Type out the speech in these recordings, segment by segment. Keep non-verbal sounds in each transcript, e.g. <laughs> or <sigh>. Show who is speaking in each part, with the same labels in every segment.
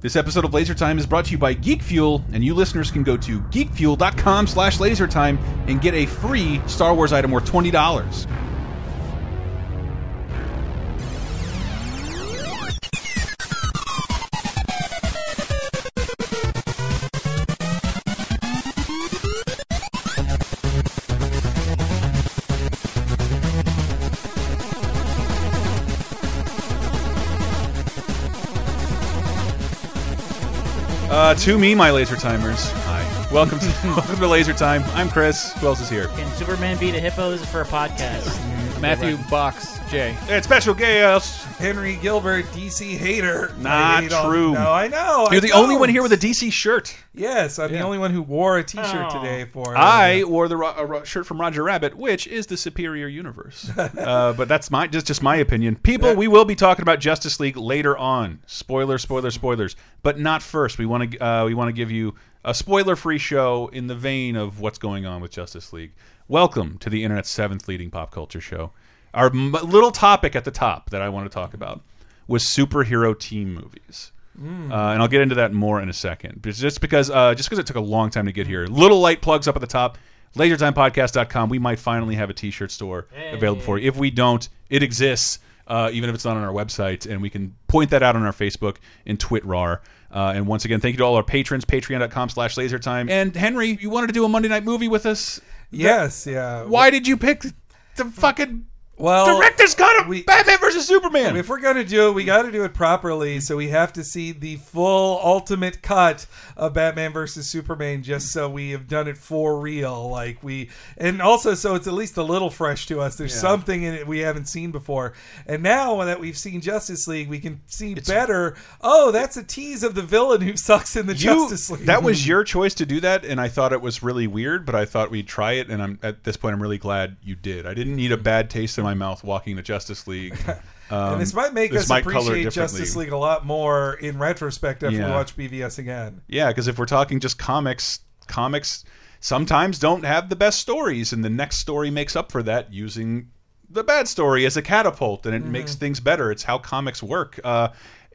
Speaker 1: This episode of Laser Time is brought to you by Geek Fuel, and you listeners can go to geekfuel.com slash lasertime and get a free Star Wars item worth $20. Uh, to me, my laser timers. Hi. Welcome to, <laughs> welcome to Laser Time. I'm Chris. Who else is here?
Speaker 2: Can Superman beat a hippo is for a podcast?
Speaker 3: Matthew Box J.
Speaker 1: And special guest.
Speaker 4: Henry Gilbert, DC hater.
Speaker 1: Not
Speaker 4: I hate all-
Speaker 1: true.
Speaker 4: No, I know. I
Speaker 1: You're the
Speaker 4: don't.
Speaker 1: only one here with a DC shirt.
Speaker 4: Yes, I'm the only one who wore a T-shirt
Speaker 1: Oh.
Speaker 4: today for.
Speaker 1: I wore the ro- a ro- shirt from Roger Rabbit, which is the superior universe. uh, but that's my just just my opinion. People, we will be talking about Justice League later on. Spoiler, spoiler, spoilers. But not first. We want to uh, we want to give you a spoiler-free show in the vein of what's going on with Justice League. Welcome to the internet's seventh leading pop culture show. Our m little topic at the top that I want to talk about was superhero team movies. Uh, and I'll get into that more in a second. But Just because uh, just because it took a long time to get here. Little light plugs up at the top. LaserTimePodcast.com. We might finally have a T-shirt store available for you. If we don't, it exists, uh, even if it's not on our website, and we can point that out on our Facebook and Twitrar. Uh, and once again, thank you to all our patrons, Patreon.com/slash LaserTime. And Henry, you wanted to do a Monday night movie with us.
Speaker 4: yes, yeah.
Speaker 1: Why did you pick the fucking
Speaker 4: Well,
Speaker 1: director's cut of
Speaker 4: Oh, we-
Speaker 1: Batman versus Superman?
Speaker 4: If we're gonna do it, we got to do it properly. So we have to see the full ultimate cut of Batman versus Superman, just so we have done it for real. Like we, and also so it's at least a little fresh to us. There's something in it we haven't seen before. And now that we've seen Justice League, we can see better. Oh, that's a tease of the villain who sucks in the
Speaker 1: You-
Speaker 4: Justice League.
Speaker 1: That
Speaker 4: <laughs>
Speaker 1: was your choice to do that, and I thought it was really weird, but I thought we'd try it, and I'm at this point I'm really glad you did. I didn't need a bad taste in my mouth walking to Justice League. Um,
Speaker 4: <laughs> and this might make
Speaker 1: this
Speaker 4: us
Speaker 1: might color
Speaker 4: appreciate
Speaker 1: differently.
Speaker 4: Justice League a lot more in retrospect after
Speaker 1: Yeah.
Speaker 4: we watch BVS again.
Speaker 1: Yeah, because if we're talking just comics, comics sometimes don't have the best stories, and the next story makes up for that using the bad story as a catapult, and it
Speaker 4: Mm-hmm.
Speaker 1: makes things better. It's how comics work, uh,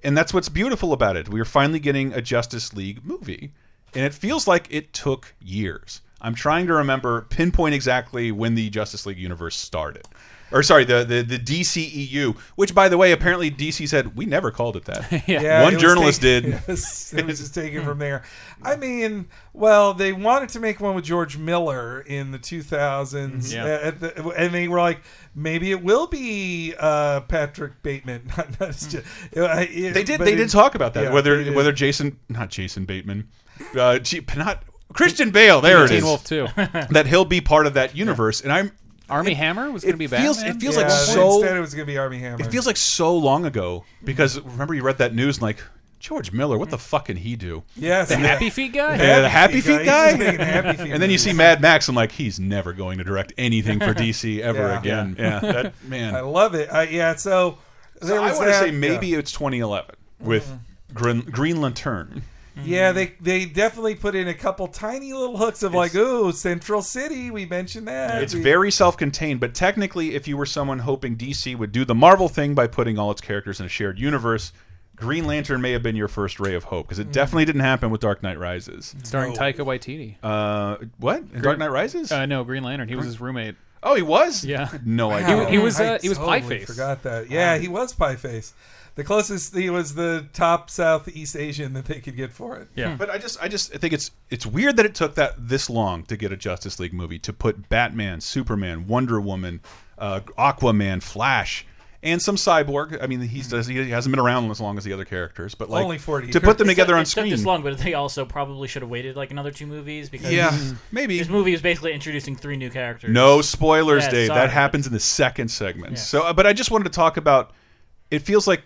Speaker 1: and that's what's beautiful about it. We are finally getting a Justice League movie, and it feels like it took years. I'm trying to remember pinpoint exactly when the Justice League universe started. Or sorry, the, the the DCEU, which by the way, apparently DC said we never called it that.
Speaker 4: Yeah,
Speaker 1: One
Speaker 4: it was
Speaker 1: journalist
Speaker 4: take- <laughs>
Speaker 1: did.
Speaker 4: It was, it was just taken from
Speaker 1: <laughs>
Speaker 4: there. I mean, well, they wanted to make one with George Miller in the 2000s,
Speaker 1: Mm-hmm.
Speaker 3: Yeah.
Speaker 4: uh, at the- and they were like, maybe it will be uh, Patrick Bateman. <laughs> Not- not just- uh, I- it-
Speaker 1: Mm. They did.
Speaker 4: but
Speaker 1: They
Speaker 4: it-
Speaker 1: did talk about that.
Speaker 4: yeah,
Speaker 1: whether
Speaker 4: they did.
Speaker 1: whether Jason, not Jason Bateman, uh, G, not Christian Bale. There it
Speaker 3: Teen
Speaker 1: is.
Speaker 3: Wolf 2.
Speaker 1: That he'll be part of that universe, and I'm.
Speaker 3: Army Hammer was going to be bad.
Speaker 1: feels- it feels
Speaker 4: Yeah,
Speaker 1: like
Speaker 4: they-
Speaker 1: so-
Speaker 4: Instead, it was going to be Army Hammer.
Speaker 1: It feels like so long ago because remember you read that news and like George Miller. What the fuck can he do?
Speaker 4: yes, yeah.
Speaker 3: Happy Feet guy.
Speaker 1: Yeah, the Happy Feet
Speaker 4: <laughs> He was
Speaker 1: guy?
Speaker 4: making Happy Feet
Speaker 1: <laughs> And then you
Speaker 4: movies.
Speaker 1: see Mad Max. I'm like, he's never going to direct anything for DC ever
Speaker 4: Yeah.
Speaker 1: again. Yeah, that man.
Speaker 4: I love it. I, yeah, so.
Speaker 1: So
Speaker 4: there
Speaker 1: I
Speaker 4: was
Speaker 1: want to
Speaker 4: that.
Speaker 1: say
Speaker 4: Yeah.
Speaker 1: maybe it's 2011 with Green, Green Lantern.
Speaker 4: Yeah, they they definitely put in a couple tiny little hooks of like, ooh, Central City. We mentioned that.
Speaker 1: It's
Speaker 4: We-
Speaker 1: very self-contained, but technically, if you were someone hoping DC would do the Marvel thing by putting all its characters in a shared universe, Green Lantern may have been your first ray of hope
Speaker 3: Mm.
Speaker 1: because it definitely didn't happen with Dark Knight Rises.
Speaker 3: <laughs> Starring Taika Waititi.
Speaker 1: Uh, what? In Dark Knight Rises?
Speaker 3: Uh, no, Green Lantern. He was his roommate.
Speaker 1: oh, he was.
Speaker 3: Yeah.
Speaker 1: No
Speaker 4: Wow.
Speaker 1: idea.
Speaker 3: he was, uh,
Speaker 4: I
Speaker 3: he was
Speaker 4: totally
Speaker 3: Pie-Face.
Speaker 4: Forgot that. Yeah, he was pie face. The closest he was the top Southeast Asian that they could get for it.
Speaker 3: Yeah.
Speaker 1: But I just, I just think it's it's weird that it took that this long to get a Justice League movie to put Batman, Superman, Wonder Woman, uh, Aquaman, Flash. And some cyborg. I mean, he's does he hasn't been around as long as the other characters, but like
Speaker 4: Only 40
Speaker 1: to put them
Speaker 2: It's
Speaker 1: <laughs>
Speaker 2: not-
Speaker 1: together on
Speaker 2: it took
Speaker 1: screen.
Speaker 2: this long, but they also probably should have waited like another two movies because
Speaker 1: Yeah, maybe.
Speaker 2: this movie is basically introducing three new characters.
Speaker 1: No spoilers,
Speaker 2: Yeah,
Speaker 1: Dave.
Speaker 2: sorry.
Speaker 1: That happens in the second segment.
Speaker 2: Yeah.
Speaker 1: So, uh, but I just wanted to talk about. It feels like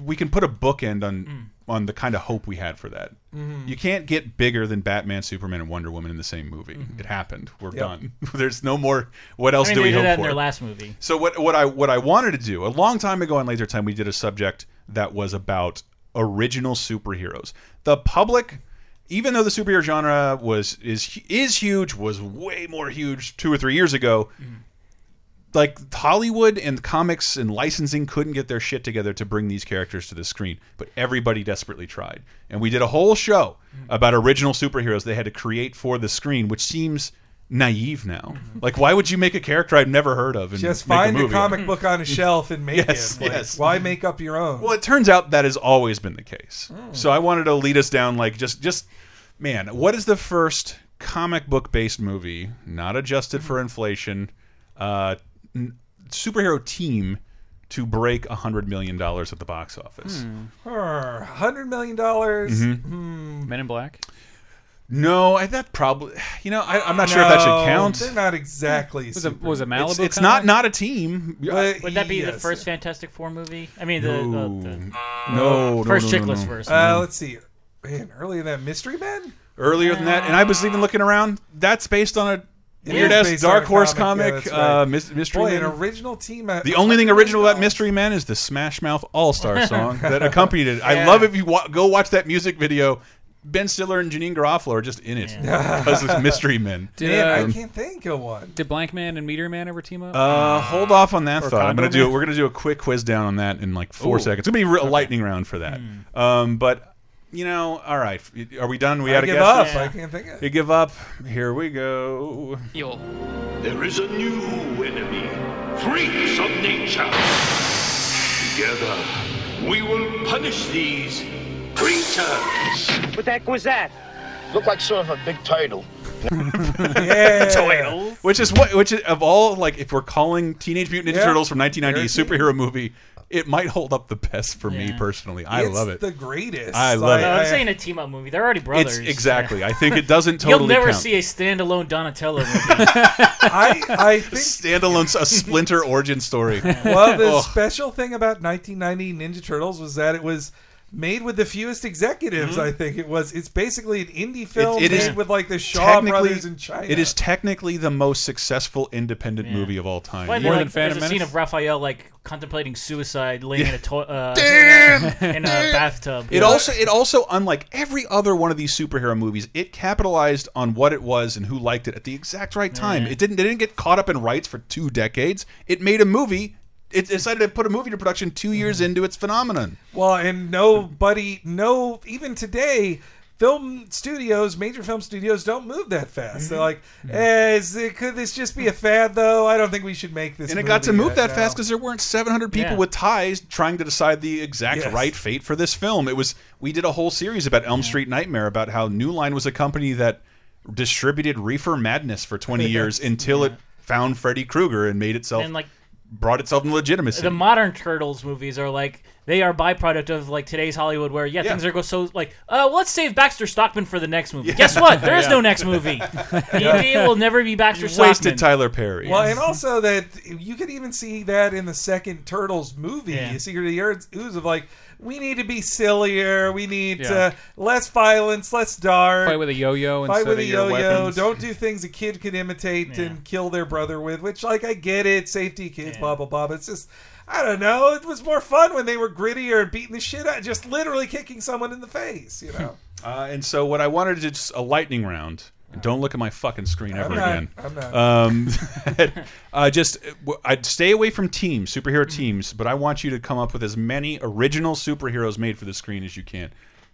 Speaker 1: we can put a bookend on
Speaker 2: Mm.
Speaker 1: on the kind of hope we had for that.
Speaker 2: Mm-hmm.
Speaker 1: You can't get bigger than Batman, Superman, and Wonder Woman in the same movie. It happened. We're done. <laughs> There's no more. What else
Speaker 2: Mm-hmm. I mean,
Speaker 1: do
Speaker 2: they
Speaker 1: we
Speaker 2: did
Speaker 1: hope
Speaker 2: that in
Speaker 1: for?
Speaker 2: their last movie.
Speaker 1: So what what I what I wanted to do a long time ago on Laser Time we did a subject that was about original superheroes. The public, even though the superhero genre was is is huge, was way more huge two or three years ago. like Hollywood and comics and licensing couldn't get their shit together to bring these characters to the screen, but everybody desperately tried. And we did a whole show about original superheroes they had to create for the screen, which seems naive now. Like, why would you make a character I've never heard of? And
Speaker 4: Mm-hmm. Just
Speaker 1: make
Speaker 4: find
Speaker 1: a,
Speaker 4: a,
Speaker 1: movie out of it?
Speaker 4: comic book on a
Speaker 1: <laughs>
Speaker 4: shelf and make
Speaker 1: Yes,
Speaker 4: it. Like,
Speaker 1: yes.
Speaker 4: Why make up your own?
Speaker 1: Well, it turns out that has always been the case.
Speaker 4: Hmm.
Speaker 1: So I wanted to lead us down like just just man, what is the first comic book based movie not adjusted
Speaker 4: Hmm.
Speaker 1: for inflation uh n- superhero team to break a 100 million dollars at the box office?
Speaker 4: Hmm. Arr, Hundred million dollars.
Speaker 1: Mm-hmm.
Speaker 4: Hmm.
Speaker 3: Men in Black.
Speaker 1: No, I that probably you know, I I'm not sure if that should count.
Speaker 4: They're not exactly.
Speaker 3: Was it
Speaker 4: super-
Speaker 3: was uh, it Malibu?
Speaker 1: It's, it's
Speaker 3: kinda
Speaker 1: not
Speaker 3: like?
Speaker 1: not a team. Uh,
Speaker 4: but
Speaker 2: Would that be the
Speaker 4: yes.
Speaker 2: first Fantastic Four movie? I mean, the,
Speaker 1: no, Oh,
Speaker 2: the, the
Speaker 1: no, no,
Speaker 2: first
Speaker 1: no, no,
Speaker 2: Chickless
Speaker 1: no.
Speaker 2: verse.
Speaker 4: Uh, let's see. Man, earlier than that, Mystery Men.
Speaker 1: earlier than that. And I was even looking around. That's based on a
Speaker 4: Ah. It
Speaker 1: weird
Speaker 4: is
Speaker 1: ass
Speaker 4: based on
Speaker 1: Dark
Speaker 4: a
Speaker 1: Horse
Speaker 4: comic, yeah,
Speaker 1: comic.
Speaker 4: that's right.
Speaker 1: uh, Mys- Mystery
Speaker 4: Boy,
Speaker 1: Men.
Speaker 4: an original team.
Speaker 1: the only thing original about Mystery Men is the Smash Mouth All Star song that accompanied it. I
Speaker 4: Yeah.
Speaker 1: love if you wa go watch that music video. Ben Stiller and Janine Garofalo are just in it
Speaker 4: <laughs>
Speaker 1: because it's Mystery Men.
Speaker 3: Did,
Speaker 4: Man,
Speaker 3: uh,
Speaker 4: I can't think of one.
Speaker 3: did Blank Man and Meteor Man ever team up?
Speaker 1: Uh, hold off on that
Speaker 3: Or
Speaker 1: thought. I'm gonna
Speaker 3: Condor
Speaker 1: do.
Speaker 3: Man?
Speaker 1: We're gonna do a quick quiz down on that in like four
Speaker 3: Ooh.
Speaker 1: seconds. It's gonna be re- a lightning round for that. Um, but you know, all right. Are we done? We
Speaker 4: Hmm. I
Speaker 1: had a
Speaker 4: give
Speaker 1: guess.
Speaker 4: up.
Speaker 2: Yeah.
Speaker 4: I can't think
Speaker 1: <laughs>
Speaker 4: of.
Speaker 1: You give up. Here we go.
Speaker 5: There is a new enemy, freaks of nature. Together, we will punish these creatures.
Speaker 6: What the heck was that?
Speaker 7: Looked like sort of a big title.
Speaker 4: Yeah.
Speaker 1: Which is what? Which is, of all like, if we're calling Teenage Mutant Ninja
Speaker 4: Yeah.
Speaker 1: Turtles from 1990 a
Speaker 4: Guaranteed.
Speaker 1: superhero movie, it might hold up the best for me
Speaker 2: Yeah.
Speaker 1: personally. I
Speaker 4: It's
Speaker 1: love it.
Speaker 4: The greatest.
Speaker 1: I love it.
Speaker 2: No, I'm
Speaker 4: I-
Speaker 2: saying a team up movie. They're already brothers.
Speaker 1: It's exactly. I think
Speaker 2: <laughs>
Speaker 1: it doesn't
Speaker 2: You'll
Speaker 1: totally.
Speaker 2: never
Speaker 1: count.
Speaker 2: see a
Speaker 1: <laughs>
Speaker 2: standalone Donatello movie. <laughs>
Speaker 4: I, I think.
Speaker 1: standalone a splinter origin story.
Speaker 4: Well, the
Speaker 1: Ugh.
Speaker 4: special thing about 1990 Ninja Turtles was that it was made with the fewest executives. I think it was. It's basically an indie film
Speaker 1: Mm-hmm. it
Speaker 4: made
Speaker 1: is
Speaker 4: with like the Shaw
Speaker 1: Technically-
Speaker 4: brothers in China.
Speaker 1: It is technically the most successful independent movie of all time.
Speaker 2: Why,
Speaker 1: You-
Speaker 3: More
Speaker 2: like,
Speaker 3: than Phantom
Speaker 2: there's a scene
Speaker 3: Menace?
Speaker 2: of Raphael like contemplating suicide, laying in a to- uh, in a, in a bathtub.
Speaker 1: It also it also unlike every other one of these superhero movies, it capitalized on what it was and who liked it at the exact right time.
Speaker 2: Mm.
Speaker 1: It didn't they didn't get caught up in rights for two decades. It made a movie. It decided to put a movie to production two years
Speaker 2: Mm-hmm.
Speaker 1: into its phenomenon.
Speaker 4: Well, and nobody, no, even today, film studios, major film studios, don't move that fast. They're like,
Speaker 1: Mm-hmm.
Speaker 4: eh, is it, could this just be a fad, though? I don't think we should make this.
Speaker 1: And it got to move
Speaker 4: movie right
Speaker 1: that fast
Speaker 4: now.
Speaker 1: because there weren't 700 people
Speaker 2: Yeah.
Speaker 1: with ties trying to decide the exact
Speaker 4: Yes.
Speaker 1: right fate for this film. It was we did a whole series about Elm Street Nightmare about how New Line was a company that distributed Reefer Madness for
Speaker 2: <laughs>
Speaker 1: 20 years until it found Freddy Krueger and made itself
Speaker 2: and like
Speaker 1: brought itself into legitimacy.
Speaker 2: the modern Turtles movies are like they are byproduct of like today's Hollywood, where yeah,
Speaker 1: Yeah.
Speaker 2: things are go so like uh, let's save Baxter Stockman for the next movie. Guess what? There
Speaker 1: <laughs>
Speaker 2: is no next movie. D&D will never be Baxter Stockman.
Speaker 1: wasted Tyler Perry.
Speaker 4: Well, and also that you could even see that in the second Turtles movie,
Speaker 2: Yeah.
Speaker 4: Secret of the Earth, Ooze, of like, we need to be sillier, we need
Speaker 3: Yeah.
Speaker 4: uh, less violence, less dark.
Speaker 3: Fight with a yo-yo
Speaker 4: Fight
Speaker 3: instead
Speaker 4: with a
Speaker 3: of your
Speaker 4: yo-yo.
Speaker 3: weapons.
Speaker 4: Don't do things a kid could imitate and kill their brother with. Which, like, I get it. Safety, kids, blah blah blah. But it's just, I don't know. It was more fun when they were grittier and beating the shit out, just literally kicking someone in the face.
Speaker 1: <laughs>
Speaker 4: You know,
Speaker 1: Uh, and so what I wanted to do just a lightning round. Don't look at my fucking screen ever
Speaker 4: I'm not.
Speaker 1: again.
Speaker 4: I'm not.
Speaker 1: Um, <laughs> uh, just uh, w- I'd stay away from teams, superhero teams, but I want you to come up with as many original superheroes made for the screen as you can.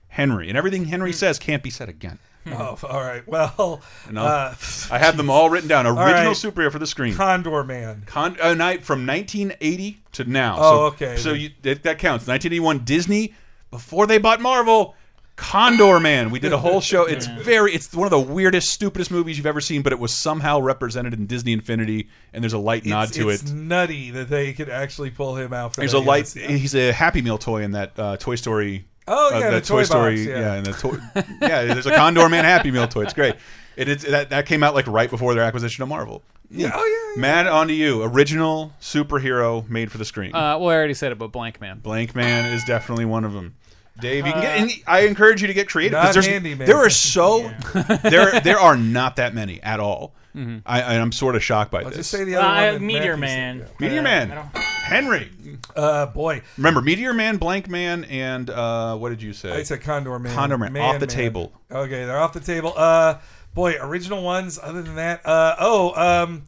Speaker 1: Henry and everything
Speaker 4: Mm.
Speaker 1: Henry says can't be said again.
Speaker 4: <laughs> oh, all right. Well,
Speaker 1: <laughs> No.
Speaker 4: uh,
Speaker 1: I have them all written
Speaker 4: <laughs>
Speaker 1: down. Original
Speaker 4: right.
Speaker 1: superhero for the screen.
Speaker 4: Condor Man.
Speaker 1: Con uh, night from 1980 to now.
Speaker 4: Oh,
Speaker 1: so,
Speaker 4: okay.
Speaker 1: So you, that, that counts. 1981 Disney before they bought Marvel. Condor Man. We did a whole show. It's very. It's one of the weirdest, stupidest movies you've ever seen, but it was somehow represented in Disney Infinity, and there's a light nod
Speaker 4: it's,
Speaker 1: to
Speaker 4: it's
Speaker 1: it.
Speaker 4: nutty that they could actually pull him out. For
Speaker 1: There's
Speaker 4: that,
Speaker 1: a light.
Speaker 4: yes.
Speaker 1: He's a Happy Meal toy in that uh, Toy Story.
Speaker 4: Oh, yeah,
Speaker 1: uh,
Speaker 4: the
Speaker 1: that
Speaker 4: toy box,
Speaker 1: Story.
Speaker 4: yeah.
Speaker 1: and the toy. yeah, there's a Condor Man Happy Meal toy. It's great. It is that that came out like right before their acquisition of Marvel.
Speaker 4: Yeah, oh yeah. yeah.
Speaker 1: Matt, on to you. Original superhero made for the screen.
Speaker 3: Uh, well, I already said it, but Blank Man.
Speaker 1: Blank Man is definitely one of them. Dave, you can get. And I encourage you to get creative
Speaker 4: Uh, Not
Speaker 1: there's
Speaker 4: handy, man.
Speaker 1: there are so there there are not that many at all.
Speaker 2: Mm-hmm.
Speaker 1: I, I am sort of shocked by
Speaker 4: I'll
Speaker 1: this.
Speaker 4: just say the
Speaker 2: Uh,
Speaker 4: other one. that
Speaker 2: Meteor
Speaker 4: Matthew
Speaker 2: Man.
Speaker 4: said.
Speaker 1: Meteor
Speaker 2: Uh, I
Speaker 1: Man,
Speaker 2: don't-
Speaker 1: Henry.
Speaker 4: Uh, boy,
Speaker 1: Remember Meteor Man, Blank Man, and uh, what did you say?
Speaker 4: It's a Condor Man.
Speaker 1: Condor Man, off the table.
Speaker 4: Okay, they're off the table. Uh, boy, original ones. Other than that, uh, oh, um,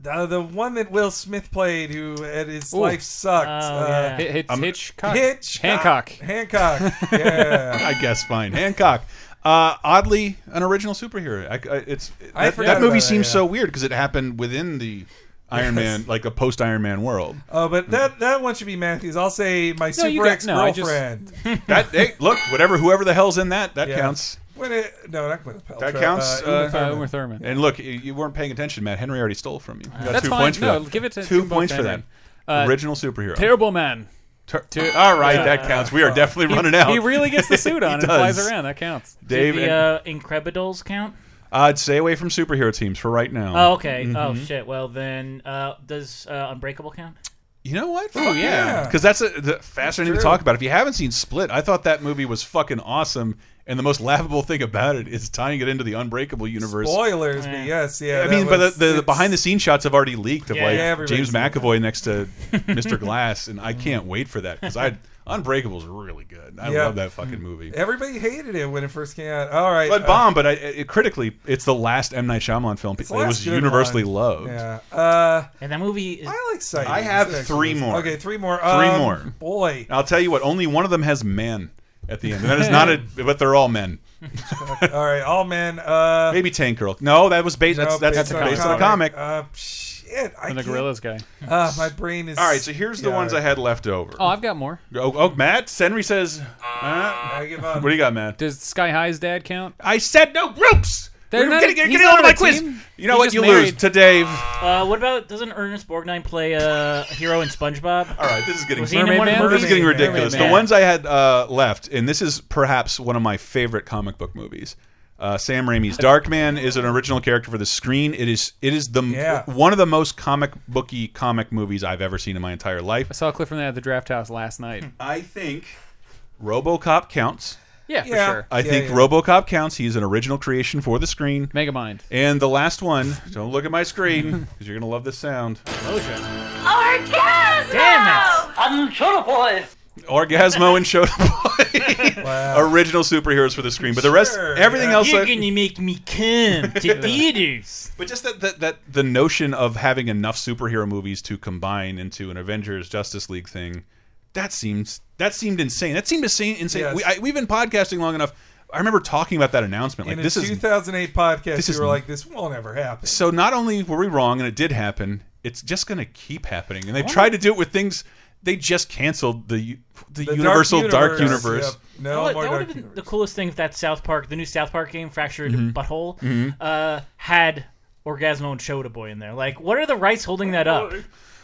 Speaker 4: the, the one that Will Smith played, who had his
Speaker 3: Ooh. Oh,
Speaker 4: life sucked. uh,
Speaker 3: Hit, hit, Hitchcock.
Speaker 4: Hitch <laughs>
Speaker 3: Hancock.
Speaker 4: Hancock.
Speaker 1: <laughs>
Speaker 4: Yeah.
Speaker 1: I guess fine. Hancock. Uh, oddly, an original superhero. I, I- it's
Speaker 4: I
Speaker 1: that,
Speaker 4: forgot
Speaker 1: that movie
Speaker 4: about that,
Speaker 1: seems
Speaker 4: yeah.
Speaker 1: so weird because it happened within the Iron
Speaker 4: Yes.
Speaker 1: Man, like a post Iron Man world.
Speaker 4: oh, but that that one should be Matthews. I'll say my
Speaker 3: you
Speaker 4: super
Speaker 3: got-
Speaker 4: ex
Speaker 3: no, I just-
Speaker 4: girlfriend.
Speaker 1: That hey, look, whatever, whoever the hell's in that, that
Speaker 4: Yeah.
Speaker 1: counts.
Speaker 4: When it, no, not Gwyneth Paltrow.
Speaker 1: That counts,
Speaker 4: Uh, Uma
Speaker 1: uh,
Speaker 4: Thurman.
Speaker 3: Uh, Uma Thurman.
Speaker 1: And look, you, you weren't paying attention, Matt. Henry already stole from you. You got
Speaker 3: That's
Speaker 1: two
Speaker 3: fine.
Speaker 1: points for
Speaker 3: No,
Speaker 1: that.
Speaker 3: give it to
Speaker 1: two
Speaker 3: to
Speaker 1: points
Speaker 3: both
Speaker 1: for that.
Speaker 3: men. Uh,
Speaker 1: original superhero.
Speaker 3: Terrible man. uh,
Speaker 1: Ter- <laughs> All right, that counts. We are definitely running out.
Speaker 3: <laughs> He really gets
Speaker 1: <laughs>
Speaker 3: the suit on and
Speaker 1: does.
Speaker 3: flies around. That counts.
Speaker 1: Dave,
Speaker 2: Did
Speaker 1: and-
Speaker 2: the uh, Incredibles count?
Speaker 1: I'd stay away from superhero teams for right now.
Speaker 2: Oh, okay. Oh
Speaker 1: Mm-hmm.
Speaker 2: shit. Well then, uh, does uh, Unbreakable count?
Speaker 1: You know what? Oh
Speaker 4: yeah.
Speaker 1: because that's a the, fascinating to talk about. If you haven't seen Split, I thought that movie was fucking awesome, and the most laughable thing about it is tying it into the Unbreakable universe.
Speaker 4: Spoilers, but yes, yeah.
Speaker 1: I
Speaker 4: that
Speaker 1: mean, but
Speaker 4: was-
Speaker 1: the, the, the
Speaker 4: it's-
Speaker 1: behind the scenes shots have already leaked of
Speaker 2: Yeah,
Speaker 1: like
Speaker 2: yeah,
Speaker 4: everybody's
Speaker 1: James
Speaker 4: seen that.
Speaker 1: McAvoy next
Speaker 4: <laughs>
Speaker 1: to Mr. Glass, and I can't wait for that because I Unbreakable's really good. I
Speaker 4: Yeah.
Speaker 1: love that fucking movie.
Speaker 4: Everybody hated it when it first came out. All right,
Speaker 1: But
Speaker 4: uh,
Speaker 1: bomb, but I, it, critically, it's the last M Night Shyamalan film. It
Speaker 4: the last
Speaker 1: was
Speaker 4: good
Speaker 1: universally
Speaker 4: one.
Speaker 1: loved.
Speaker 4: yeah. Uh,
Speaker 2: And that movie is
Speaker 4: I like Sight.
Speaker 1: I have
Speaker 4: It's
Speaker 1: three
Speaker 4: actually-
Speaker 1: more.
Speaker 4: Okay, three more. Three
Speaker 1: more. <laughs>
Speaker 4: Boy,
Speaker 1: And I'll tell you what, only one of them has men at the end. And that
Speaker 4: <laughs>
Speaker 1: is not a, but they're all men.
Speaker 4: all right, all men. Uh,
Speaker 1: Maybe Tank Girl. No, that was based.
Speaker 4: no,
Speaker 1: that's that's
Speaker 4: based
Speaker 1: based,
Speaker 4: on
Speaker 1: on a comic.
Speaker 4: Uh, shit, I
Speaker 3: And the
Speaker 4: can't-
Speaker 3: gorillas guy.
Speaker 4: Uh, my brain is.
Speaker 1: all right, so here's the
Speaker 4: Yeah,
Speaker 1: ones
Speaker 4: all
Speaker 1: I had left over.
Speaker 3: Oh,
Speaker 1: Oh,
Speaker 3: I've got more.
Speaker 1: oh, Matt Henry says, uh,
Speaker 4: right, I give up.
Speaker 1: "What do you got, Matt?"
Speaker 3: Does Sky High's dad count?
Speaker 1: I said no groups.
Speaker 3: They're
Speaker 1: We're
Speaker 3: not-
Speaker 1: getting, getting
Speaker 3: he's
Speaker 1: on
Speaker 3: not
Speaker 1: to
Speaker 3: on
Speaker 1: my
Speaker 3: a
Speaker 1: quiz.
Speaker 3: team.
Speaker 1: You know
Speaker 3: He's
Speaker 1: what?
Speaker 3: just
Speaker 1: You lose
Speaker 3: married.
Speaker 1: to Dave.
Speaker 2: Uh, what about doesn't Ernest Borgnine play uh, a hero in SpongeBob?
Speaker 1: All right, this is getting
Speaker 2: Was he in one of
Speaker 3: Mermaid
Speaker 2: the
Speaker 3: Man?
Speaker 1: this is
Speaker 2: movies?
Speaker 1: getting
Speaker 4: Mermaid Man.
Speaker 1: ridiculous.
Speaker 3: Mermaid
Speaker 1: The
Speaker 3: Man.
Speaker 1: ones I had uh, left, and this is perhaps one of my favorite comic book movies. Uh, Sam Raimi's Darkman is an original character for the screen. It is it is the
Speaker 4: Yeah.
Speaker 1: one of the most comic booky comic movies I've ever seen in my entire life.
Speaker 3: I saw a clip from that at the draft house last night.
Speaker 1: I think RoboCop counts.
Speaker 3: Yeah,
Speaker 4: Yeah.
Speaker 3: for sure.
Speaker 1: I
Speaker 4: Yeah,
Speaker 1: think
Speaker 4: yeah.
Speaker 1: RoboCop counts. He's an original creation for the screen.
Speaker 3: Megamind.
Speaker 1: And the last
Speaker 4: <laughs>
Speaker 1: one, don't look at my screen because you're gonna love this sound.
Speaker 2: Damn it!
Speaker 1: Orgasmo and
Speaker 4: <laughs>
Speaker 1: Shoto Boy,
Speaker 4: Wow.
Speaker 1: original superheroes for the screen. But the rest,
Speaker 4: Sure,
Speaker 1: everything
Speaker 4: yeah.
Speaker 1: else,
Speaker 2: You're
Speaker 1: I-
Speaker 2: gonna make me come
Speaker 1: <laughs>
Speaker 2: to theaters.
Speaker 1: But just that, that that the notion of having enough superhero movies to combine into an Avengers Justice League thing, that seems that seemed insane. That seemed insane. Insane.
Speaker 4: Yes.
Speaker 1: We, I, we've been podcasting long enough. I remember talking about that announcement. Like
Speaker 4: In
Speaker 1: this
Speaker 4: a
Speaker 1: is
Speaker 4: 2008 podcast,
Speaker 1: this
Speaker 4: you
Speaker 1: is-
Speaker 4: were like, "This won't ever happen."
Speaker 1: so. Not only were we wrong, and it did happen. It's just going to keep happening. And they tried to do it with things. They just canceled the the,
Speaker 4: The
Speaker 1: Universal Dark Universe.
Speaker 4: Yep. No
Speaker 2: that
Speaker 4: more
Speaker 2: would
Speaker 4: Dark
Speaker 2: have been the coolest thing if that South Park, the new South Park game, Fractured
Speaker 3: Mm-hmm.
Speaker 2: Butthole, uh, had Orgasmo and Shota Boy in there. Like, what are the rights holding that up?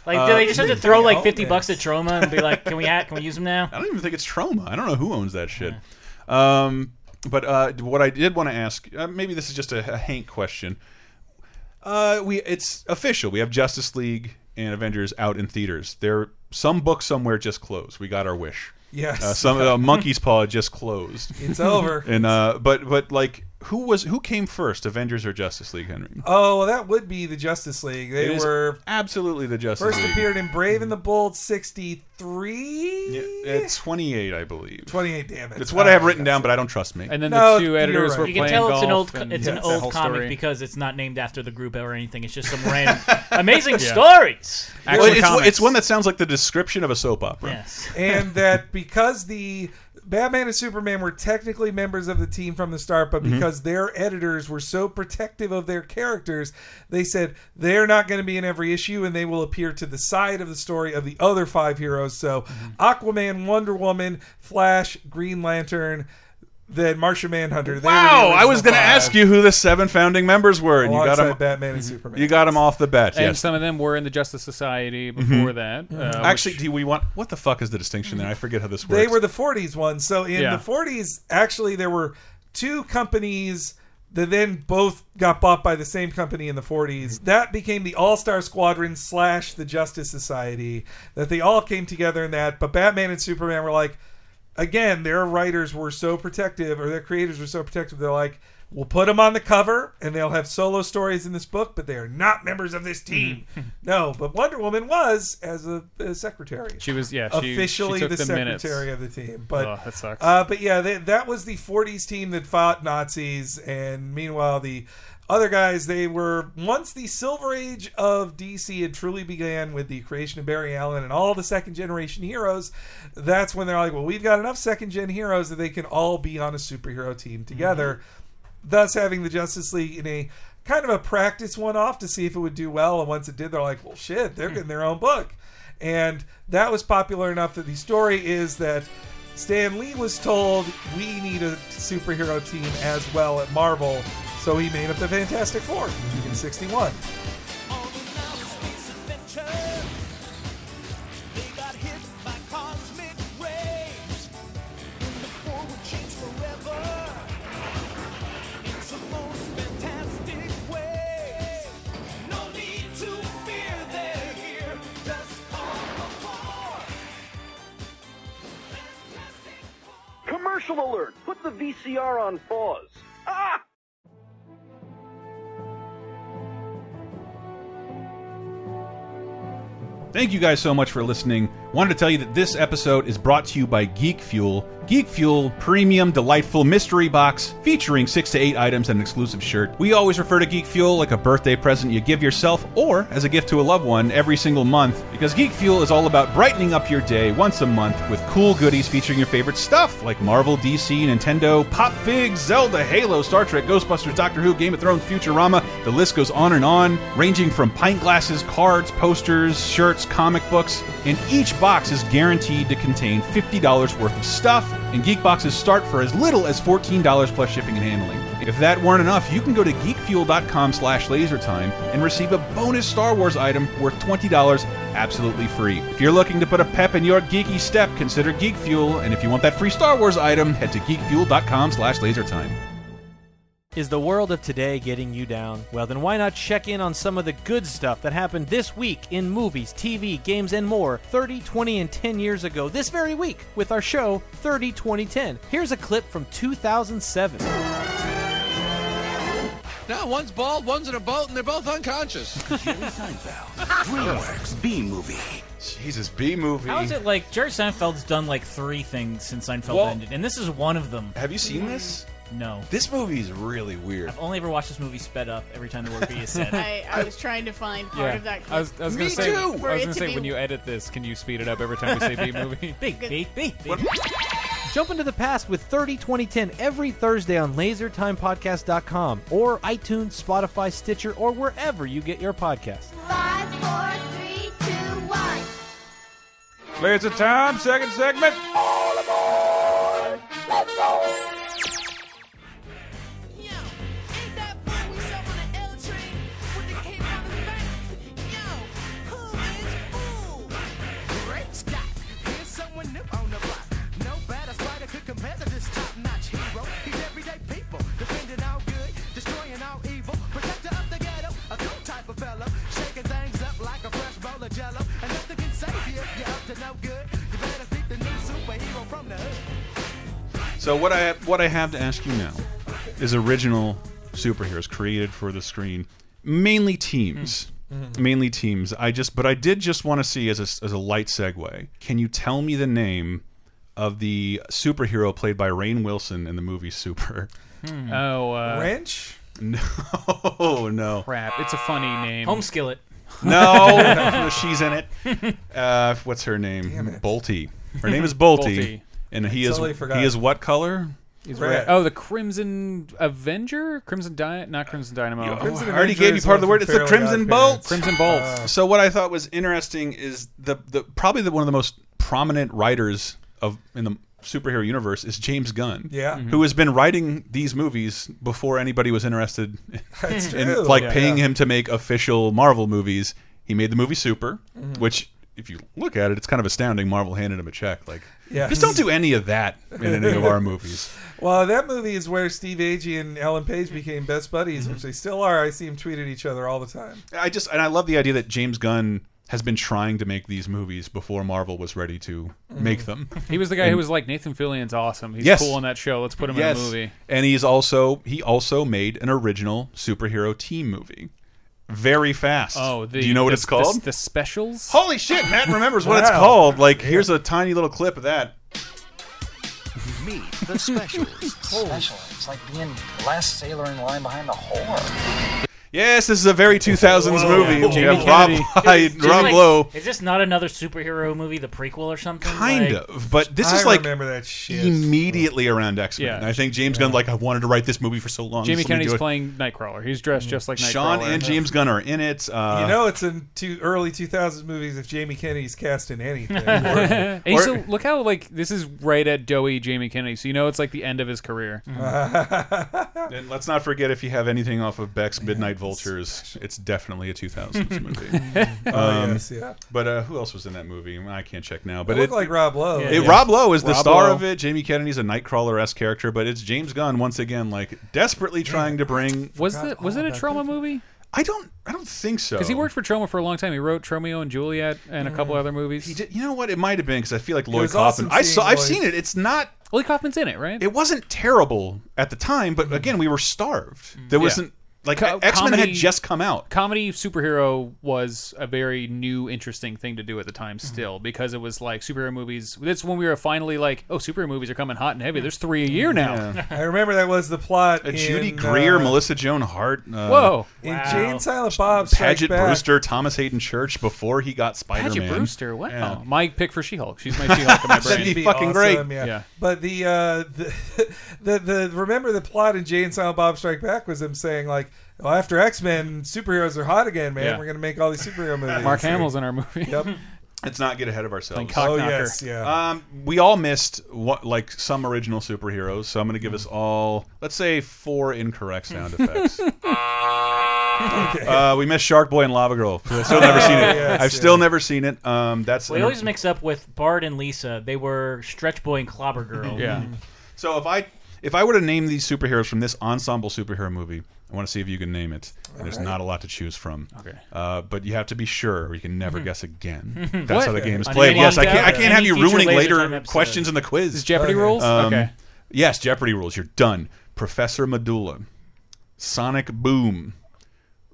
Speaker 2: Like, do they just
Speaker 3: uh,
Speaker 2: have to throw like fifty
Speaker 4: elements.
Speaker 2: bucks at Troma and be like, "Can we ha- can we use them
Speaker 3: <laughs>
Speaker 2: now?"
Speaker 1: I don't even think it's trauma. I don't know who owns that shit. Um, but uh, what I did want to ask, uh, maybe this is just a, a Hank question. Uh, we it's official. We have Justice League and Avengers out in theaters. There, some book somewhere just closed. We got our wish.
Speaker 4: Yes.
Speaker 1: Uh, some <laughs> uh, Monkey's Paw just closed.
Speaker 4: It's over.
Speaker 1: <laughs> And uh, but but like who was who came first, Avengers or Justice League? Henry.
Speaker 4: oh, well, that would be the Justice League. They
Speaker 1: It is
Speaker 4: were
Speaker 1: absolutely the Justice
Speaker 4: first
Speaker 1: League.
Speaker 4: appeared in Brave and the Bold '63.
Speaker 1: It's twenty eight, I believe.
Speaker 4: 28. Damn it.
Speaker 1: It's what I have written down, but I don't trust me.
Speaker 3: And then
Speaker 4: No,
Speaker 3: the two
Speaker 4: you're
Speaker 3: editors
Speaker 4: right.
Speaker 3: were
Speaker 4: You
Speaker 2: You
Speaker 3: playing
Speaker 2: can tell it's an
Speaker 3: golf
Speaker 2: old
Speaker 3: and-
Speaker 2: it's
Speaker 3: Yeah,
Speaker 2: an
Speaker 3: that whole
Speaker 2: old comic
Speaker 3: story.
Speaker 2: because it's not named after the group or anything. It's just some random
Speaker 3: <laughs>
Speaker 2: amazing stories.
Speaker 1: Well,
Speaker 3: Action
Speaker 1: it's,
Speaker 3: comics.
Speaker 1: it's one that sounds like the description of a soap opera.
Speaker 2: Yes.
Speaker 4: and that because the Batman and Superman were technically members of the team from the start,
Speaker 1: Mm-hmm.
Speaker 4: but because their editors were so protective of their characters, they said they're not going to be in every issue and they will appear to the side of the story of the other five heroes. So
Speaker 1: Mm-hmm.
Speaker 4: Aquaman, Wonder Woman, Flash, Green Lantern, then Martian Manhunter. They were the
Speaker 1: Wow, I was
Speaker 4: original
Speaker 1: going to
Speaker 4: five,
Speaker 1: ask you who the seven founding members were, and you got
Speaker 4: alongside
Speaker 1: them.
Speaker 4: Batman and Superman.
Speaker 1: You got them off the bat.
Speaker 3: And
Speaker 1: yes. Mm-hmm.
Speaker 3: some of them were in the Justice Society before that. uh,
Speaker 1: Actually, do we want what the fuck is the distinction there? I forget how this works.
Speaker 4: They were the 40s ones. So in
Speaker 3: Yeah.
Speaker 4: the 40s, actually, there were two companies that then both got bought by the same company in the
Speaker 3: Mm-hmm.
Speaker 4: 40s. That became the All Star Squadron slash the Justice Society. That they all came together in that. But Batman and Superman were like, again, their writers were so protective, or their creators were so protective. They're like, we'll put them on the cover, and they'll have solo stories in this book, but they are not members of this team.
Speaker 3: Mm-hmm.
Speaker 4: no, but Wonder Woman was as a, a secretary
Speaker 3: she was yeah she,
Speaker 4: officially
Speaker 3: she took
Speaker 4: the,
Speaker 3: minutes.
Speaker 4: secretary of the team. But
Speaker 3: Ugh, that sucks.
Speaker 4: Uh, but yeah, they, that was the '40s team that fought Nazis, and meanwhile the Other guys, they were once the Silver Age of DC had truly began with the creation of Barry Allen and all the second generation heroes. That's when they're like, well, we've got enough second gen heroes that they can all be on a superhero team together
Speaker 3: Mm-hmm.
Speaker 4: thus having the Justice League in a kind of a practice one off to see if it would do well. And once it did, they're like, well, shit,
Speaker 1: Hmm.
Speaker 4: they're getting their own book. And that was popular enough that the story is that Stan Lee was told we need a superhero team as well at Marvel. So he made up the Fantastic Four in 61.
Speaker 6: Commercial alert! Put the VCR on pause. Ah!
Speaker 1: Thank you guys so much for listening. Wanted to tell you that this episode is brought to you by Geek Fuel. Geek Fuel premium delightful mystery box featuring 6 to 8 items and an exclusive shirt. We always refer to Geek Fuel like a birthday present you give yourself or as a gift to a loved one every single month because Geek Fuel is all about brightening up your day once a month with cool goodies featuring your favorite stuff like Marvel, DC, Nintendo, Pop Figs, Zelda, Halo, Star Trek, Ghostbusters, Doctor Who, Game of Thrones, Futurama. The list goes on and on, ranging from pint glasses, cards, posters, shirts, comic books, and each box is guaranteed to contain $50 worth of stuff, and geek boxes start for as little as $14 plus shipping and handling. If that weren't enough, you can go to geekfuel.com slash lasertime and receive a bonus Star Wars item worth $20 absolutely free. If you're looking to put a pep in your geeky step, consider Geek Fuel, and if you want that free Star Wars item, head to geekfuel.com slash lasertime.
Speaker 8: Is the world of today getting you down? Well, then why not check in on some of the good stuff that happened this week in movies, TV, games, and more 30, 20, and 10 years ago this very week with our show 30, 20, 10. Here's a clip from 2007.
Speaker 9: No, one's bald, one's in a boat, and they're both unconscious.
Speaker 1: Jesus, B movie.
Speaker 2: How is it like Jerry Seinfeld's done like three things since Seinfeld
Speaker 1: Well-
Speaker 2: ended, and this is one of them.
Speaker 1: Have you seen this?
Speaker 2: No,
Speaker 1: This movie is really weird.
Speaker 2: I've only ever watched this movie sped up every time the word "b" is
Speaker 1: <laughs>
Speaker 2: said.
Speaker 10: I, I was trying to find part of that clip.
Speaker 3: I was, I was
Speaker 1: Me
Speaker 3: gonna say,
Speaker 1: too!
Speaker 3: I was
Speaker 10: For it
Speaker 3: gonna
Speaker 10: to
Speaker 3: say
Speaker 10: be-
Speaker 3: when you edit this, can you speed it up every time we say B movie?
Speaker 2: Big, big, big, big.
Speaker 8: Jump into the past with 30, 20, 10 every Thursday on lasertimepodcast.com or iTunes, Spotify, Stitcher, or wherever you get your podcasts.
Speaker 11: Five, four, three, two, one.
Speaker 1: Laser time, second segment.
Speaker 11: Yo, ain't that fun we saw on the L train when they came out of the bank? Yo, who is fool? Great Scott, here's someone new on the block. No bad spider could compare to this top-notch hero. He's everyday people, defending all good, destroying all evil, protector of the ghetto, a cool type of fellow, shaking things up like a fresh bowl of jello. And nothing can save you if you're up to no good. You better seek the new superhero from the hood.
Speaker 1: So what I what I have to ask you now is original superheroes created for the screen, mainly teams, mainly teams. I just but I did just want to see as a, as a light segue. Can you tell me the name of the superhero played by Rain Wilson in the movie Super?
Speaker 3: Oh, uh,
Speaker 4: Wrench?
Speaker 1: Oh no,
Speaker 3: crap! It's a funny name.
Speaker 2: Home skillet.
Speaker 1: no, she's in it. Uh, what's her name? Bolty. Her name is Bolty,
Speaker 3: Bolte.
Speaker 1: and he
Speaker 4: totally
Speaker 1: is
Speaker 4: forgot.
Speaker 1: he is what color?
Speaker 3: He's
Speaker 4: Red.
Speaker 3: red. Oh, the Crimson Avenger, Crimson Di- not Crimson Dynamo,
Speaker 4: Crimson
Speaker 1: Oh, I already
Speaker 4: Avenger
Speaker 1: gave you
Speaker 4: is
Speaker 1: part of the
Speaker 4: one
Speaker 1: word.
Speaker 4: from
Speaker 1: It's the
Speaker 4: Fairly
Speaker 1: Crimson
Speaker 4: Oddparents.
Speaker 1: Bolt.
Speaker 3: Crimson Bolts.
Speaker 1: So what I thought was interesting is the the probably the, one of the most prominent writers of in the superhero universe is James Gunn.
Speaker 4: Yeah. Mhm.
Speaker 1: Who has been writing these movies before anybody was
Speaker 4: <laughs>
Speaker 1: interested
Speaker 4: That's
Speaker 1: in
Speaker 4: true.
Speaker 1: Oh, <laughs> like
Speaker 4: Yeah.
Speaker 1: paying him to make official Marvel movies. He made the movie Super,
Speaker 4: Mm-hmm.
Speaker 1: which if you look at it, it's kind of astounding. Marvel handed him a check. Like,
Speaker 4: Yeah.
Speaker 1: just don't do any of that in any of our
Speaker 4: <laughs>
Speaker 1: movies.
Speaker 4: Well, that movie is where Steve Agee and Ellen Page became best buddies,
Speaker 1: Mm-hmm.
Speaker 4: which they still are. I see them tweet at each other all the time.
Speaker 1: I just and I love the idea that James Gunn has been trying to make these movies before Marvel was ready to make <laughs> them.
Speaker 3: He was the guy who was like Nathan Fillion's awesome. He's
Speaker 1: Yes.
Speaker 3: cool on that show. Let's put
Speaker 1: <laughs>
Speaker 3: him
Speaker 1: yes.
Speaker 3: in a movie.
Speaker 1: And he's also he also made an original superhero team movie. Very fast.
Speaker 3: Oh, the,
Speaker 1: do you know what
Speaker 3: the-
Speaker 1: it's called?
Speaker 3: The, the specials.
Speaker 1: Holy shit! Matt remembers what it's
Speaker 4: Wow.
Speaker 1: called. Like, here's a tiny little clip of that.
Speaker 12: Meet the specials.
Speaker 13: Special. It's like being the last sailor in line behind the whore.
Speaker 1: Yes, this is a very 2000s
Speaker 2: Whoa.
Speaker 1: movie.
Speaker 2: Yeah.
Speaker 1: We
Speaker 2: Jamie
Speaker 1: have Rob
Speaker 2: Kennedy.
Speaker 1: Hyde,
Speaker 2: Just
Speaker 1: Rob
Speaker 2: like-
Speaker 1: Lowe.
Speaker 2: Is this not another superhero movie, the prequel or something?
Speaker 1: Kind
Speaker 2: Like-
Speaker 1: of, but this is like immediately around X Men.
Speaker 3: Yeah.
Speaker 1: I think James Gunn like I wanted to write this movie for so long.
Speaker 3: Jamie
Speaker 1: just let me
Speaker 3: Kennedy's
Speaker 1: do it." Mm.
Speaker 3: playing Nightcrawler. He's dressed just like Nightcrawler.
Speaker 1: Sean and James Gunn are in it. Uh,
Speaker 4: you know, it's in two early 2000s movies if Jamie Kennedy's cast
Speaker 3: <laughs>
Speaker 4: in anything.
Speaker 3: and he's so, look how like this is right at doughy Jamie Kennedy, so you know it's like the end of his career.
Speaker 1: and let's not forget if you have anything off of Beck's Midnight Vultures, it's definitely a 2000s movie.
Speaker 4: Oh,
Speaker 3: Um,
Speaker 4: yes, yeah.
Speaker 1: But uh, who else was in that movie? I can't check now. But
Speaker 4: It looked like Rob Lowe.
Speaker 1: It,
Speaker 4: Yeah.
Speaker 1: Rob Lowe is the
Speaker 4: Rob
Speaker 1: star
Speaker 4: Lowe.
Speaker 1: of it. Jamie Kennedy's a Nightcrawler esque character, but it's James Gunn once again, like desperately trying to bring.
Speaker 3: Was Oh, that was it a trauma movie?
Speaker 1: I don't I don't think so.
Speaker 3: Because he worked for Trauma for a long time. He wrote Tromeo and Juliet and a couple other movies. He
Speaker 1: Mm. did, you know what? It might have been because I feel like
Speaker 3: It
Speaker 1: Lloyd
Speaker 3: was
Speaker 1: Kaufman.
Speaker 3: awesome
Speaker 1: I saw.
Speaker 3: seeing
Speaker 1: I've
Speaker 3: Lloyd-
Speaker 1: seen it. It's not.
Speaker 3: Lloyd Kaufman's in it, right?
Speaker 1: It wasn't terrible at the time, but again, we were starved. There
Speaker 3: Yeah.
Speaker 1: wasn't like X Men had
Speaker 3: comedy-
Speaker 1: just come out.
Speaker 3: Comedy superhero was a very new, interesting thing to do at the time,
Speaker 1: Mm-hmm.
Speaker 3: still, because it was like superhero movies. That's when we were finally like, oh, superhero movies are coming hot and heavy. There's three a
Speaker 1: Mm.
Speaker 3: year now.
Speaker 4: I remember that was the plot.
Speaker 1: Uh,
Speaker 4: in,
Speaker 1: Judy Greer,
Speaker 4: uh,
Speaker 1: Melissa Joan Hart. Uh,
Speaker 3: Whoa.
Speaker 4: In Jane Silent Bob Strike
Speaker 1: Paget
Speaker 4: Back.
Speaker 1: Brewster, Thomas Hayden Church before he got Spider Man.
Speaker 3: Paget Brewster, wow. My pick for She Hulk. She's my She
Speaker 1: <laughs>
Speaker 3: Hulk in my brain.
Speaker 1: That'd be fucking great.
Speaker 4: Yeah. But the, uh, the <laughs> the the remember the plot in Jay and Silent Bob Strike Back was them saying like, well, after X Men, superheroes are hot again, man.
Speaker 3: Yeah.
Speaker 4: We're gonna make all these superhero movies.
Speaker 3: Mark Hamill's in our movie.
Speaker 4: Yep.
Speaker 3: <laughs>
Speaker 1: Let's not get ahead of ourselves.
Speaker 3: Like Cock Oh, Knocker. yes,
Speaker 4: yeah.
Speaker 1: Um, we all missed what like some original superheroes, so I'm going to give us all let's say four incorrect sound effects. uh, we missed Shark Boy and Lava Girl. I've still never seen it.
Speaker 2: Oh, yes,
Speaker 1: I've still
Speaker 2: yeah.
Speaker 1: never seen it. Um, that's
Speaker 2: We always mix up with Bard and Lisa. They were Stretch Boy and Clobber Girl.
Speaker 1: Yeah.
Speaker 3: Mm-hmm.
Speaker 1: So if I if I were to name these superheroes from this ensemble superhero movie, I want to see if you can name it. And there's
Speaker 3: Alright.
Speaker 1: not a lot to choose from.
Speaker 3: Okay.
Speaker 1: Uh, but you have to be sure, or you can never guess
Speaker 3: <laughs>
Speaker 1: again.
Speaker 3: Mhm.
Speaker 1: That's
Speaker 3: What?
Speaker 1: how the game is
Speaker 3: On
Speaker 1: played.
Speaker 3: any-
Speaker 1: Yes, I can't. I
Speaker 3: any
Speaker 1: can't have you
Speaker 3: future
Speaker 1: ruining
Speaker 3: Laser Time
Speaker 1: later
Speaker 3: episode.
Speaker 1: questions in the quiz.
Speaker 3: Is Jeopardy Okay. rules?
Speaker 1: Um,
Speaker 3: Okay.
Speaker 1: Yes, Jeopardy rules. You're done. Professor Medulla, Sonic Boom,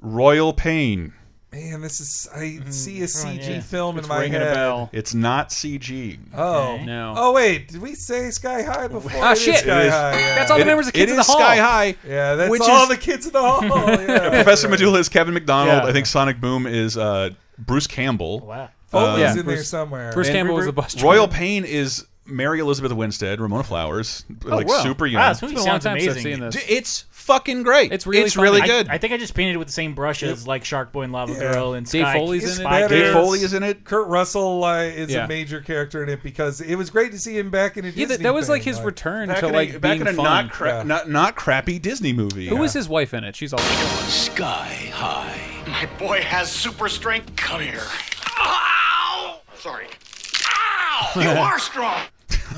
Speaker 1: Royal Pain.
Speaker 4: Man, this is I see a CG
Speaker 3: Mm-hmm. yeah.
Speaker 4: film
Speaker 3: It's
Speaker 4: in my
Speaker 3: ringing a
Speaker 4: head.
Speaker 3: bell.
Speaker 1: It's not CG.
Speaker 4: Oh
Speaker 3: No.
Speaker 4: Oh wait, did we say Sky High before?
Speaker 3: Ah,
Speaker 4: It is
Speaker 3: shit.
Speaker 4: Sky
Speaker 1: It is-
Speaker 4: High, yeah.
Speaker 3: That's all the It- members of Kids
Speaker 1: it
Speaker 3: in the
Speaker 1: is
Speaker 3: Hall.
Speaker 1: Sky High.
Speaker 4: Yeah, that's
Speaker 1: Which
Speaker 4: all
Speaker 1: is-
Speaker 4: the kids in
Speaker 3: <laughs>
Speaker 4: the hall. Yeah.
Speaker 1: Professor Medulla is Kevin McDonald.
Speaker 3: Yeah.
Speaker 1: I think Sonic Boom is uh, Bruce Campbell.
Speaker 2: Wow.
Speaker 4: Foley's in there Bruce- somewhere. Bruce
Speaker 1: And
Speaker 4: Campbell was
Speaker 1: Ro-
Speaker 4: the bus driver.
Speaker 1: Royal Pain is Mary Elizabeth Winstead, Ramona Flowers,
Speaker 3: Oh,
Speaker 1: like
Speaker 2: wow.
Speaker 3: Ah,
Speaker 1: super young.
Speaker 2: Wow, this movie It's been a long sounds time since I've amazing. seen this.
Speaker 1: D- It's fucking great. It's really, good.
Speaker 2: I, I think I just painted it with the same brush as like Shark Boy and Lava Girl and Sky.
Speaker 4: It's
Speaker 2: Spy
Speaker 4: better.
Speaker 2: Kids.
Speaker 1: in it.
Speaker 4: Kurt Russell uh, is
Speaker 2: Yeah.
Speaker 4: a major character in it because it was great to see him back in a
Speaker 3: Yeah, that-
Speaker 4: Disney
Speaker 3: that was
Speaker 4: thing,
Speaker 3: like his return
Speaker 1: back
Speaker 3: to
Speaker 1: in a,
Speaker 3: like
Speaker 1: back
Speaker 3: being
Speaker 1: in a
Speaker 3: fun.
Speaker 1: not, cra- not not crappy Disney movie.
Speaker 3: Who is his wife in it?
Speaker 1: <laughs>
Speaker 3: She's all
Speaker 12: Sky High. My boy has super strength. Come here. Ow! Sorry. Ow! <laughs> You are strong.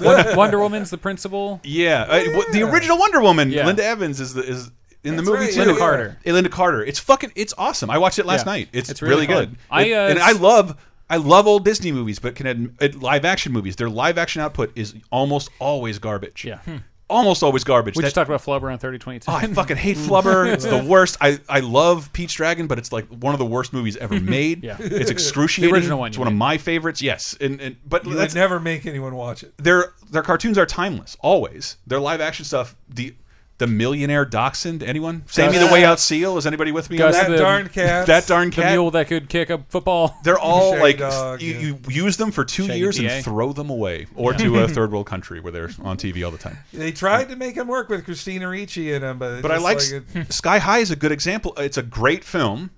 Speaker 3: Wonder, Wonder Woman's the principal.
Speaker 1: Yeah, uh, w- the original Wonder Woman,
Speaker 3: Oh, Yeah.
Speaker 1: Linda Evans is the is in the
Speaker 3: That's
Speaker 1: movie
Speaker 3: right,
Speaker 1: too.
Speaker 3: Linda yeah. Carter.
Speaker 1: Eh, Linda Carter. It's fucking. It's awesome. I watched it last
Speaker 3: Yeah.
Speaker 1: night. It's,
Speaker 3: It's
Speaker 1: really,
Speaker 3: really
Speaker 1: good.
Speaker 3: fun. I,
Speaker 1: It-
Speaker 3: uh,
Speaker 1: and I love. I love old Disney movies, but can ad- it, live action movies. Their live action output is almost always garbage.
Speaker 3: Yeah. Hmm.
Speaker 1: almost always garbage.
Speaker 3: We just
Speaker 1: That-
Speaker 3: talked about Flubber on thirty twenty two.
Speaker 1: Oh,
Speaker 3: <laughs>
Speaker 1: I fucking hate Flubber. It's the worst. I, I love Peach Dragon, but it's like one of the worst movies
Speaker 3: <laughs>
Speaker 1: ever made.
Speaker 3: Yeah.
Speaker 1: It's excruciating.
Speaker 3: The original one,
Speaker 1: It's
Speaker 3: you
Speaker 1: one of my favorites. Yes, and, and but
Speaker 4: You
Speaker 1: that's
Speaker 4: would never make anyone watch it.
Speaker 1: their their cartoons are timeless always. Their live action stuff, the the millionaire dachshund, anyone? Sammy the Way Out Seal, is anybody with me? on
Speaker 3: Gus
Speaker 1: that
Speaker 3: the-
Speaker 4: darn cat.
Speaker 1: That darn
Speaker 3: The
Speaker 1: cat.
Speaker 3: mule that could kick a
Speaker 1: <laughs>
Speaker 3: football.
Speaker 1: They're all
Speaker 3: Shaggy
Speaker 1: like
Speaker 3: dog,
Speaker 1: you,
Speaker 3: yeah.
Speaker 1: you use them for two
Speaker 3: Shaggy
Speaker 1: years
Speaker 3: PA.
Speaker 1: and throw them away, or
Speaker 3: Yeah. <laughs>
Speaker 1: to a third world country where they're on TV all the time.
Speaker 4: They tried to make him work with Christina Ricci in him, but,
Speaker 1: But I
Speaker 4: just
Speaker 1: like, <laughs>
Speaker 4: it- Hmm.
Speaker 1: Sky High is a good example. It's a great film,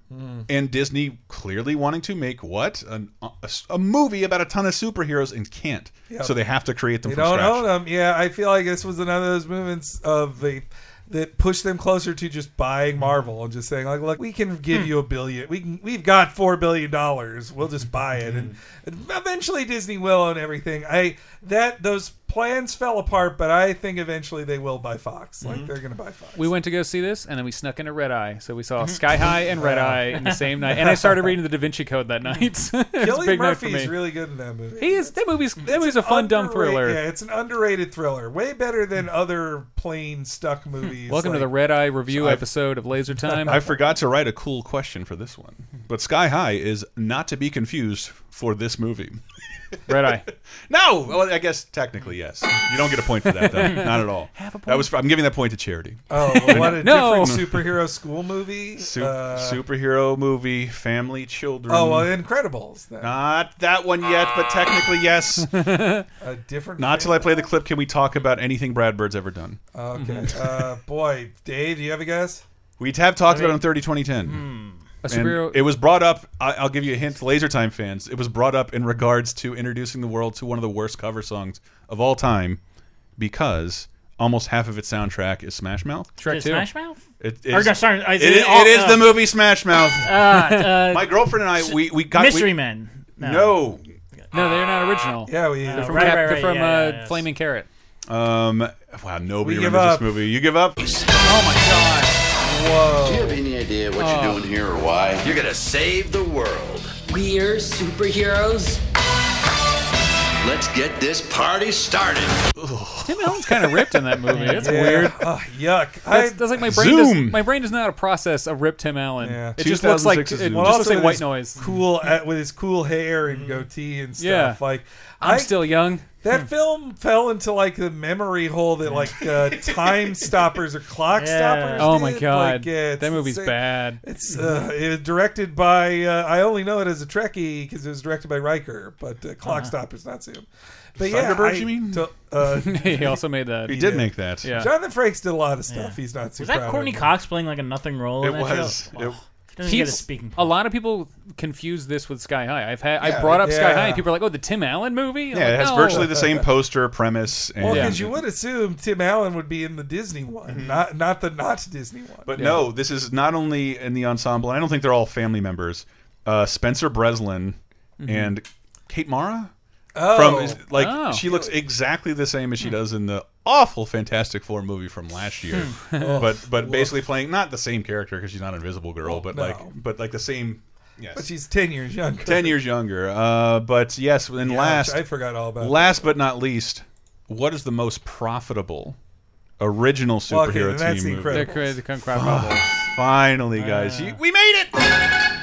Speaker 1: and Disney clearly wanting to make what An, a, a movie about a ton of superheroes and can't,
Speaker 4: Yep.
Speaker 1: so they have to create them
Speaker 4: They
Speaker 1: from
Speaker 4: don't
Speaker 1: scratch.
Speaker 4: own them. Yeah, I feel like this was another of those movements of the that pushed them closer to just buying Marvel and just saying like, look, we can
Speaker 3: Hmm.
Speaker 4: give you a billion. We can, we've got four billion dollars. We'll just buy it, and
Speaker 3: Hmm.
Speaker 4: eventually Disney will own everything. I that those plans fell apart, but I think eventually they will buy Fox. Like they're going to buy Fox.
Speaker 3: Hmm. We went to go see this, and then we snuck in a red eye. So we saw
Speaker 1: Mm-hmm.
Speaker 3: Sky High and
Speaker 1: Uh.
Speaker 3: Red Eye in the same night. And I started reading the Da Vinci Code that night. <laughs> it's a
Speaker 4: Kelly
Speaker 3: big night for
Speaker 4: Murphy
Speaker 3: me.
Speaker 4: is really good in that movie.
Speaker 3: He is. That movie's that movie's a fun, dumb
Speaker 4: Underrate-
Speaker 3: thriller.
Speaker 4: Yeah, it's an underrated thriller. Way better than other plane stuck movies.
Speaker 3: Welcome to
Speaker 4: like-
Speaker 3: the Red Eye Review
Speaker 1: So I've-
Speaker 3: episode of
Speaker 4: <laughs>
Speaker 3: Laser Time.
Speaker 1: I forgot to write a cool question for this one. But Sky High is not to be confused for this movie. <laughs>
Speaker 3: Red
Speaker 4: <laughs>
Speaker 3: Eye.
Speaker 1: no! Well, I guess technically, yes. You don't get a point for that,
Speaker 4: <laughs>
Speaker 1: though. Not at all.
Speaker 4: Half a point.
Speaker 1: That was, I'm giving that point to charity.
Speaker 4: Oh, well, what a
Speaker 1: <laughs> No.
Speaker 4: different superhero school movie.
Speaker 1: Su-
Speaker 4: Uh,
Speaker 1: superhero movie, family, children.
Speaker 4: oh, well, Incredibles. Then.
Speaker 1: Not that one yet, but technically, yes.
Speaker 4: A different
Speaker 1: Not till I play the clip can we talk about anything Brad Bird's ever done.
Speaker 4: Okay.
Speaker 1: Mm-hmm.
Speaker 4: uh, boy, Dave, do you have a guess?
Speaker 1: We have talked
Speaker 4: I
Speaker 1: about
Speaker 4: mean-
Speaker 1: it on 30 2010.
Speaker 4: A
Speaker 1: And
Speaker 4: superhero-
Speaker 1: It was brought up. I, I'll give you a hint, Laser Time fans. It was brought up in regards to introducing the world to one of the worst cover songs of all time, because almost half of its soundtrack is Smash Mouth.
Speaker 2: Shrek Is it 2. Smash Mouth?
Speaker 1: It
Speaker 2: Or
Speaker 1: is.
Speaker 2: no, sorry,
Speaker 1: it
Speaker 2: is
Speaker 1: is,
Speaker 2: it all-
Speaker 1: it is
Speaker 2: uh,
Speaker 1: the movie Smash Mouth.
Speaker 2: Uh, uh,
Speaker 1: <laughs> My girlfriend and
Speaker 2: s-
Speaker 1: I, we we got
Speaker 2: Mystery
Speaker 1: we-
Speaker 2: Men.
Speaker 1: No.
Speaker 2: No.
Speaker 3: No, they're not original.
Speaker 4: Yeah, we.
Speaker 3: They're from,
Speaker 2: right,
Speaker 3: Cap-
Speaker 2: right,
Speaker 3: they're
Speaker 2: right,
Speaker 3: from
Speaker 2: yeah,
Speaker 3: uh,
Speaker 2: yeah, yes.
Speaker 3: Flaming Carrot.
Speaker 1: Um, wow, nobody
Speaker 3: We give
Speaker 1: remembers this
Speaker 3: up.
Speaker 1: movie. You give up?
Speaker 2: Oh
Speaker 4: Whoa.
Speaker 14: Do you have any idea what
Speaker 12: Oh.
Speaker 14: you're doing here or why? You're gonna save the world.
Speaker 12: We're superheroes.
Speaker 14: Let's get this party started.
Speaker 3: Tim Allen's kind of ripped in that movie. That's
Speaker 4: <laughs> Yeah.
Speaker 3: weird.
Speaker 4: Oh, yuck.
Speaker 3: That's,
Speaker 4: I-
Speaker 3: that's like my brain. Does,
Speaker 4: Zoom.
Speaker 3: my brain does not process a ripped Tim Allen.
Speaker 4: Yeah.
Speaker 3: It just looks like it
Speaker 4: 2006
Speaker 3: just
Speaker 4: is
Speaker 3: looks
Speaker 4: also
Speaker 3: like white
Speaker 4: his
Speaker 3: noise. Mm-hmm.
Speaker 4: Cool at, with his cool hair and goatee and stuff.
Speaker 3: Yeah.
Speaker 4: Like
Speaker 3: I'm still hmm. young.
Speaker 4: That film fell into like the memory hole that like
Speaker 3: <laughs>
Speaker 4: uh, time stoppers or clock
Speaker 3: Yeah.
Speaker 4: stoppers.
Speaker 3: Oh my
Speaker 4: did.
Speaker 3: God.
Speaker 4: Like, yeah, it's
Speaker 3: That movie's
Speaker 4: insane.
Speaker 3: bad. <laughs>
Speaker 4: It's uh, it was directed by uh, I only know it as a Trekkie because it was directed by Riker, but uh, clock
Speaker 3: Uh-huh.
Speaker 4: stoppers not soon. But yeah,
Speaker 3: Thunderbirds,
Speaker 4: I-
Speaker 3: you mean?
Speaker 4: to-
Speaker 3: <laughs>
Speaker 4: uh,
Speaker 3: He also made that. He did make that. Yeah.
Speaker 4: Jonathan Frakes did a lot of stuff. He's not. Too
Speaker 2: Was that
Speaker 4: proud
Speaker 2: Courtney
Speaker 4: of.
Speaker 2: Cox playing like a nothing role? in
Speaker 4: It
Speaker 2: that show?
Speaker 4: was.
Speaker 2: Oh,
Speaker 4: It-
Speaker 2: she doesn't get a
Speaker 3: People-
Speaker 2: speaking.
Speaker 3: a lot of people confuse this with Sky High. I've had I
Speaker 4: Yeah.
Speaker 3: brought up Sky
Speaker 4: Yeah.
Speaker 3: High, and people are like, "Oh, the Tim Allen movie." I'm
Speaker 1: Yeah, it
Speaker 3: like,
Speaker 1: has
Speaker 3: "No."
Speaker 1: virtually the same poster, premise, and
Speaker 4: Well, because you would assume Tim Allen would be in the Disney one, not not the not Disney one.
Speaker 1: Mm-hmm. But no, this is not only in the ensemble. and I don't think they're all family members. Uh, Spencer Breslin
Speaker 4: Mhm.
Speaker 1: and Kate Mara
Speaker 4: Oh.
Speaker 1: from like
Speaker 4: Oh.
Speaker 1: she looks exactly the same as she does in the awful Fantastic Four movie from last
Speaker 4: <laughs>
Speaker 1: year.
Speaker 4: Hmm.
Speaker 1: but but basically playing not the same character because she's not Invisible Girl, but
Speaker 4: No.
Speaker 1: like but like the same. Yes.
Speaker 4: But she's ten years younger.
Speaker 1: Ten years younger. Uh, but yes, and
Speaker 4: Ouch,
Speaker 1: last
Speaker 4: I forgot all about
Speaker 1: Last but not least, what is the most profitable original
Speaker 4: Well, okay,
Speaker 1: superhero
Speaker 4: then that's
Speaker 1: team movie?
Speaker 4: Incredibles. They're crazy,
Speaker 3: come
Speaker 1: Finally, guys, you, we made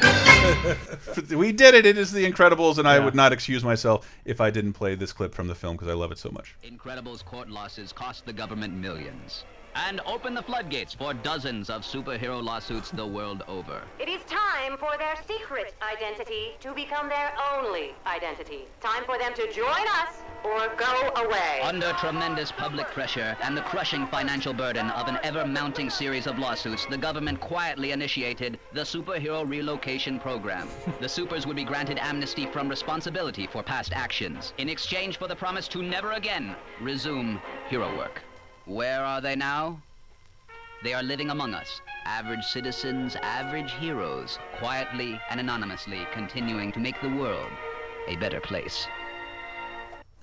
Speaker 1: it. <laughs> we did it. It is the Incredibles, and I
Speaker 15: Yeah.
Speaker 1: would not excuse myself if I didn't play this clip from the film because I love it so much.
Speaker 15: Incredibles court losses cost the government millions. And open the floodgates for dozens of superhero lawsuits the world over.
Speaker 16: It is time for their secret identity to become their only identity. Time for them to join us or go away.
Speaker 15: Under tremendous public pressure and the crushing financial burden of an ever mounting series of lawsuits, the government quietly initiated the Superhero Relocation Program. the supers would be granted amnesty from responsibility for past actions in exchange for the promise to never again resume hero work. Where are they now? They are living among us, average citizens, average heroes, quietly and anonymously continuing to make the world a better place.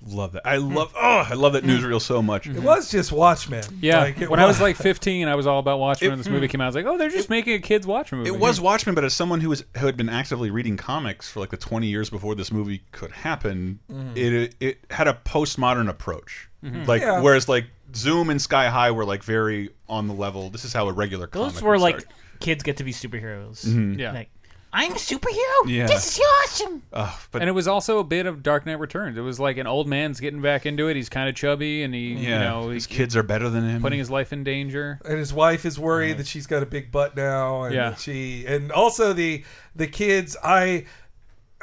Speaker 1: Love that. I love. Oh, I love that newsreel so much.
Speaker 4: It was just Watchmen.
Speaker 3: Yeah,
Speaker 4: Like, it
Speaker 3: when I was
Speaker 4: was-
Speaker 3: like 15, I was all about Watchmen.
Speaker 1: It-
Speaker 3: when this movie came out, I was like, "Oh, they're just making a kids Watchmen movie."
Speaker 1: It was Watchmen, but as someone who was who had been actively reading comics for like the twenty years before this movie could happen,
Speaker 3: Mhm.
Speaker 1: it it had a postmodern approach.
Speaker 2: Mhm.
Speaker 1: Like
Speaker 2: Yeah.
Speaker 1: whereas like Zoom and Sky High were like very on the level. This is how a regular comic.
Speaker 2: Those were
Speaker 1: would
Speaker 2: like
Speaker 1: start.
Speaker 2: kids get to be superheroes.
Speaker 1: Mhm. Yeah.
Speaker 2: Like, I'm a superhero.
Speaker 1: Yeah.
Speaker 2: This is awesome.
Speaker 3: and it was also a bit of Dark Knight Returns. It was like an old man's getting back into it. He's kind of chubby, and he, you
Speaker 1: Yeah.
Speaker 3: know,
Speaker 1: His
Speaker 3: he-
Speaker 1: kids are better than him.
Speaker 3: putting his life in danger.
Speaker 4: and his wife is worried that she's got a big butt now, and
Speaker 3: Yeah.
Speaker 4: that she and also the the kids. I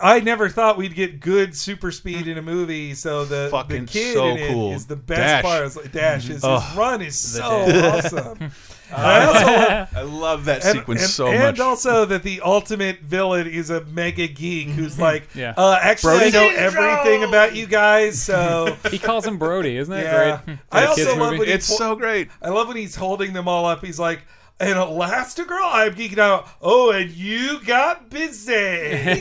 Speaker 4: I never thought we'd get good super speed in a movie. So the
Speaker 1: Fucking
Speaker 4: the kid
Speaker 1: so
Speaker 4: in it
Speaker 1: cool.
Speaker 4: is the best
Speaker 1: Dash.
Speaker 4: part. It's like, Dash is
Speaker 1: Ugh.
Speaker 4: his run is
Speaker 1: The
Speaker 4: so
Speaker 1: Dash.
Speaker 4: awesome.
Speaker 1: <laughs>
Speaker 4: And I also love,
Speaker 1: I love that sequence so
Speaker 4: and
Speaker 1: much.
Speaker 4: also that the ultimate villain is a mega
Speaker 1: <laughs>
Speaker 4: geek who's like,
Speaker 3: Yeah.
Speaker 4: uh, actually, I
Speaker 3: Brody?
Speaker 4: know everything about you guys.
Speaker 1: <laughs>
Speaker 4: So
Speaker 3: he calls him Brody, isn't that great? For
Speaker 4: I
Speaker 3: a
Speaker 4: also
Speaker 3: kids
Speaker 4: love
Speaker 3: movie.
Speaker 4: when he
Speaker 3: It's
Speaker 4: fo-
Speaker 1: so great.
Speaker 4: I love when he's holding them all up. He's like, "And Elastigirl, I'm geeking out. Oh, and you got <laughs> busy.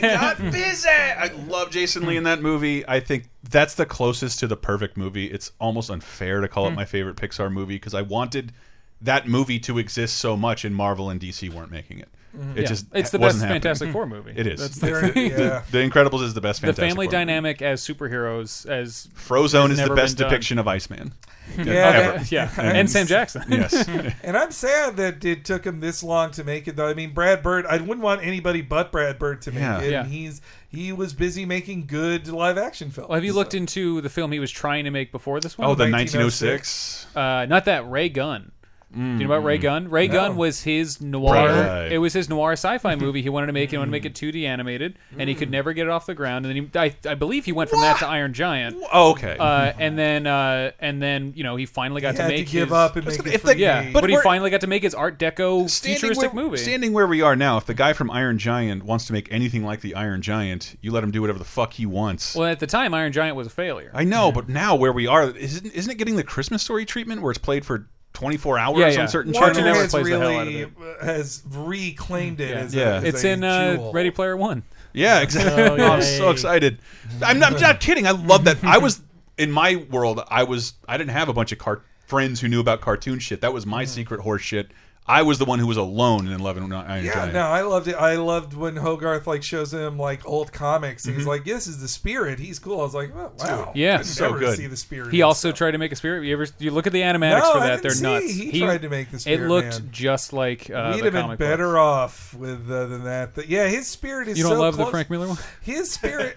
Speaker 3: <laughs>
Speaker 1: got busy. I love Jason Lee in that movie. I think that's the closest to the perfect movie. It's almost unfair to call it
Speaker 4: Hmm.
Speaker 1: my favorite Pixar movie because I wanted that movie to exist so much, and Marvel and DC weren't making it.
Speaker 3: Mhm.
Speaker 1: It
Speaker 3: Yeah.
Speaker 1: just
Speaker 3: It's the
Speaker 1: wasn't
Speaker 3: best
Speaker 1: happening. Mm-hmm.
Speaker 3: Fantastic Four movie.
Speaker 1: It is.
Speaker 3: That's the
Speaker 1: <laughs> the,
Speaker 3: thing.
Speaker 1: the-
Speaker 3: Yeah.
Speaker 1: the Incredibles is the best
Speaker 3: the
Speaker 1: Fantastic
Speaker 3: family
Speaker 1: Four.
Speaker 3: dynamic as superheroes as
Speaker 1: Frozone
Speaker 3: has
Speaker 1: is the
Speaker 3: never been
Speaker 1: best
Speaker 3: done.
Speaker 1: depiction of
Speaker 3: <laughs>
Speaker 1: Iceman.
Speaker 3: yeah,
Speaker 1: ever.
Speaker 3: yeah, <laughs> and, Sam Jackson.
Speaker 1: Yes.
Speaker 4: and I'm sad that it took him this long to make it. Though I mean, Brad Bird, I wouldn't want anybody but Brad Bird to make
Speaker 3: Yeah.
Speaker 4: it.
Speaker 3: Yeah.
Speaker 4: And he's he was busy making good live action
Speaker 3: <laughs>
Speaker 4: films.
Speaker 3: Well, have you looked into the film he was trying to make before this one?
Speaker 1: Oh, the 1906?
Speaker 3: Uh, not that Ray Gunn. Do you know about Ray Gunn? Ray
Speaker 1: No.
Speaker 3: Gunn was his noir.
Speaker 1: Right.
Speaker 3: It was his noir sci-fi movie he wanted to make. He wanted to
Speaker 1: Mm.
Speaker 3: make it 2D animated, and he could never get it off the ground. And then he, I, I believe he went from that to Iron Giant.
Speaker 1: Oh, okay.
Speaker 3: Uh, and then, uh, and then you know he finally got
Speaker 1: He
Speaker 3: to
Speaker 1: had to
Speaker 3: make
Speaker 1: give
Speaker 3: his,
Speaker 1: up and make it If the- free.
Speaker 3: yeah,
Speaker 1: but
Speaker 3: but, he
Speaker 1: we're-
Speaker 3: finally got to make his Art Deco futuristic
Speaker 1: where,
Speaker 3: movie.
Speaker 1: Standing where we are now, if the guy from Iron Giant wants to make anything like the Iron Giant, you let him do whatever the fuck he wants.
Speaker 3: well, at the time, Iron Giant was a failure.
Speaker 1: I know, but now where we are, isn't isn't it getting the Christmas story treatment where it's played for 24 hours
Speaker 3: Yeah, yeah.
Speaker 1: on certain
Speaker 3: Warner
Speaker 1: channels?
Speaker 3: has Plays the hell out of
Speaker 4: really has reclaimed it. As
Speaker 1: Yeah.
Speaker 4: a, as
Speaker 3: It's
Speaker 4: a
Speaker 3: in uh,
Speaker 4: jewel.
Speaker 3: Ready Player One.
Speaker 1: Yeah, exactly.
Speaker 3: Oh,
Speaker 1: <laughs> I'm so
Speaker 3: yay.
Speaker 1: excited. I'm not, I'm not kidding. I love that. I was in my world. I was. I didn't have a bunch of car- friends who knew about cartoon shit. That was my secret horse shit. I was the one who was alone in Eleven Iron
Speaker 4: Yeah,
Speaker 1: Giant.
Speaker 4: no, I loved it. I loved when Hogarth like shows him like old comics. and He's
Speaker 3: Mhm.
Speaker 4: like, "This is the spirit." He's cool. I was like, oh, "Wow,
Speaker 3: Yeah,
Speaker 4: I'd never See the spirit.
Speaker 3: He also tried to make a spirit. You ever you look at the animatics
Speaker 4: No,
Speaker 3: for
Speaker 4: I
Speaker 3: that? They're
Speaker 4: didn't see.
Speaker 3: nuts.
Speaker 4: He tried to make the
Speaker 3: It
Speaker 4: Spirit
Speaker 3: looked
Speaker 4: Man.
Speaker 3: just like uh,
Speaker 4: We'd
Speaker 3: the
Speaker 4: have been
Speaker 3: comic book.
Speaker 4: better off with uh, than that. But yeah, his spirit is.
Speaker 3: You don't
Speaker 4: so
Speaker 3: love the
Speaker 4: close.
Speaker 3: Frank Miller one? <laughs>
Speaker 4: His spirit,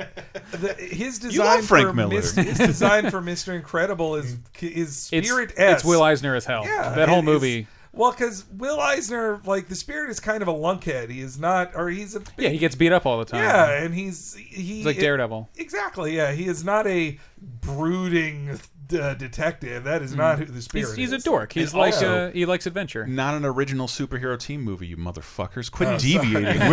Speaker 4: the, his
Speaker 3: You
Speaker 4: design.
Speaker 3: love Frank
Speaker 4: for
Speaker 3: Miller.
Speaker 4: Mis-
Speaker 3: <laughs>
Speaker 4: his design for Mister Incredible is is
Speaker 3: It's-
Speaker 4: spirit.
Speaker 3: it's Will Eisner as hell.
Speaker 4: Yeah,
Speaker 3: That whole
Speaker 4: it is-
Speaker 3: movie.
Speaker 4: Well, because Will Eisner, like the spirit, is kind of a lunkhead. He is not, or he's a
Speaker 3: Yeah, he gets beat up all the time.
Speaker 4: yeah, and he's he
Speaker 3: Uh-huh. He's like Daredevil.
Speaker 4: exactly. Yeah, he is not a brooding uh, detective. That is not who the spirit
Speaker 3: Mm. He's, he's a
Speaker 4: is.
Speaker 3: dork. He's
Speaker 1: And
Speaker 3: like
Speaker 1: also-
Speaker 3: uh, he likes adventure.
Speaker 1: Not an original superhero team movie, you motherfuckers. Quit
Speaker 4: Oh, sorry.
Speaker 1: deviating.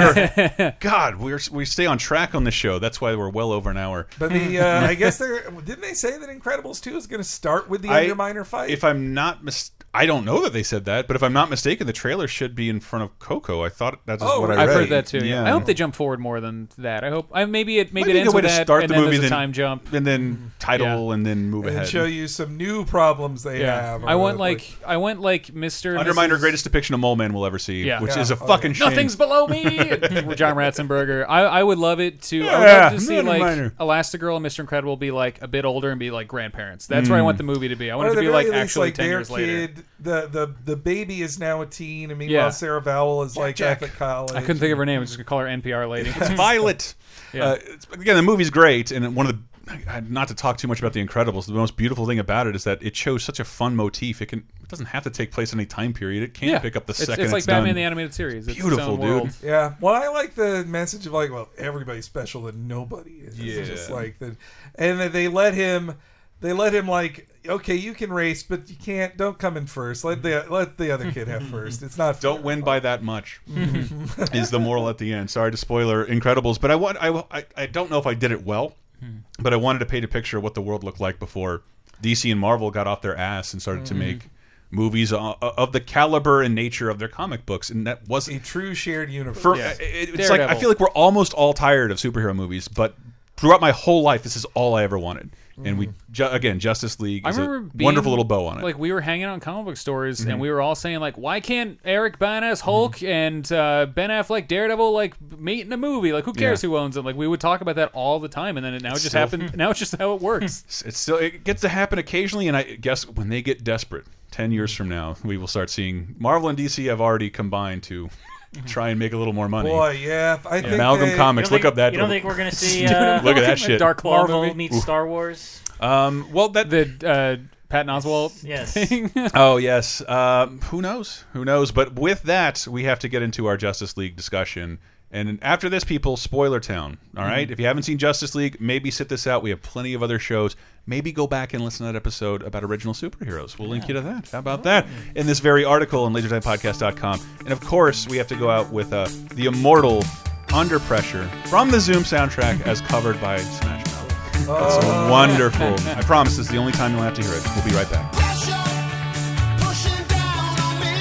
Speaker 3: <laughs>
Speaker 1: We're, God, we're, we stay on track on this show. That's why we're well over an hour.
Speaker 4: But
Speaker 3: <laughs>
Speaker 4: the uh, I guess they're didn't they say that Incredibles two is going to start with the
Speaker 1: I-
Speaker 4: Underminer fight?
Speaker 1: If I'm not mis I don't know that they said that, but if I'm not mistaken, the trailer should be in front of Coco. I thought that's
Speaker 3: Oh,
Speaker 1: what I
Speaker 3: I've
Speaker 1: read.
Speaker 3: heard that too. Yeah. I hope they jump forward more than that. I hope I, maybe it
Speaker 1: Might
Speaker 3: maybe
Speaker 1: be
Speaker 3: it
Speaker 1: a
Speaker 3: ends
Speaker 1: good way
Speaker 3: with
Speaker 1: to
Speaker 3: that,
Speaker 1: start
Speaker 3: and
Speaker 1: the
Speaker 3: then
Speaker 1: movie,
Speaker 3: there's a
Speaker 1: then-
Speaker 3: time jump, Mm-hmm.
Speaker 1: and then title, and then move
Speaker 4: and
Speaker 1: ahead.
Speaker 4: show you some new problems they
Speaker 3: Yeah,
Speaker 4: have.
Speaker 3: I
Speaker 4: or,
Speaker 3: want like I want like Mister
Speaker 1: Underminer, greatest depiction of mole man we'll ever see,
Speaker 3: Yeah.
Speaker 1: which
Speaker 3: Yeah.
Speaker 1: is a
Speaker 3: Oh,
Speaker 1: fucking shame.
Speaker 3: Nothing's below
Speaker 1: <laughs>
Speaker 3: me. John Ratzenberger. I, I would love it to. I would
Speaker 1: Yeah,
Speaker 3: love to see
Speaker 1: not a
Speaker 3: like
Speaker 1: minor.
Speaker 3: Elastigirl and Mr. Incredible be like a bit older and be like grandparents. That's where I
Speaker 1: Mm.
Speaker 3: want the movie to be. I
Speaker 4: or
Speaker 3: want it
Speaker 4: at
Speaker 3: to
Speaker 4: the
Speaker 3: be
Speaker 4: very
Speaker 3: like
Speaker 4: least,
Speaker 3: actually
Speaker 4: like,
Speaker 3: ten
Speaker 4: their
Speaker 3: years later.
Speaker 4: kid, later. The, the the baby is now a teen, and meanwhile
Speaker 3: Yeah.
Speaker 4: Sarah Vowell is like
Speaker 3: Jack.
Speaker 4: off at college.
Speaker 3: I couldn't think of her name. I was just gonna call her
Speaker 1: <laughs>
Speaker 3: NPR lady.
Speaker 1: It's Violet.
Speaker 3: <laughs> Yeah.
Speaker 1: Uh, it's- again, the movie's great, and one of the not to talk too much about the Incredibles. The most beautiful thing about it is that it chose such a fun motif. It can it doesn't have to take place in any time period. It can
Speaker 3: Yeah.
Speaker 1: pick up the
Speaker 3: It's-
Speaker 1: second.
Speaker 3: it's like Batman
Speaker 1: done.
Speaker 3: the animated series. It's its
Speaker 1: beautiful,
Speaker 3: own
Speaker 1: dude.
Speaker 3: world.
Speaker 4: Yeah. Well, I like the message of like, well, everybody's special and nobody is.
Speaker 1: Yeah.
Speaker 4: It's just like that, and that they let him, they let him like, okay, you can race, but you can't. Don't come in first. Let the let the other kid have first. It's not.
Speaker 1: Don't win by that much
Speaker 3: Mm-hmm.
Speaker 1: is the moral at the end. Sorry to spoiler Incredibles, but I want I I, I don't know if I did it well,
Speaker 3: Mm-hmm.
Speaker 1: but I wanted to paint a picture of what the world looked like before DC and Marvel got off their ass and started to
Speaker 3: Mm-hmm.
Speaker 4: Mhm.
Speaker 1: make movies o- of the caliber and nature of their comic books, and that wasn't
Speaker 4: a true shared universe.
Speaker 1: For, uh, it- it's like I feel like we're almost all tired of superhero movies, but throughout my whole life, this is all I ever wanted. And we ju again, Justice League
Speaker 3: Mm-hmm. I
Speaker 1: is
Speaker 3: remember
Speaker 1: a
Speaker 3: being,
Speaker 1: wonderful little bow on it.
Speaker 3: Like we were hanging out in comic book stores,
Speaker 1: Mhm.
Speaker 3: and we were all saying like, "Why can't Eric Bana's Hulk
Speaker 1: Mm-hmm.
Speaker 3: and uh, Ben Affleck Daredevil like meet in a movie? Like, who cares
Speaker 1: Yeah.
Speaker 3: who owns it? Like, we would talk about that all the time, and then it now
Speaker 1: It's
Speaker 3: just
Speaker 1: still-
Speaker 3: happened. Now it's just how it works.
Speaker 1: it's still it gets to happen occasionally, and I guess when they get desperate, ten
Speaker 3: Mm-hmm.
Speaker 1: years from now, we will start seeing Marvel and DC have already combined to
Speaker 3: Mm-hmm.
Speaker 1: try and make a little more money.
Speaker 4: Boy, yeah, I think
Speaker 1: Malcolm
Speaker 4: they-
Speaker 1: Comics.
Speaker 4: You don't
Speaker 1: Look up that.
Speaker 4: think- you don't think
Speaker 1: <laughs>
Speaker 4: we're gonna see,
Speaker 2: uh,
Speaker 1: look at that shit.
Speaker 3: <laughs> Dark Claw
Speaker 2: Marvel
Speaker 3: movie.
Speaker 2: meets Star Wars.
Speaker 1: Um, well, that
Speaker 3: the uh, Patton Oswalt
Speaker 2: Yes.
Speaker 3: thing.
Speaker 2: <laughs>
Speaker 1: oh yes. Um, who knows? Who knows? But with that, we have to get into our Justice League discussion. And after this, people, spoiler town. All right.
Speaker 3: Mhm.
Speaker 1: If you haven't seen Justice League, maybe sit this out. We have plenty of other shows. Maybe go back and listen to that episode about original superheroes. We'll link you to that. How about that? In this very article on lasertimepodcast.com. And of course, we have to go out with uh, the immortal Under Pressure from the Zoom soundtrack as covered by Smash Mouth. That's
Speaker 5: Oh.
Speaker 1: wonderful. I promise this is the only time you'll have to hear it. We'll be right back.
Speaker 11: Pushing down on me,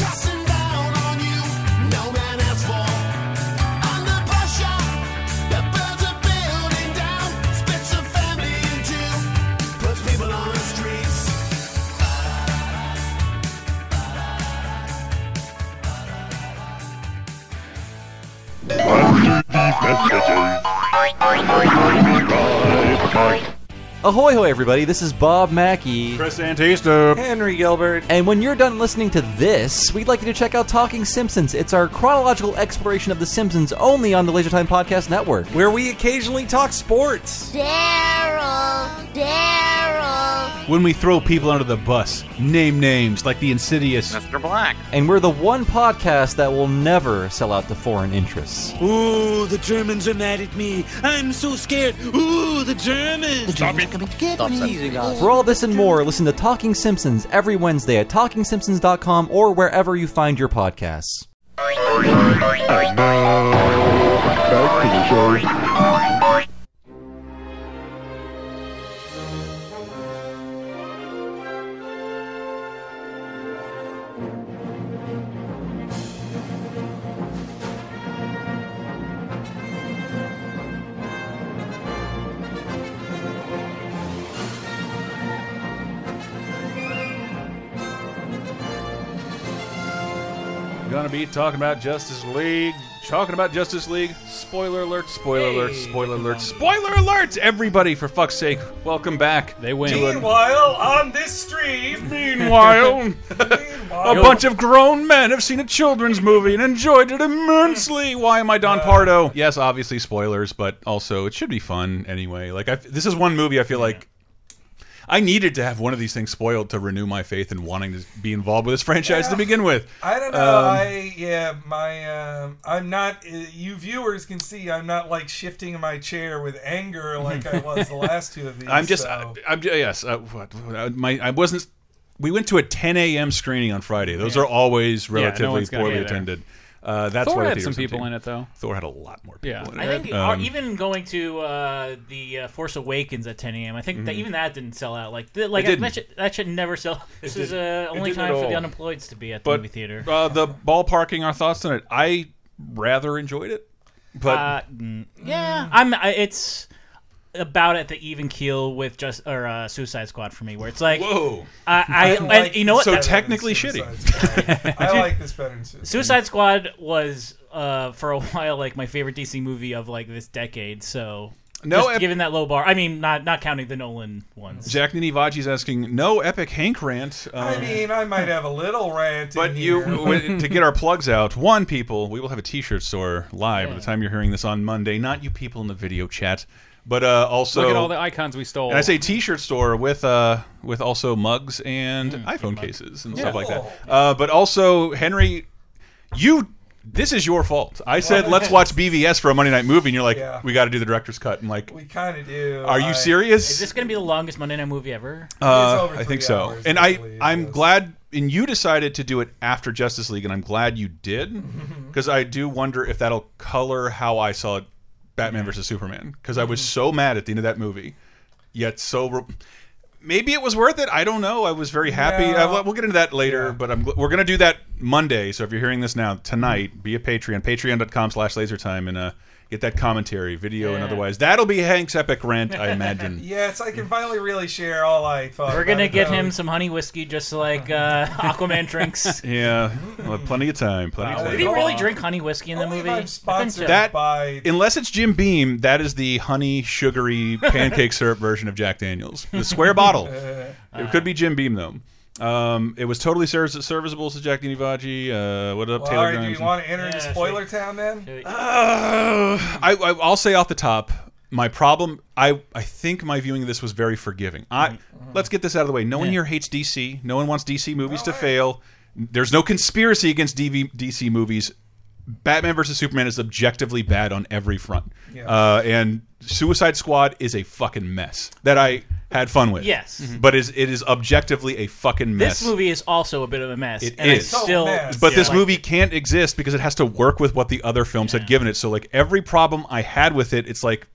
Speaker 11: pressing down on you. No man has fall. Under pressure, the birds are building down. Splits a family in two, puts people on the streets.
Speaker 17: Ahoy, hoy, everybody. This is Bob Mackey.
Speaker 1: Chris Antista.
Speaker 4: Henry Gilbert.
Speaker 17: And when you're done listening to this, we'd like you to check out Talking Simpsons. It's our chronological exploration of The Simpsons only on the Leisure Time Podcast Network.
Speaker 4: Where we occasionally talk sports.
Speaker 11: Daryl, Daryl.
Speaker 1: When we throw people under the bus, name names like the insidious.
Speaker 17: Mr. Black. And we're the one podcast that will never sell out to foreign interests.
Speaker 18: Ooh, the Germans are mad at me. I'm so scared. Ooh, the Germans. Stop it. Coming to get
Speaker 17: Stop
Speaker 18: me.
Speaker 17: For all this and more, listen to Talking Simpsons every Wednesday at TalkingSimpsons.com or wherever you find your podcasts.
Speaker 1: Gonna be talking about Justice League. Talking about Justice League. Spoiler alert, spoiler alert, spoiler alert, spoiler alert! Everybody, for fuck's sake, welcome back. <laughs> They win.
Speaker 4: Meanwhile, on this stream.
Speaker 1: Meanwhile, oh, a bunch of grown men have seen a children's movie and enjoyed it immensely. Why am I Don Pardo? Yes, obviously spoilers, but also it should be fun anyway. Like I, this is one movie I feel like I needed to have one of these things spoiled to renew my faith in wanting to be involved with this franchise to begin with.
Speaker 4: I don't know.
Speaker 1: Um,
Speaker 4: I yeah, my um, I'm not. Uh, you viewers can see I'm not like shifting my chair with anger like
Speaker 17: <laughs>
Speaker 4: I was the last two of these.
Speaker 1: I'm just,
Speaker 4: so.
Speaker 1: I, am yes. Uh, what, what- I- my, I wasn't. We went to a 10 a.m. screening on Friday. Those
Speaker 3: Yeah.
Speaker 1: are always
Speaker 3: Yeah, no
Speaker 1: relatively
Speaker 3: one's gonna
Speaker 1: poorly
Speaker 3: be there.
Speaker 1: attended. Uh, that's
Speaker 3: Thor
Speaker 1: why the
Speaker 3: had some
Speaker 1: theaters empty.
Speaker 3: people in it, though.
Speaker 1: Thor had a lot more people.
Speaker 3: Yeah.
Speaker 1: in it.
Speaker 2: I think
Speaker 1: Um,
Speaker 2: uh, even going to uh, the uh, Force Awakens at 10 a.m. I think that
Speaker 1: Mhm.
Speaker 2: even that didn't sell out. Like, th- like
Speaker 1: It
Speaker 2: I-
Speaker 1: didn't.
Speaker 2: that, should, that should never sell. This is uh,
Speaker 1: It
Speaker 2: only
Speaker 1: didn't
Speaker 2: time
Speaker 1: at
Speaker 2: for the
Speaker 1: all.
Speaker 2: unemployed to be at the
Speaker 1: but,
Speaker 2: movie theater.
Speaker 1: Uh, the ballparking our thoughts on it. I rather enjoyed it, but
Speaker 2: uh, mm, yeah, I'm. I, it's about at the even keel with just or uh, Suicide Squad for me, where it's like,
Speaker 1: whoa, <laughs>
Speaker 2: I, I,
Speaker 1: I
Speaker 2: and
Speaker 1: like
Speaker 2: you know what?
Speaker 1: So
Speaker 2: That-
Speaker 1: technically shitty. <laughs>
Speaker 4: I like this better than Suicide
Speaker 2: Suicide Squad was uh, for a <laughs> while like my favorite DC movie of like this decade. So
Speaker 1: No,
Speaker 2: just
Speaker 1: if-
Speaker 2: given that low bar, I mean, not not counting the Nolan ones.
Speaker 1: Jack Ninivaji's asking no epic Hank rant. Um,
Speaker 4: I mean, I might have a little rant.
Speaker 1: But
Speaker 2: <laughs>
Speaker 1: you, w- to get our plugs out, one people, we will have a T-shirt store live by the time you're hearing this on Monday. Not you people in the video chat, but uh, also
Speaker 3: Look at all the icons we stole.
Speaker 1: And I say T-shirt store with uh with also mugs and
Speaker 2: Mm.
Speaker 1: iPhone cases and stuff
Speaker 3: Yeah.
Speaker 1: like that. Uh, but also Henry, you. This is your fault. I said,
Speaker 2: <laughs>
Speaker 1: let's watch BVS for a Monday night movie, and you're like,
Speaker 2: Yeah.
Speaker 1: we got to do the director's cut. I'm like,
Speaker 4: we kind of do.
Speaker 1: Are you
Speaker 4: I-
Speaker 1: serious?
Speaker 2: Is this going to be the longest Monday Night Movie ever?
Speaker 1: Uh, I think so. and I, I'm glad, and you decided to do it after Justice League, and I'm glad you
Speaker 4: <laughs>
Speaker 1: did, because I do wonder if that'll color how I saw Batman versus Superman, because I
Speaker 4: Mm-hmm.
Speaker 1: was so mad at the end of that movie, yet so. Re Maybe it was worth it. I don't know. I was very happy.
Speaker 4: Yeah.
Speaker 1: Uh, we'll- we'll get into that later, but I'm, gl- we're going to do that Monday. So if you're hearing this now, tonight, be a Patreon, patreon.com slash lasertime, and uh, get that commentary, video and
Speaker 4: Yeah.
Speaker 1: otherwise. That'll be Hank's epic rant,
Speaker 4: <laughs>
Speaker 1: I imagine.
Speaker 4: Yes, I can finally really share all I thought.
Speaker 2: We're
Speaker 4: about
Speaker 2: gonna
Speaker 4: it,
Speaker 2: get
Speaker 4: though.
Speaker 2: him some honey whiskey, just like uh, <laughs> Aquaman
Speaker 1: <laughs>
Speaker 2: drinks.
Speaker 1: Yeah, we'll have plenty of time. Plenty of time.
Speaker 2: Did he
Speaker 4: Uh,
Speaker 2: really drink honey whiskey in the movie? I think so.
Speaker 1: that, unless it's Jim Beam, that is the honey sugary
Speaker 4: <laughs>
Speaker 1: pancake syrup version of Jack Daniels, the square bottle. It could be Jim Beam though. Um, it was totally serv- serviceable to Jack Dinivaji. Uh, what up,
Speaker 4: Well, all
Speaker 1: Taylor?
Speaker 4: right, do
Speaker 1: Grimes?
Speaker 4: you want to enter into spoiler town then?
Speaker 1: Uh, <sighs> I, I, I'll say off the top, my problem. I I think my viewing of this was very forgiving. I
Speaker 2: Mm-hmm.
Speaker 1: let's get this out of the way. No one here hates DC. No one wants DC movies to fail. There's no conspiracy against DV, DC movies. Batman versus Superman is objectively bad on every front,
Speaker 3: Yeah.
Speaker 1: uh, and Suicide Squad is a fucking mess that I had fun with.
Speaker 2: Yes. Mhm.
Speaker 1: but is it is objectively a fucking mess.
Speaker 2: This movie is also a bit of a mess.
Speaker 1: It
Speaker 2: and
Speaker 1: is.
Speaker 2: I still,
Speaker 1: But this
Speaker 2: like-
Speaker 1: movie can't exist because it has to work with what the other films had given it. So like every problem I had with it, it's like,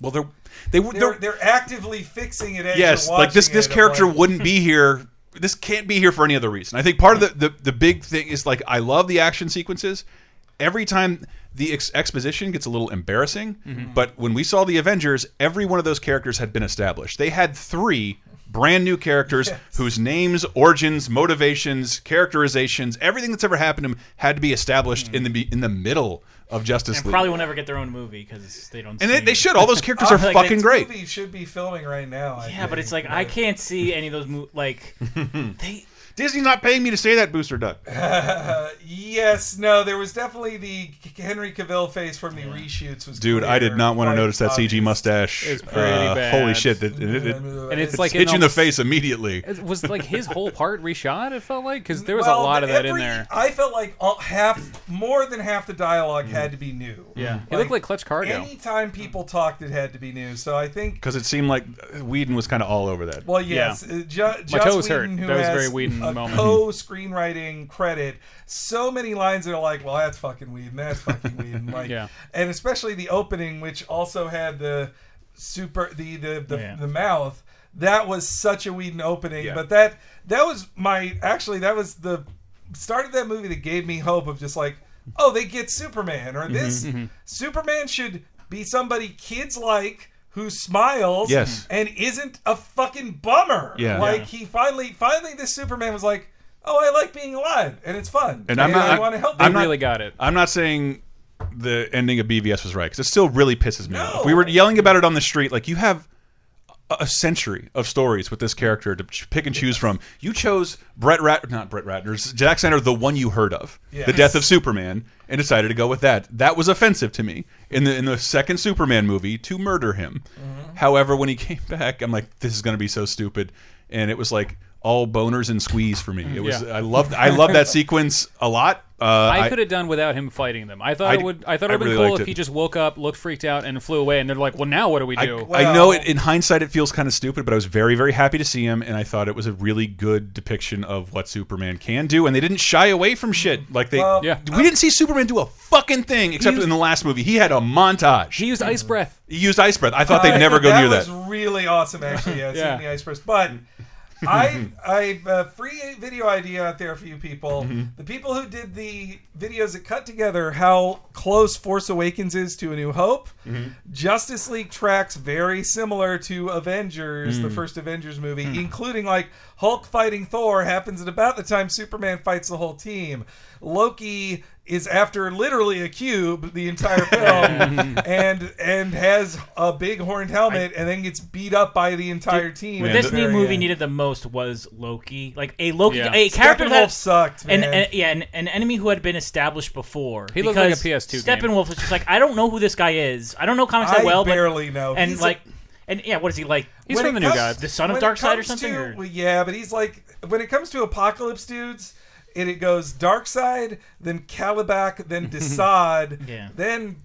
Speaker 1: well, they're they would
Speaker 4: They're, they're actively fixing it. As
Speaker 1: yes,
Speaker 4: you're
Speaker 1: like this
Speaker 4: watching
Speaker 1: this
Speaker 4: it, I'm
Speaker 1: character
Speaker 4: like-
Speaker 1: wouldn't be here. This can't be here for any other reason. I think part of the, the the big thing is like I love the action sequences. Every time the ex exposition gets a little embarrassing,
Speaker 3: Mhm.
Speaker 1: but when we saw the Avengers, every one of those characters had been established. They had three brand new characters whose names, origins, motivations, characterizations, everything that's ever happened to them had to be established in the be- in the middle of Justice
Speaker 2: and
Speaker 1: League.
Speaker 2: probably won't ever get their own movie because they don't.
Speaker 1: And
Speaker 2: see
Speaker 1: they- they should. All those characters are
Speaker 2: Like,
Speaker 1: fucking
Speaker 2: it's-
Speaker 1: great.
Speaker 4: movie should be filming right now. I
Speaker 2: Yeah, but
Speaker 4: think.
Speaker 2: it's like I can't see any of those mo-
Speaker 1: <laughs>
Speaker 2: like they
Speaker 1: Disney's not paying me to say that, Booster Duck.
Speaker 4: yes, no, there was definitely the Henry Cavill face from the reshoots was.
Speaker 1: Dude, I did not want to
Speaker 4: quite
Speaker 1: notice that CG mustache. Uh,
Speaker 4: It's pretty
Speaker 3: bad.
Speaker 1: Holy shit! It, it, it-
Speaker 3: And it's
Speaker 1: it's
Speaker 3: like
Speaker 1: hit
Speaker 3: in
Speaker 1: you in the
Speaker 3: almost-
Speaker 1: face immediately.
Speaker 3: It was like his whole part reshot. It felt like because there was a
Speaker 4: Well,
Speaker 3: lot of that in
Speaker 4: every-
Speaker 3: there.
Speaker 4: I felt like all, half, more than half the dialogue
Speaker 1: Mm.
Speaker 4: had to be new.
Speaker 3: Yeah. He looked like Clutch Cargo.
Speaker 4: Anytime people talked, it had to be new. So I think,
Speaker 1: Because it seemed like Whedon was kind of all over that.
Speaker 4: well, yes, uh, Ju-
Speaker 3: My
Speaker 4: Joss
Speaker 3: toes hurt.
Speaker 4: Whedon, who
Speaker 3: That was a
Speaker 4: has
Speaker 3: very Whedon
Speaker 4: a
Speaker 3: moment.
Speaker 4: co-screenwriting credit, so many lines that are like, "Well, that's fucking Whedon. That's
Speaker 3: <laughs>
Speaker 4: fucking Whedon." Like,
Speaker 3: Yeah.
Speaker 4: and especially the opening, which also had the super the the the,
Speaker 3: Yeah.
Speaker 4: the mouth. That was such a Whedon opening,
Speaker 3: Yeah.
Speaker 4: but that that was my actually that was the start of that movie that gave me hope of just like, oh, they get Superman
Speaker 3: Mm-hmm,
Speaker 4: or this
Speaker 1: Mhm, mhm.
Speaker 4: Superman should be somebody kids like who smiles
Speaker 1: Yes.
Speaker 4: Mm-hmm. and isn't a fucking bummer.
Speaker 1: Yeah.
Speaker 4: Like
Speaker 1: Yeah.
Speaker 4: he finally finally this Superman was like, Oh, I like being alive and it's fun.
Speaker 1: And I'm not.
Speaker 4: I want to help
Speaker 1: I'm
Speaker 4: people."
Speaker 1: not, I'm not saying the ending of BVS was right because it still really pisses me off. We were yelling about it on the street. Like you have a- a century of stories with this character to ch- pick and choose from. You chose Brett Rat, not Brett Ratner's Jack Snyder, the one you heard of,
Speaker 3: Yes.
Speaker 1: the death of Superman, and decided to go with that. That was offensive to me in the in the second Superman movie to murder him.
Speaker 3: Mm-hmm.
Speaker 1: However, when he <laughs> came back, I'm like, this is going to be so stupid, and it was like. All boners and squeeze for me. It was
Speaker 3: Yeah.
Speaker 1: I loved I loved
Speaker 3: <laughs>
Speaker 1: that sequence a lot. Uh,
Speaker 3: I, could have done without him fighting them. I thought
Speaker 1: I-
Speaker 3: it would. I thought
Speaker 1: I
Speaker 3: it would be
Speaker 1: really
Speaker 3: cool
Speaker 1: liked
Speaker 3: if he
Speaker 1: it.
Speaker 3: just woke up, looked freaked out, and flew away. And they're like, "Well, now what do we
Speaker 1: I,
Speaker 3: do?"
Speaker 1: I know it, in hindsight it feels kind of stupid, but I was very, very happy to see him, and I thought it was a really good depiction of what Superman can do, and they didn't shy away from shit. Like they,
Speaker 3: Well, Yeah.
Speaker 1: we didn't see Superman do a fucking thing except
Speaker 3: He-
Speaker 1: in the last movie. He had a montage. He
Speaker 3: used ice breath.
Speaker 1: He used ice breath. I thought
Speaker 4: <laughs>
Speaker 1: they'd
Speaker 4: Uh,
Speaker 1: never go
Speaker 4: that
Speaker 1: near
Speaker 4: was
Speaker 1: that.
Speaker 4: Really awesome, actually.
Speaker 1: Yeah.
Speaker 4: Yeah, seeing the ice burst. But
Speaker 1: <laughs>
Speaker 4: I, I uh, free video idea out there for you people.
Speaker 1: Mhm.
Speaker 4: The people who did the videos that cut together how close Force Awakens is to A New Hope.
Speaker 1: Mhm.
Speaker 4: Justice League tracks very similar to Avengers, the
Speaker 1: Mm.
Speaker 4: first Avengers movie, including like Hulk fighting Thor happens at about the time Superman fights the whole team. Loki is after literally a cube
Speaker 1: <laughs>
Speaker 4: the entire
Speaker 1: Mm-hmm.
Speaker 4: film and and has a big horned helmet and then gets beat up by the entire team.
Speaker 2: What
Speaker 4: at the
Speaker 2: this new
Speaker 4: very
Speaker 2: movie
Speaker 4: end.
Speaker 2: needed the most was Loki. Like a Loki,
Speaker 4: Yeah.
Speaker 2: a character
Speaker 4: Steppenwolf
Speaker 2: that
Speaker 4: sucked,
Speaker 2: and-
Speaker 4: man.
Speaker 2: and- yeah, an, an enemy who had been established before.
Speaker 3: He looked like a
Speaker 2: because
Speaker 3: PS2 game.
Speaker 2: Steppenwolf was just like, I don't know who this guy is. I don't know comics that
Speaker 4: I
Speaker 2: well. but-
Speaker 4: barely know.
Speaker 2: And
Speaker 4: He's a-
Speaker 2: like, and yeah, what is he like?
Speaker 4: When it comes-
Speaker 2: The son of
Speaker 4: when it
Speaker 2: Darkseid or
Speaker 4: comes
Speaker 2: something.
Speaker 4: to-
Speaker 2: or-
Speaker 4: well, yeah, but he's like when it comes to apocalypse dudes, it, it goes Darkseid, then Kalibak, then
Speaker 2: <laughs>
Speaker 4: Desaad,
Speaker 3: Yeah.
Speaker 4: then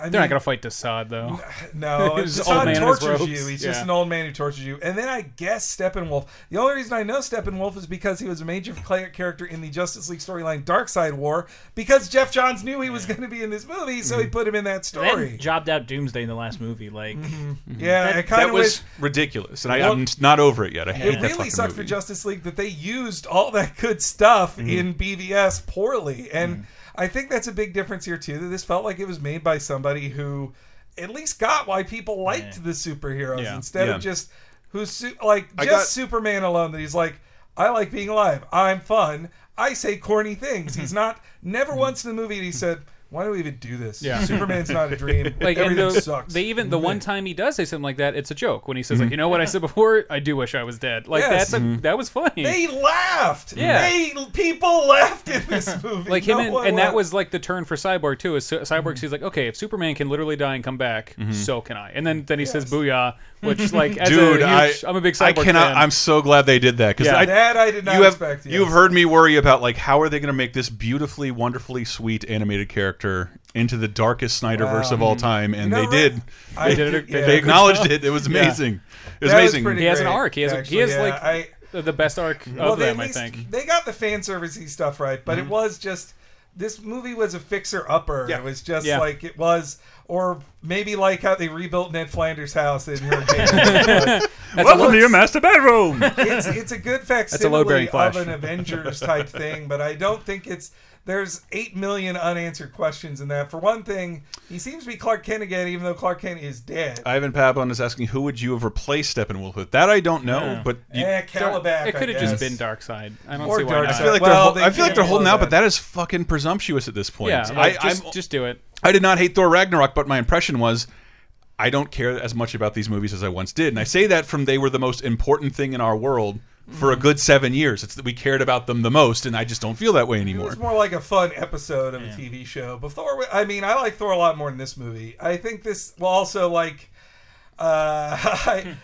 Speaker 4: I
Speaker 3: They're not
Speaker 4: mean,
Speaker 3: gonna fight Desaad though.
Speaker 4: <laughs>
Speaker 2: <laughs>
Speaker 4: No,
Speaker 3: He's
Speaker 4: Desaad
Speaker 3: just old man in his
Speaker 4: tortures
Speaker 3: robes.
Speaker 4: you. He's
Speaker 3: Yeah.
Speaker 4: just an old man who tortures you. And then I guess Steppenwolf. The only reason I know Steppenwolf is because he was a major cla- character in the Justice League storyline Darkseid War because Jeff Johns knew he was going to be in this movie, so he
Speaker 2: Mm-hmm.
Speaker 4: put him in that
Speaker 2: They
Speaker 4: story.
Speaker 2: hadn't jobbed out Doomsday in the last movie. Like,
Speaker 4: Mm-hmm. Yeah, I kinda
Speaker 1: That was
Speaker 4: wish-
Speaker 1: ridiculous, and I,
Speaker 4: Well,
Speaker 1: I'm not over it yet. I hate
Speaker 4: It
Speaker 1: that
Speaker 4: really
Speaker 1: fucking
Speaker 4: sucked
Speaker 1: movie.
Speaker 4: for Justice League that they used all that good stuff
Speaker 1: Mhm.
Speaker 4: in BVS poorly. And
Speaker 1: Mm-hmm.
Speaker 4: I think that's a big difference here, too, that this felt like it was made by somebody who at least got why people liked the superheroes
Speaker 1: Yeah.
Speaker 4: instead
Speaker 1: Yeah.
Speaker 4: of just who's su- like
Speaker 1: I
Speaker 4: just
Speaker 1: got-
Speaker 4: Superman alone that he's like, I like being alive. I'm fun. I say corny things.
Speaker 1: Mm-hmm.
Speaker 4: He's not, never once in the movie he said, why do we even do this?
Speaker 3: Yeah.
Speaker 4: Superman's
Speaker 1: <laughs>
Speaker 4: not a dream.
Speaker 3: Like and
Speaker 4: Everything
Speaker 3: the,
Speaker 4: sucks.
Speaker 3: They even the
Speaker 4: Meh.
Speaker 3: one time he does say something like that, it's a joke. When he says
Speaker 1: Mm-hmm.
Speaker 3: like,
Speaker 4: Mhm.
Speaker 3: "You know what I said before? I do wish I was dead." Like
Speaker 4: Yes.
Speaker 3: that's a,
Speaker 4: Mhm.
Speaker 3: that was funny.
Speaker 4: They laughed.
Speaker 3: Yeah.
Speaker 4: They, people laughed in
Speaker 3: <laughs>
Speaker 4: this movie.
Speaker 3: like him
Speaker 4: No
Speaker 3: and,
Speaker 4: one
Speaker 3: and that
Speaker 4: laughed.
Speaker 3: was like the turn for cyborg too is Cy-
Speaker 1: Mm-hmm.
Speaker 3: cyborg sees like okay if superman can literally die and come back
Speaker 1: Mhm.
Speaker 3: so can i and then then he says
Speaker 1: <laughs>
Speaker 3: booyah which like as
Speaker 1: Dude,
Speaker 3: a
Speaker 1: I,
Speaker 3: huge, I, am a big cyborg
Speaker 1: I cannot.
Speaker 3: fan.
Speaker 1: I'm so glad they did that because
Speaker 3: Yeah.
Speaker 1: I,
Speaker 3: That I did not
Speaker 1: you have,
Speaker 3: expect,
Speaker 1: You have heard me worry about like how are they going to make this beautifully, wonderfully sweet animated character into the darkest Snyderverse
Speaker 3: Wow.
Speaker 1: of all time, and
Speaker 3: You know,
Speaker 1: they did.
Speaker 3: I-
Speaker 1: they,
Speaker 3: did it-
Speaker 1: they
Speaker 3: they did it
Speaker 1: acknowledged
Speaker 3: good.
Speaker 1: it. It was
Speaker 3: Yeah.
Speaker 1: amazing. It was
Speaker 4: That was
Speaker 1: amazing.
Speaker 4: pretty
Speaker 3: he has an
Speaker 4: great,
Speaker 3: arc he has
Speaker 4: actually,
Speaker 3: he has
Speaker 4: yeah.
Speaker 3: like
Speaker 4: I-
Speaker 3: the- the best arc
Speaker 1: Mm-hmm.
Speaker 4: Well,
Speaker 3: of
Speaker 4: they at
Speaker 3: them i
Speaker 4: least-
Speaker 1: <laughs>
Speaker 3: think
Speaker 4: They got the fan servicey stuff right, but
Speaker 3: Mhm.
Speaker 4: it was just this movie was a fixer upper.
Speaker 3: Yeah.
Speaker 4: It was just
Speaker 3: Yeah.
Speaker 4: like it was or Maybe like how they rebuilt Ned Flanders' house
Speaker 3: <laughs>
Speaker 4: in Hurricane.
Speaker 1: That's Welcome to your master bedroom.
Speaker 4: it's, it's a good
Speaker 1: That's a low-bearing
Speaker 4: facsimile
Speaker 1: flash.
Speaker 4: of an Avengers type thing, but I don't think it's. There's eight million unanswered questions in that. For one thing, he seems to be Clark Kent again, even though Clark Kent is dead.
Speaker 1: Ivan Pablon is asking, who would you have replaced Steppenwolf with? That I don't know,
Speaker 4: Yeah.
Speaker 1: but you,
Speaker 4: Eh, Calibac,
Speaker 3: It
Speaker 4: I
Speaker 3: could have just
Speaker 4: guess.
Speaker 3: been Dark Side. I don't
Speaker 4: Or
Speaker 3: see why
Speaker 4: Dark
Speaker 3: not.
Speaker 1: I feel like they're,
Speaker 4: Well, they
Speaker 1: hol- I feel like they're
Speaker 4: can't
Speaker 1: holding
Speaker 4: blow
Speaker 1: out, but that is fucking presumptuous at this point.
Speaker 3: Yeah,
Speaker 1: I,
Speaker 3: like, just-
Speaker 1: I'm-
Speaker 3: just do it.
Speaker 1: I did not hate Thor Ragnarok, but my impression was. I don't care as much about these movies as I once did, and I say that from they were the most important thing in our world for a good seven years. It's that we cared about them the most, and I just don't feel that way anymore.
Speaker 4: It was more like a fun episode of a TV show. But Thor, I mean, I like Thor a lot more than this movie. I think this, well, also like, uh, <laughs> I,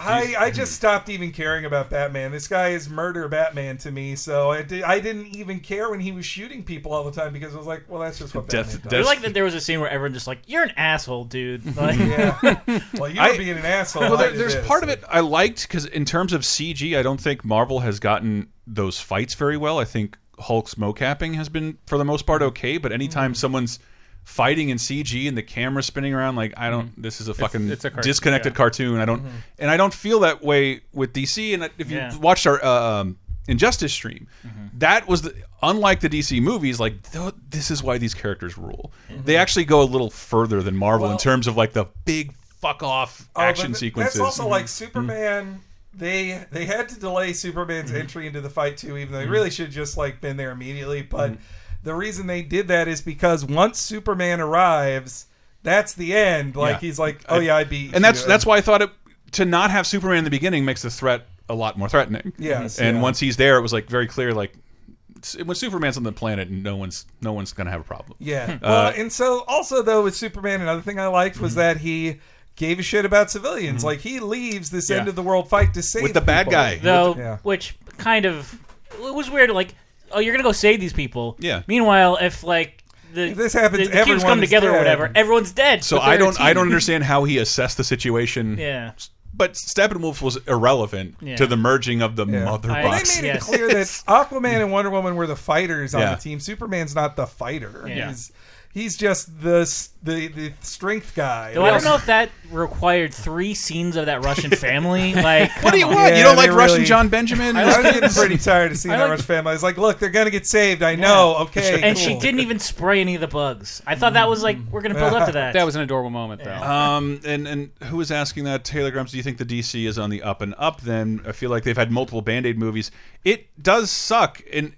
Speaker 4: I, I just stopped even caring about Batman. This guy is murder Batman to me. So I, did, I didn't even care when he was shooting people all the time because I was like, well, that's just what Batman does.
Speaker 2: I like that there was a scene where everyone just like, "You're an asshole,
Speaker 4: <laughs>
Speaker 2: dude." Like,
Speaker 4: Well, you
Speaker 1: I-
Speaker 4: were being an asshole.
Speaker 1: Well, there,
Speaker 4: I did
Speaker 1: there's
Speaker 4: this.
Speaker 1: part of it I liked because in terms of CG, I don't think Marvel has gotten those fights very well. I think Hulk's mocapping has been for the most part okay, but anytime
Speaker 3: Mm.
Speaker 1: someone's fighting in CG and the camera spinning around, like I don't. This is a fucking
Speaker 3: Mm. it's a cartoon,
Speaker 1: disconnected
Speaker 3: yeah. Mm-hmm.
Speaker 1: cartoon. I don't, and I don't feel that way with DC. And if you
Speaker 3: Yeah. Mm-hmm.
Speaker 1: watched our uh, um, Injustice stream, that was the, unlike the DC movies. Like th this is why these characters rule.
Speaker 3: Mm-hmm.
Speaker 1: They actually go a little further than Marvel in terms of like the big fuck off
Speaker 4: Oh, but
Speaker 1: action
Speaker 4: th-
Speaker 1: sequences. Mm-hmm.
Speaker 4: That's also like Superman. They they had to delay Superman's
Speaker 1: Mm-hmm.
Speaker 4: entry into the fight too, even though he
Speaker 1: Mhm.
Speaker 4: really should have just like been there immediately. But
Speaker 1: Mm-hmm.
Speaker 4: the reason they did that is because once Superman arrives, that's the end. Like
Speaker 1: Yeah.
Speaker 4: he's like, oh yeah, I beat.
Speaker 1: Mm-hmm. and that's
Speaker 4: you.
Speaker 1: that's why I thought it to not have Superman in the beginning makes the threat a lot more threatening.
Speaker 4: Yes,
Speaker 1: and
Speaker 4: yeah.
Speaker 1: once he's there, it was like very clear. Like s- when Superman's on the planet, no one's no one's gonna have a problem.
Speaker 4: Yeah.
Speaker 1: Uh, Mm-hmm.
Speaker 4: well, and so also though with Superman, another thing I liked was that he gave a shit about civilians. Like he leaves this
Speaker 1: Yeah.
Speaker 4: end of the world fight to save
Speaker 1: the bad
Speaker 4: people.
Speaker 1: guy.
Speaker 2: though,
Speaker 4: Yeah.
Speaker 2: which kind of it was weird. Like, oh, you're gonna go save these people.
Speaker 1: Yeah.
Speaker 2: Meanwhile, if like the
Speaker 4: If this
Speaker 2: the,
Speaker 4: happens,
Speaker 2: the cubes
Speaker 4: everyone
Speaker 2: come
Speaker 4: is
Speaker 2: together or
Speaker 4: dead.
Speaker 2: whatever, everyone's dead.
Speaker 1: so
Speaker 2: but they're
Speaker 1: I
Speaker 2: a
Speaker 1: don't I
Speaker 2: team.
Speaker 1: don't understand how he assessed the situation.
Speaker 2: Yeah.
Speaker 1: But Steppenwolf was irrelevant
Speaker 4: Yeah.
Speaker 1: to the merging of the mother
Speaker 4: Well,
Speaker 1: box.
Speaker 4: they made it
Speaker 2: <laughs>
Speaker 4: clear that Aquaman and Wonder Woman were the fighters on
Speaker 1: Yeah.
Speaker 4: the team. Superman's not the fighter.
Speaker 2: Yeah.
Speaker 4: He's he's just the s- the the strength guy.
Speaker 2: Though I don't know if that required three scenes of that
Speaker 1: <laughs>
Speaker 2: Russian family. Like,
Speaker 1: What do you
Speaker 2: come on.
Speaker 1: want? You don't
Speaker 4: they
Speaker 1: like Russian John Benjamin?
Speaker 4: I was getting pretty tired of seeing
Speaker 2: I
Speaker 4: that
Speaker 2: like-
Speaker 4: Russian family. I was like, look, they're gonna get saved. I know. Okay,
Speaker 2: and she
Speaker 4: cool.
Speaker 2: didn't even spray any of the bugs. I thought that was like we're gonna build up
Speaker 4: <laughs>
Speaker 2: to that.
Speaker 3: That was an adorable moment, though.
Speaker 1: Um, and and who was asking that? Taylor Grumps, do you think the DC is on the up and up? Then I feel like they've had multiple Band Aid movies. It does suck, and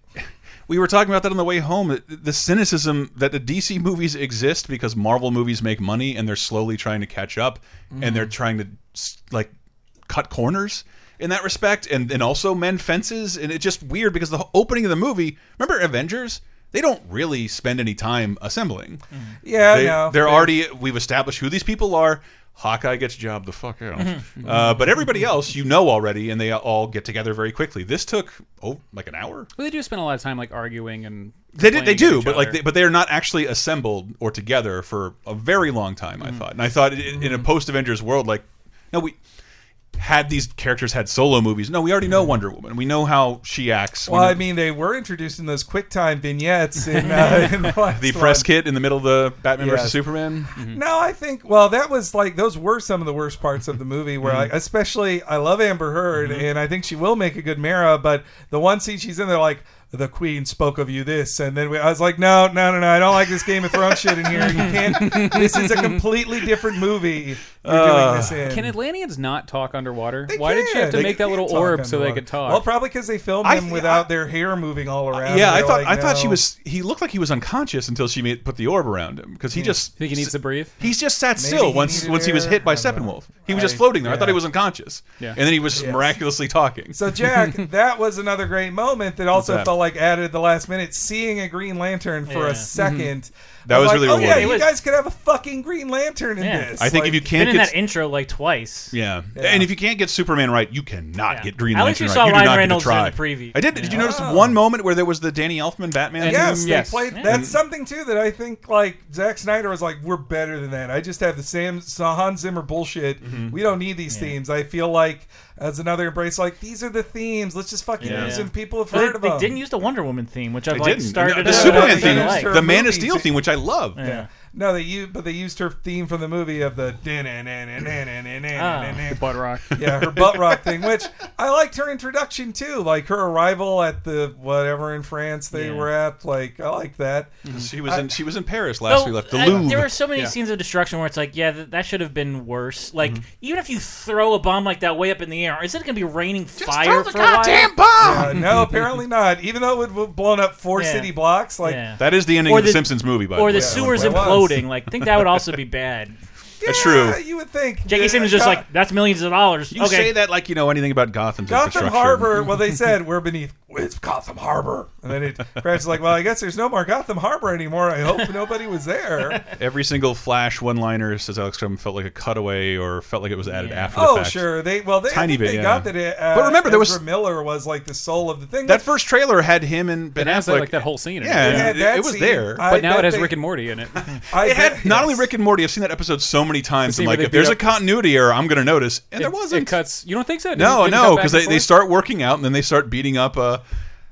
Speaker 1: we were talking about that on the way home. that The cynicism that the DC movies exist because Marvel movies make money, and they're slowly trying to catch up,
Speaker 3: Mhm.
Speaker 1: and
Speaker 4: Mm-hmm.
Speaker 1: they're trying to like cut corners. In that respect, and and also mend fences, and it's just weird because the whole opening of the movie. Remember Avengers? They don't really spend any time assembling.
Speaker 4: Mm-hmm. Yeah,
Speaker 1: They-
Speaker 4: no.
Speaker 1: They're already we've established who these people are. Hawkeye gets jobbed the fuck out,
Speaker 4: Mm-hmm.
Speaker 1: uh, but everybody else you know already, and they all get together very quickly. This took oh like an hour.
Speaker 3: Well, they do spend a lot of time like arguing and
Speaker 1: They did, they
Speaker 3: complaining
Speaker 1: do,
Speaker 3: at each
Speaker 1: but like,
Speaker 3: other.
Speaker 1: they, but they are not actually assembled or together for a very long time.
Speaker 4: Mm.
Speaker 1: I thought, and I thought in, in a post Avengers world, like, no, we had these characters had solo movies. No, we already know Wonder Woman. We know how she acts. We
Speaker 4: Mm. Well,
Speaker 1: know-
Speaker 4: I mean, they were introducing those QuickTime vignettes
Speaker 2: <laughs>
Speaker 4: in, uh, in the last
Speaker 1: the
Speaker 4: one.
Speaker 1: press kit in the middle of the Batman
Speaker 4: Yes.
Speaker 1: versus Superman. Mm.
Speaker 4: No, Mm-hmm. I think well that was like those were some of the worst parts of the movie where
Speaker 3: Mm-hmm.
Speaker 4: like especially I love Amber Heard and I think she will make a good Mara, but the one scene she's in there like the Queen spoke of you this and then we, I was like no no no no I don't like this Game of Thrones shit in here you can't this is a completely different movie you're doing this in.
Speaker 3: Uh, Can Atlanteans not talk underwater? Why did she have to
Speaker 4: They
Speaker 3: make that
Speaker 4: can't
Speaker 3: little
Speaker 4: talk
Speaker 3: orb so they
Speaker 4: underwater.
Speaker 3: could talk?
Speaker 4: Well, probably because they filmed
Speaker 1: I
Speaker 4: them
Speaker 1: thi-
Speaker 4: without their hair moving all around.
Speaker 1: Yeah, I
Speaker 4: They're
Speaker 1: thought
Speaker 4: like,
Speaker 1: I thought she
Speaker 4: no.
Speaker 1: was. He looked like he was unconscious until she made, put the orb around him because he just
Speaker 3: think he needs
Speaker 1: <laughs>
Speaker 3: to breathe.
Speaker 1: He's just sat
Speaker 3: Maybe
Speaker 1: still
Speaker 3: he
Speaker 1: once
Speaker 3: needed
Speaker 1: once he was
Speaker 3: air.
Speaker 1: hit by
Speaker 3: I don't know.
Speaker 1: Steppenwolf. He was just
Speaker 3: I-
Speaker 1: floating there. I thought he
Speaker 3: yeah.
Speaker 1: was unconscious.
Speaker 3: Yeah.
Speaker 1: And then he was just miraculously talking.
Speaker 4: So Jack, that was another great moment that also
Speaker 1: that?
Speaker 4: felt like added at the last minute. Seeing a Green Lantern for
Speaker 1: Yeah.
Speaker 4: a 2nd
Speaker 1: That was really
Speaker 4: oh yeah,
Speaker 1: rewarding.
Speaker 4: you
Speaker 1: It was-
Speaker 4: guys could have a fucking Green Lantern in
Speaker 2: Yeah.
Speaker 4: this.
Speaker 1: I think
Speaker 4: Like,
Speaker 1: if you can't
Speaker 2: been in
Speaker 1: get
Speaker 2: that intro like twice.
Speaker 1: yeah. and if you can't get Superman right, you cannot get Green
Speaker 2: At least
Speaker 1: Lantern
Speaker 2: we
Speaker 1: right.
Speaker 2: saw
Speaker 1: you do
Speaker 2: Ryan
Speaker 1: not get to
Speaker 2: Reynolds in
Speaker 1: try.
Speaker 2: the preview.
Speaker 1: I did. Did you
Speaker 2: Yeah.
Speaker 1: notice one moment where there was the Danny Elfman Batman?
Speaker 4: yes,
Speaker 1: theme?
Speaker 4: they played. That's something too that I think like Zack Snyder was like, we're better than that. I just have the same so Hans Zimmer bullshit. We don't need these themes. I feel like as another embrace, like these are the themes. Let's just fucking
Speaker 2: Yeah.
Speaker 4: use them. People have
Speaker 2: But they-
Speaker 4: heard of
Speaker 2: they,
Speaker 4: them.
Speaker 2: didn't use the Wonder Woman theme, which I
Speaker 1: They
Speaker 2: like
Speaker 1: didn't.
Speaker 2: started
Speaker 1: the
Speaker 2: out-
Speaker 1: Superman
Speaker 2: I
Speaker 1: theme,
Speaker 2: like.
Speaker 1: the Man of Steel theme, which I love.
Speaker 4: Yeah. No, they used, but they used her theme from the movie of the the
Speaker 3: butt rock.
Speaker 4: Yeah, her butt rock thing, which I liked her introduction too, like her arrival at the whatever in France they
Speaker 1: Yeah.
Speaker 4: were at. Like I like that.
Speaker 3: Mm-hmm.
Speaker 1: She was
Speaker 4: I-
Speaker 1: in she was in Paris last we left. The
Speaker 2: I-
Speaker 1: Louvre.
Speaker 2: there were so many
Speaker 1: Yeah. Mm-hmm.
Speaker 2: scenes of destruction where it's like, yeah, th- that should have been worse. Like, even if you throw a bomb like that way up in the air, is it going to be raining fire for a while?
Speaker 4: Yeah, Uh, no, apparently not. Even though it would have blown up four
Speaker 2: Yeah.
Speaker 4: city blocks, like
Speaker 2: Yeah.
Speaker 1: That is the ending
Speaker 2: Or
Speaker 1: of the Simpsons movie, by the
Speaker 2: or
Speaker 1: way.
Speaker 2: the
Speaker 1: Yeah,
Speaker 2: sewers
Speaker 1: it was.
Speaker 2: imploding. Like, think that would also be
Speaker 4: <laughs>
Speaker 2: bad.
Speaker 1: That's true.
Speaker 4: you would think uh,
Speaker 2: J.K. Simmons just like that's millions of dollars.
Speaker 1: You
Speaker 2: okay.
Speaker 1: say that like you know anything about Gotham's
Speaker 4: Gotham
Speaker 1: infrastructure.
Speaker 4: Harbor. Well, they said we're beneath. It's Gotham Harbor, and then it crashes. Like, well, I guess there's no more Gotham Harbor anymore. I hope nobody
Speaker 3: <laughs>
Speaker 4: was there.
Speaker 1: <laughs> Every single Flash one-liner, says Alex Crum, felt like a cutaway or felt like it was added after the
Speaker 4: Oh,
Speaker 1: fact.
Speaker 4: sure. They well, they, I
Speaker 1: Tiny
Speaker 4: think
Speaker 1: bit,
Speaker 4: they
Speaker 1: yeah.
Speaker 4: got that. It, uh,
Speaker 1: But remember, there was-
Speaker 4: Ezra Miller was like the soul of the thing.
Speaker 1: That first trailer had him and Ben
Speaker 3: It has,
Speaker 1: Affleck.
Speaker 3: like, that whole scene in it.
Speaker 1: Yeah,
Speaker 3: Yeah,
Speaker 1: and
Speaker 3: that
Speaker 1: it, it was
Speaker 3: scene,
Speaker 1: there.
Speaker 3: I But now bet it has they- Rick and Morty
Speaker 1: <laughs>
Speaker 3: in it.
Speaker 1: it had not only Rick and Morty. I've seen that episode so many times. I'm
Speaker 3: The scene where
Speaker 1: like,
Speaker 3: they
Speaker 1: if there's
Speaker 3: beat
Speaker 1: a
Speaker 3: up-
Speaker 1: continuity error, I'm going to notice. And there
Speaker 3: It-
Speaker 1: wasn't.
Speaker 3: It cuts. You don't think so? Did
Speaker 1: no,
Speaker 3: it- did
Speaker 1: no,
Speaker 3: it cut back
Speaker 1: because
Speaker 3: and
Speaker 1: they, they
Speaker 3: forth?
Speaker 1: start working out and then they start beating up uh,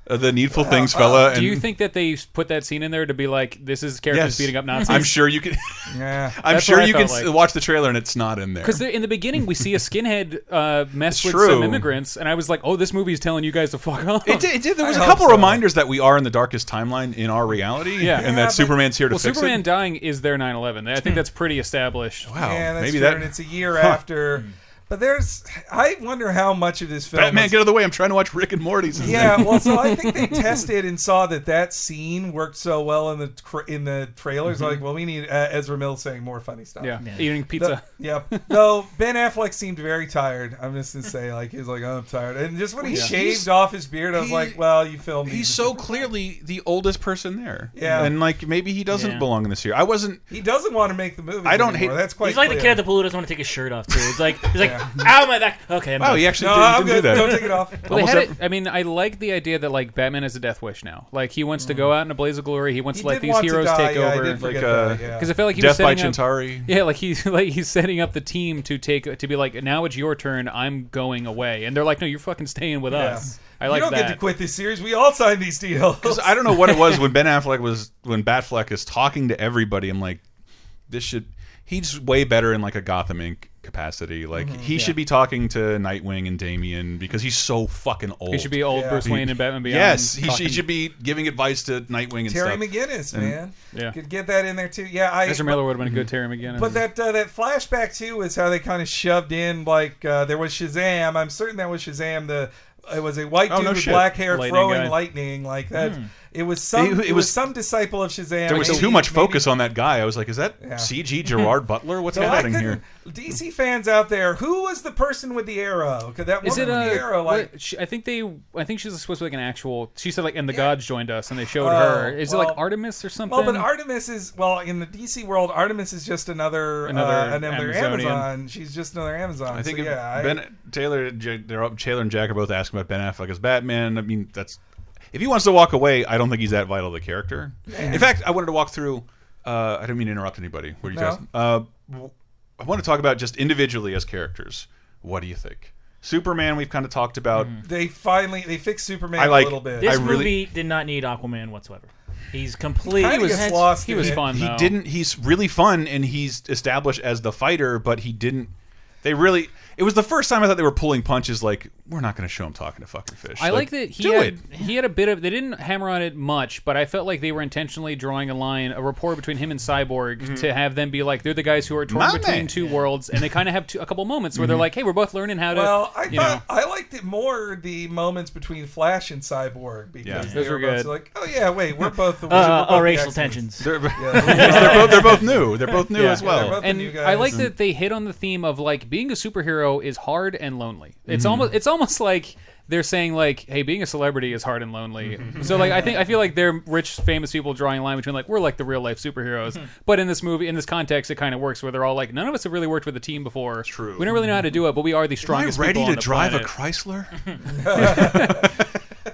Speaker 1: uh, the Needful Things fella.
Speaker 3: Do you
Speaker 1: and-
Speaker 3: think that they put that scene in there to be like, this is characters
Speaker 1: Yes.
Speaker 3: beating up Nazis?
Speaker 1: I'm sure you could.
Speaker 4: Yeah.
Speaker 1: <laughs> I'm
Speaker 3: That's
Speaker 1: sure
Speaker 3: what I
Speaker 1: you can
Speaker 3: felt
Speaker 1: s-
Speaker 3: like.
Speaker 1: watch the trailer and it's not in there.
Speaker 3: Because in the beginning, we see a skinhead uh, mess
Speaker 1: It's
Speaker 3: with
Speaker 1: true.
Speaker 3: some immigrants, and I was like, "Oh, this movie's telling you guys to fuck off."
Speaker 1: It did, it did. There was a couple reminders that we are in the darkest timeline in our reality,
Speaker 3: Yeah.
Speaker 1: and that Superman's here to
Speaker 3: well,
Speaker 1: fix
Speaker 3: Superman
Speaker 1: it. Hmm.
Speaker 3: dying is their 9/11. I think that's pretty established.
Speaker 1: Wow,
Speaker 4: Yeah, that's
Speaker 1: Oh, maybe
Speaker 4: true,
Speaker 1: that-
Speaker 4: and it's a year
Speaker 1: Huh.
Speaker 4: after. But there's, I wonder how much of this film.
Speaker 1: Batman,
Speaker 4: was-
Speaker 1: get out of the way! I'm trying to watch Rick and Morty's.
Speaker 4: Yeah, well, so I think they tested and saw that that scene worked so well in the tr in the trailers.
Speaker 3: Mhm.
Speaker 4: Like, well, we need uh, Ezra Miller saying more funny stuff.
Speaker 3: Yeah. Yeah. Eating pizza.
Speaker 4: The- yep. Though Ben Affleck seemed very tired. I'm just gonna say, like, he was like, oh, I'm tired, and just when he
Speaker 1: Yeah.
Speaker 4: shaved
Speaker 1: He's-
Speaker 4: off his beard, I was
Speaker 1: he-
Speaker 4: like, well, you filmed.
Speaker 1: He's
Speaker 4: these.
Speaker 1: so clearly the oldest person there.
Speaker 4: Yeah.
Speaker 1: and like maybe he doesn't
Speaker 4: Yeah.
Speaker 1: belong in this year. I wasn't.
Speaker 4: He doesn't want to make the movie.
Speaker 1: I don't
Speaker 4: anymore.
Speaker 1: hate-
Speaker 4: That's quite.
Speaker 2: he's like the
Speaker 4: clear.
Speaker 2: kid at the pool who doesn't want to take his shirt off too. It's like he's like, ow my back. Okay, I'm
Speaker 1: Wow,
Speaker 2: done.
Speaker 1: he actually No, didn't- I'm didn't do good. that. Don't take it off.
Speaker 3: Well, they
Speaker 1: Almost
Speaker 3: had
Speaker 1: every-
Speaker 3: it- I mean, I like the idea that like Batman is a death wish now. Like he wants to go out in a blaze of glory. He wants
Speaker 4: He
Speaker 3: to let
Speaker 4: did
Speaker 3: these
Speaker 4: want to
Speaker 3: heroes
Speaker 4: die,
Speaker 3: take
Speaker 4: yeah, I
Speaker 3: over.
Speaker 4: did forget
Speaker 3: like, uh,
Speaker 4: that, yeah.
Speaker 3: I felt like he
Speaker 1: Death
Speaker 3: was setting
Speaker 1: by
Speaker 3: up-
Speaker 1: Chintari.
Speaker 3: Yeah, like he's <laughs> like he's setting up the team to take to be like now it's your turn. I'm going away, and they're like, no, you're fucking staying with
Speaker 4: Yeah.
Speaker 3: us. I like
Speaker 4: you don't
Speaker 3: that.
Speaker 4: get to quit this series. We all signed these deals.
Speaker 1: 'Cause I don't know what it was when Ben Affleck was when Batfleck is talking to everybody. I'm like, this should. He's way better in like a Gotham Inc. capacity. Like
Speaker 4: Mm-hmm.
Speaker 3: Mhm.
Speaker 1: he
Speaker 3: Yeah.
Speaker 1: should be talking to Nightwing and Damian because he's so fucking old.
Speaker 3: should be old Yeah. Bruce Wayne and Batman Beyond
Speaker 1: Yes, he,
Speaker 3: talking-
Speaker 1: he should be giving advice to Nightwing and
Speaker 4: <laughs> Terry
Speaker 1: stuff.
Speaker 4: McGinnis,
Speaker 1: And-
Speaker 4: man. Could get that in there too. Yeah, I
Speaker 3: Ezra Miller would have been a good Terry McGinnis.
Speaker 4: But that uh, that flashback too is how they kind of shoved in like uh, there was Shazam. I'm certain that was Shazam. The it was a white
Speaker 1: Oh,
Speaker 4: dude
Speaker 1: no
Speaker 4: with
Speaker 1: shit.
Speaker 4: black hair
Speaker 1: Lightning
Speaker 4: throwing
Speaker 1: guy.
Speaker 4: lightning like that.
Speaker 1: Hmm.
Speaker 4: It was some.
Speaker 1: It-
Speaker 4: It,
Speaker 1: it
Speaker 4: was,
Speaker 1: was-
Speaker 4: some disciple of Shazam.
Speaker 1: There was
Speaker 4: Maybe-
Speaker 1: too much
Speaker 4: maybe
Speaker 1: focus on that guy. I was like, is that
Speaker 4: Yeah. <laughs>
Speaker 1: CG Gerard Butler? What's
Speaker 4: So I
Speaker 1: happening
Speaker 4: couldn't-
Speaker 1: here?
Speaker 4: DC fans out there, who was the person with the arrow? Could that woman
Speaker 3: Is it
Speaker 4: with
Speaker 3: a?
Speaker 4: the arrow? Like,
Speaker 3: what- she- I think they. I think she's supposed to be like an actual. She said like, and the gods joined us, and they showed
Speaker 4: Oh,
Speaker 3: her. Is it
Speaker 4: well-
Speaker 3: like Artemis or something?
Speaker 4: well, but Artemis is well in the DC world. Artemis is just another
Speaker 3: Another
Speaker 4: uh, another
Speaker 3: Amazonian.
Speaker 4: Amazon. She's just another Amazon.
Speaker 1: I think
Speaker 4: so,
Speaker 1: if
Speaker 4: yeah, I-
Speaker 1: Ben Taylor, J- they're all- Taylor and Jack are both asking about Ben Affleck as Batman. I mean, that's if he wants to walk away, I don't think he's that vital to the character.
Speaker 4: Yeah.
Speaker 1: In fact, I wanted to walk through. Uh, I didn't mean to interrupt anybody. What are you
Speaker 4: No.
Speaker 1: guys? Uh, w- I want to talk about just individually as characters. What do you think? Superman, we've kind of talked about.
Speaker 4: they finally they fixed Superman
Speaker 1: I like-
Speaker 4: a little bit.
Speaker 1: I
Speaker 2: This
Speaker 1: really-
Speaker 2: movie did not need Aquaman whatsoever. He's completely
Speaker 4: kinda gets lost in it.
Speaker 1: He didn't. He's really fun, and he's established as the fighter, but he didn't. They really. It was the first time I thought they were pulling punches. Like we're not going to show him talking to fucking fish.
Speaker 3: I like that he
Speaker 1: do
Speaker 3: had,
Speaker 1: it.
Speaker 3: he had a bit of they didn't hammer on it much, but I felt like they were intentionally drawing a line, a rapport between him and Cyborg to have them be like they're the guys who are torn
Speaker 4: My
Speaker 3: between
Speaker 4: man.
Speaker 3: two worlds, and they kind of have two, a couple moments where they're
Speaker 4: Mhm.
Speaker 3: like, hey, we're both learning how to.
Speaker 4: Well, I
Speaker 3: you
Speaker 4: thought I liked it more the moments between Flash and Cyborg because
Speaker 3: Yeah.
Speaker 4: they
Speaker 3: Those
Speaker 4: were,
Speaker 3: were
Speaker 4: both
Speaker 3: good.
Speaker 4: like, oh yeah, wait, we're both
Speaker 3: <laughs>
Speaker 4: the
Speaker 3: Uh,
Speaker 4: we're
Speaker 3: uh,
Speaker 4: both the
Speaker 3: racial
Speaker 4: X-Men.
Speaker 3: tensions.
Speaker 1: They're-
Speaker 4: Yeah.
Speaker 3: <laughs>
Speaker 1: Yes, they're both- they're both new. They're both new as well.
Speaker 4: they're both the
Speaker 3: and
Speaker 4: new
Speaker 3: I
Speaker 4: guys.
Speaker 3: like that they hit on the theme of like being a superhero is hard and lonely. It's
Speaker 4: Mhm.
Speaker 3: almost it's almost like they're saying like, hey, being a celebrity is hard and lonely. So like I think I feel like they're rich, famous people drawing a line between like we're like the real life superheroes. but in this movie, in this context, it kind of works where they're all like, none of us have really worked with a team before. True. We don't really know how to do it, but we are the
Speaker 1: Am I
Speaker 3: strongest.
Speaker 1: ready
Speaker 3: people
Speaker 4: <laughs>
Speaker 1: to
Speaker 3: on the
Speaker 1: drive
Speaker 3: planet."
Speaker 1: a Chrysler?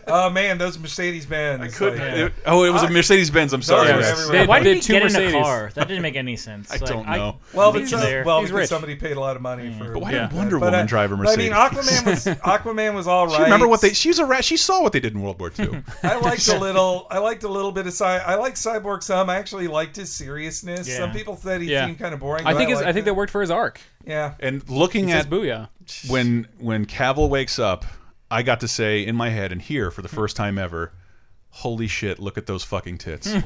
Speaker 4: Oh man, those Mercedes Benz. I
Speaker 1: couldn't- it- oh, it was a Mercedes Benz. I'm sorry. Yes. They-
Speaker 2: Why
Speaker 1: they
Speaker 2: did he
Speaker 1: two
Speaker 2: get in a
Speaker 1: Mercedes.
Speaker 2: car? That didn't make any sense.
Speaker 1: I don't know.
Speaker 4: Well,
Speaker 2: he's
Speaker 4: but some,
Speaker 2: there.
Speaker 4: well,
Speaker 2: He's
Speaker 4: because
Speaker 2: rich.
Speaker 4: somebody paid a lot of money
Speaker 3: Mm.
Speaker 4: for.
Speaker 1: But why did
Speaker 4: that.
Speaker 1: Wonder
Speaker 4: But,
Speaker 1: Woman
Speaker 4: uh,
Speaker 1: drive a
Speaker 4: but, I mean,
Speaker 1: Mercedes? <laughs>
Speaker 4: Aquaman was Aquaman was all
Speaker 1: Do
Speaker 4: right.
Speaker 1: you remember what they? She's a rat. She saw what they did in World War
Speaker 4: <laughs>
Speaker 1: II.
Speaker 3: <laughs>
Speaker 4: I liked a little. I liked a little bit of. Cy- I liked Cyborg some. I actually liked his seriousness.
Speaker 3: Yeah.
Speaker 4: Some people said he
Speaker 3: Yeah.
Speaker 4: seemed kind of boring.
Speaker 3: I
Speaker 4: but
Speaker 3: think
Speaker 4: I
Speaker 3: his- I
Speaker 4: liked
Speaker 3: think
Speaker 4: it.
Speaker 3: that worked for his arc.
Speaker 4: Yeah.
Speaker 1: And looking
Speaker 3: He says
Speaker 1: at
Speaker 3: booyah.
Speaker 1: when when Cavill wakes up, I got to say in my head and here for the first time ever, holy shit! Look at those fucking
Speaker 4: <laughs>
Speaker 1: tits. those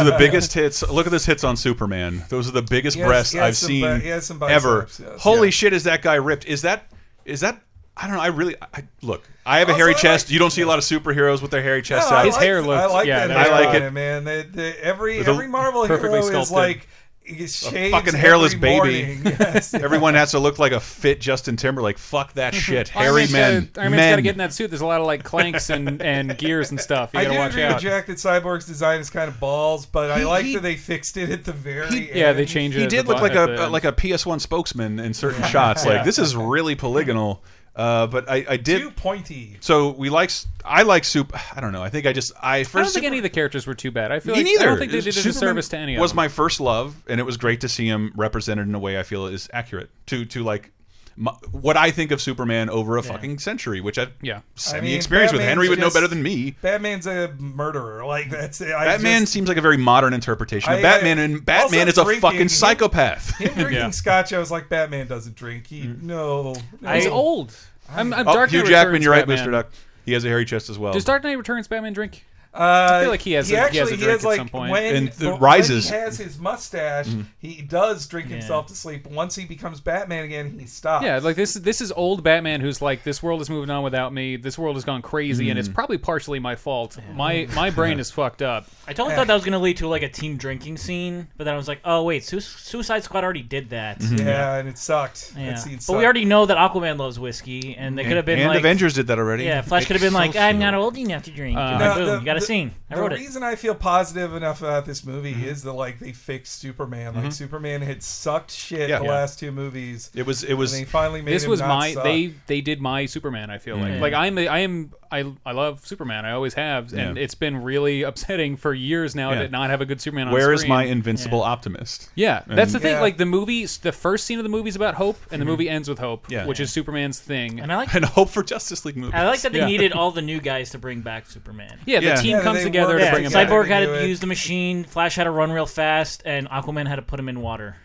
Speaker 1: are the biggest hits. Look at those hits on Superman. Those are the biggest
Speaker 4: He has-
Speaker 1: breasts
Speaker 4: he has
Speaker 1: I've
Speaker 4: some
Speaker 1: seen
Speaker 4: bi- he has some
Speaker 1: ever.
Speaker 4: biceps, yes.
Speaker 1: Holy shit! Is that guy ripped? Is that is that? I don't know. I really I, look. I have a
Speaker 4: Also,
Speaker 1: hairy
Speaker 4: I
Speaker 1: chest. you don't see a lot of superheroes with their hairy chests
Speaker 4: No, I
Speaker 1: out.
Speaker 4: like- I like that.
Speaker 1: I
Speaker 4: hair on
Speaker 1: like it.
Speaker 4: him, man. The, the, every
Speaker 1: With a
Speaker 4: every Marvel hero
Speaker 1: perfectly
Speaker 4: is
Speaker 1: sculpted-
Speaker 4: like he
Speaker 1: a
Speaker 4: shaves
Speaker 1: fucking hairless
Speaker 4: every
Speaker 1: baby.
Speaker 3: <laughs>
Speaker 4: morning. Yes.
Speaker 1: Everyone has to look like a fit Justin Timberlake. Fuck
Speaker 3: <laughs>
Speaker 1: that shit.
Speaker 3: Iron
Speaker 1: Hairy
Speaker 3: Man's
Speaker 1: men.
Speaker 3: Gotta, Iron Man's got to get in that suit. There's a lot of like clanks and, and gears and stuff. You
Speaker 4: I
Speaker 3: gotta
Speaker 4: do
Speaker 3: watch
Speaker 4: agree
Speaker 3: out.
Speaker 4: with Jack that Cyborg's design is kind of balls, but I
Speaker 3: He-
Speaker 4: like
Speaker 3: he-
Speaker 4: that they fixed it at the very end.
Speaker 3: yeah, they changed it.
Speaker 1: he
Speaker 3: at
Speaker 1: did
Speaker 3: the
Speaker 1: look
Speaker 3: bo-
Speaker 1: like
Speaker 3: at the
Speaker 1: a uh,
Speaker 3: end.
Speaker 1: like a PS1 spokesman in certain
Speaker 4: Yeah.
Speaker 1: shots. Like
Speaker 4: Yeah.
Speaker 1: this is really polygonal. Uh, but I, I did
Speaker 4: Too pointy.
Speaker 1: So we like s- I like soup. I don't know. I think I just I first
Speaker 3: I don't think any of the characters were too bad. I feel
Speaker 1: Me
Speaker 3: like
Speaker 1: neither.
Speaker 3: I don't think they did a
Speaker 1: Superman
Speaker 3: disservice to any of
Speaker 1: Was
Speaker 3: them.
Speaker 1: my first love, and it was great to see him represented in a way I feel is accurate to to like my, what I think of Superman over a fucking century, which I
Speaker 3: yeah
Speaker 1: semi experience with.
Speaker 4: Batman's
Speaker 1: Henry would know
Speaker 4: just-
Speaker 1: better than me.
Speaker 4: Batman's a murderer. Like that's it. I
Speaker 1: Batman
Speaker 4: just-
Speaker 1: seems like a very modern interpretation of
Speaker 4: I-
Speaker 1: Batman,
Speaker 4: I-
Speaker 1: and Batman
Speaker 4: also
Speaker 1: is a
Speaker 4: drinking-
Speaker 1: fucking psychopath.
Speaker 3: <laughs>
Speaker 4: him drinking scotch. I was like, Batman doesn't drink. He no.
Speaker 3: Mm. I- He's old. I'm- I'm
Speaker 1: Oh,
Speaker 3: Dark
Speaker 1: Hugh
Speaker 3: Knight
Speaker 1: Jackman,
Speaker 3: Returns
Speaker 1: you're right,
Speaker 3: Batman.
Speaker 1: Mr. Duck. He has a hairy chest as well.
Speaker 3: Does Dark Knight Returns Batman drink?
Speaker 4: Uh,
Speaker 3: I feel like he has. a,
Speaker 4: actually
Speaker 3: he has a drink
Speaker 4: like
Speaker 3: at some point.
Speaker 4: when
Speaker 1: And the
Speaker 4: but when
Speaker 1: rises.
Speaker 4: he has his mustache.
Speaker 1: Mm.
Speaker 4: He does drink himself to sleep. Once he becomes Batman again, he stops.
Speaker 3: Yeah, like this. This is old Batman who's like, this world is moving on without me. This world has gone crazy,
Speaker 1: Hmm.
Speaker 3: and it's
Speaker 2: Mm.
Speaker 3: probably partially my fault. My my brain is fucked up.
Speaker 2: I totally thought that was going to lead to like a teen drinking scene, but then I was like, oh wait, Su- Suicide Squad already did that.
Speaker 1: Mhm. Yeah,
Speaker 4: and it sucked. That
Speaker 2: Yeah.
Speaker 4: scene
Speaker 2: But
Speaker 4: sucked.
Speaker 2: we already know that Aquaman loves whiskey, and they
Speaker 1: And-
Speaker 2: could have been
Speaker 1: and
Speaker 2: like
Speaker 1: Avengers did that already.
Speaker 2: Yeah, Flash could have been like, I'm not old enough to
Speaker 1: Uh,
Speaker 2: drink. and
Speaker 4: Now,
Speaker 2: boom,
Speaker 4: the-
Speaker 2: you got a
Speaker 4: the-
Speaker 2: scene. I wrote
Speaker 4: the
Speaker 2: it.
Speaker 4: reason I feel positive enough about this movie
Speaker 1: Mm-hmm.
Speaker 4: is that like they fixed Superman. Like
Speaker 1: Mhm.
Speaker 4: Superman had sucked shit
Speaker 1: Yeah.
Speaker 4: the
Speaker 1: Yeah.
Speaker 4: last two movies.
Speaker 1: It was- it was-
Speaker 4: And they finally made
Speaker 3: this
Speaker 4: him
Speaker 3: was
Speaker 4: not
Speaker 3: my
Speaker 4: suck. Hmm.
Speaker 3: they they did my superman i feel like
Speaker 4: Yeah.
Speaker 3: like i'm a, i am I, I love superman i always have and
Speaker 1: Yeah.
Speaker 3: it's been really upsetting for years now
Speaker 1: Yeah.
Speaker 3: to not have a good superman on
Speaker 1: Where is
Speaker 3: screen.
Speaker 1: my invincible optimist?
Speaker 3: yeah,
Speaker 1: And-
Speaker 3: that's the thing.
Speaker 1: Yeah.
Speaker 3: Like the movie, the first scene of the movie is about hope, and the
Speaker 1: Mhm.
Speaker 3: movie ends with hope,
Speaker 1: Yeah.
Speaker 3: which is Superman's thing.
Speaker 2: And I
Speaker 1: <laughs>
Speaker 2: like-
Speaker 1: and hope for Justice League movies.
Speaker 2: I like that they
Speaker 3: Yeah.
Speaker 2: needed all the new guys to bring back Superman.
Speaker 3: Yeah, the Yeah. team Yeah, comes they together to worked bring him back.
Speaker 2: Cyborg had
Speaker 3: to do
Speaker 2: to
Speaker 3: it.
Speaker 2: use the machine. Flash had to run real fast, and Aquaman had to put him in water.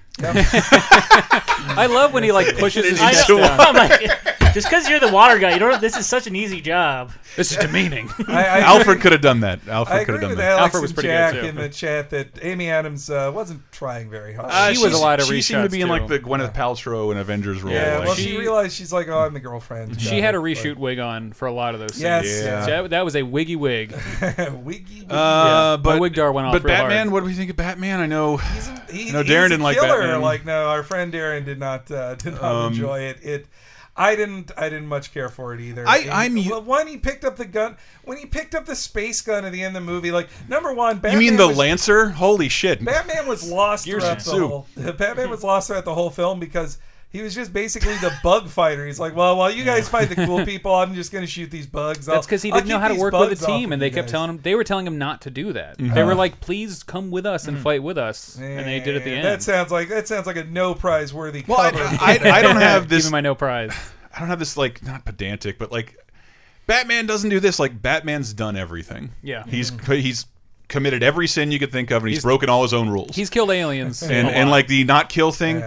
Speaker 3: I love when he like pushes his
Speaker 2: I
Speaker 3: <laughs>
Speaker 1: <laughs>
Speaker 3: chest
Speaker 2: know.
Speaker 3: down.
Speaker 2: I'm like, just because you're the water guy, you don't. This is such an easy job.
Speaker 3: This is
Speaker 1: <laughs>
Speaker 3: demeaning.
Speaker 1: <laughs> Alfred could have done that. Alfred
Speaker 4: I
Speaker 1: could
Speaker 4: agree
Speaker 1: have done
Speaker 4: with
Speaker 1: that.
Speaker 4: Alex and Jack in the chat that Amy Adams uh, wasn't trying very hard.
Speaker 1: Uh,
Speaker 3: She was a lot of
Speaker 1: She seemed to
Speaker 3: reshots,
Speaker 1: be in like
Speaker 3: too.
Speaker 1: the Gwyneth Paltrow and Avengers role.
Speaker 4: yeah,
Speaker 1: like,
Speaker 4: well, she, realized she's like, oh, I'm the girlfriend.
Speaker 3: She had a reshoot wig on for a lot of those. Scenes.
Speaker 4: Yes. Yeah.
Speaker 3: So that, that was a wiggy wig.
Speaker 4: wiggy.
Speaker 3: Yeah.
Speaker 1: Uh,
Speaker 3: My
Speaker 1: but
Speaker 3: wig dar went off
Speaker 1: But
Speaker 3: real hard.
Speaker 1: Batman, what do we think of Batman? I know. He's
Speaker 4: a, he,
Speaker 1: no,
Speaker 4: he's
Speaker 1: Darren
Speaker 4: a
Speaker 1: didn't like
Speaker 4: killer.
Speaker 1: Batman.
Speaker 4: Like no, our friend Darren did not uh, did not
Speaker 1: Um,
Speaker 4: enjoy it. It. I didn't. I didn't much care for it either.
Speaker 1: I-
Speaker 4: And-
Speaker 1: I'm u-
Speaker 4: well, when he picked up the gun, when he picked up the space gun at the end of the movie, like number one,
Speaker 1: you
Speaker 4: Batman
Speaker 1: mean the
Speaker 4: was,
Speaker 1: Lancer? Holy shit!
Speaker 4: Batman was lost
Speaker 1: Gears
Speaker 4: throughout
Speaker 1: of
Speaker 4: the
Speaker 1: soup.
Speaker 4: whole. <laughs> Batman was lost throughout the whole film because he was just basically the bug fighter. He's like, well, while you guys fight the
Speaker 1: <laughs>
Speaker 4: cool people, I'm just going to shoot these bugs. I'll-
Speaker 3: That's because he
Speaker 4: I'll
Speaker 3: didn't know
Speaker 4: keep
Speaker 3: how to
Speaker 4: these
Speaker 3: work with
Speaker 4: bugs
Speaker 3: a
Speaker 4: off
Speaker 3: team,
Speaker 4: of
Speaker 3: and they
Speaker 4: you
Speaker 3: kept
Speaker 4: guys."
Speaker 3: telling him they were telling him not to do that.
Speaker 1: Mm-hmm.
Speaker 4: Mhm.
Speaker 3: They
Speaker 4: Uh.
Speaker 3: were like, "Please come with us and fight with us," and they did at the end.
Speaker 4: That sounds like that sounds like a no prize worthy
Speaker 1: Well, I,
Speaker 4: cover.
Speaker 1: I, I
Speaker 3: <laughs>
Speaker 1: don't have this.
Speaker 3: Give me my no prize.
Speaker 1: I don't have this like not pedantic, but like Batman doesn't do this. Like Batman's done everything.
Speaker 3: Yeah.
Speaker 1: he's he's committed every sin you could think of, and he's, broken all his own rules.
Speaker 3: He's killed aliens
Speaker 4: <laughs>
Speaker 1: and
Speaker 3: a
Speaker 1: and
Speaker 3: lot.
Speaker 1: like the not kill thing.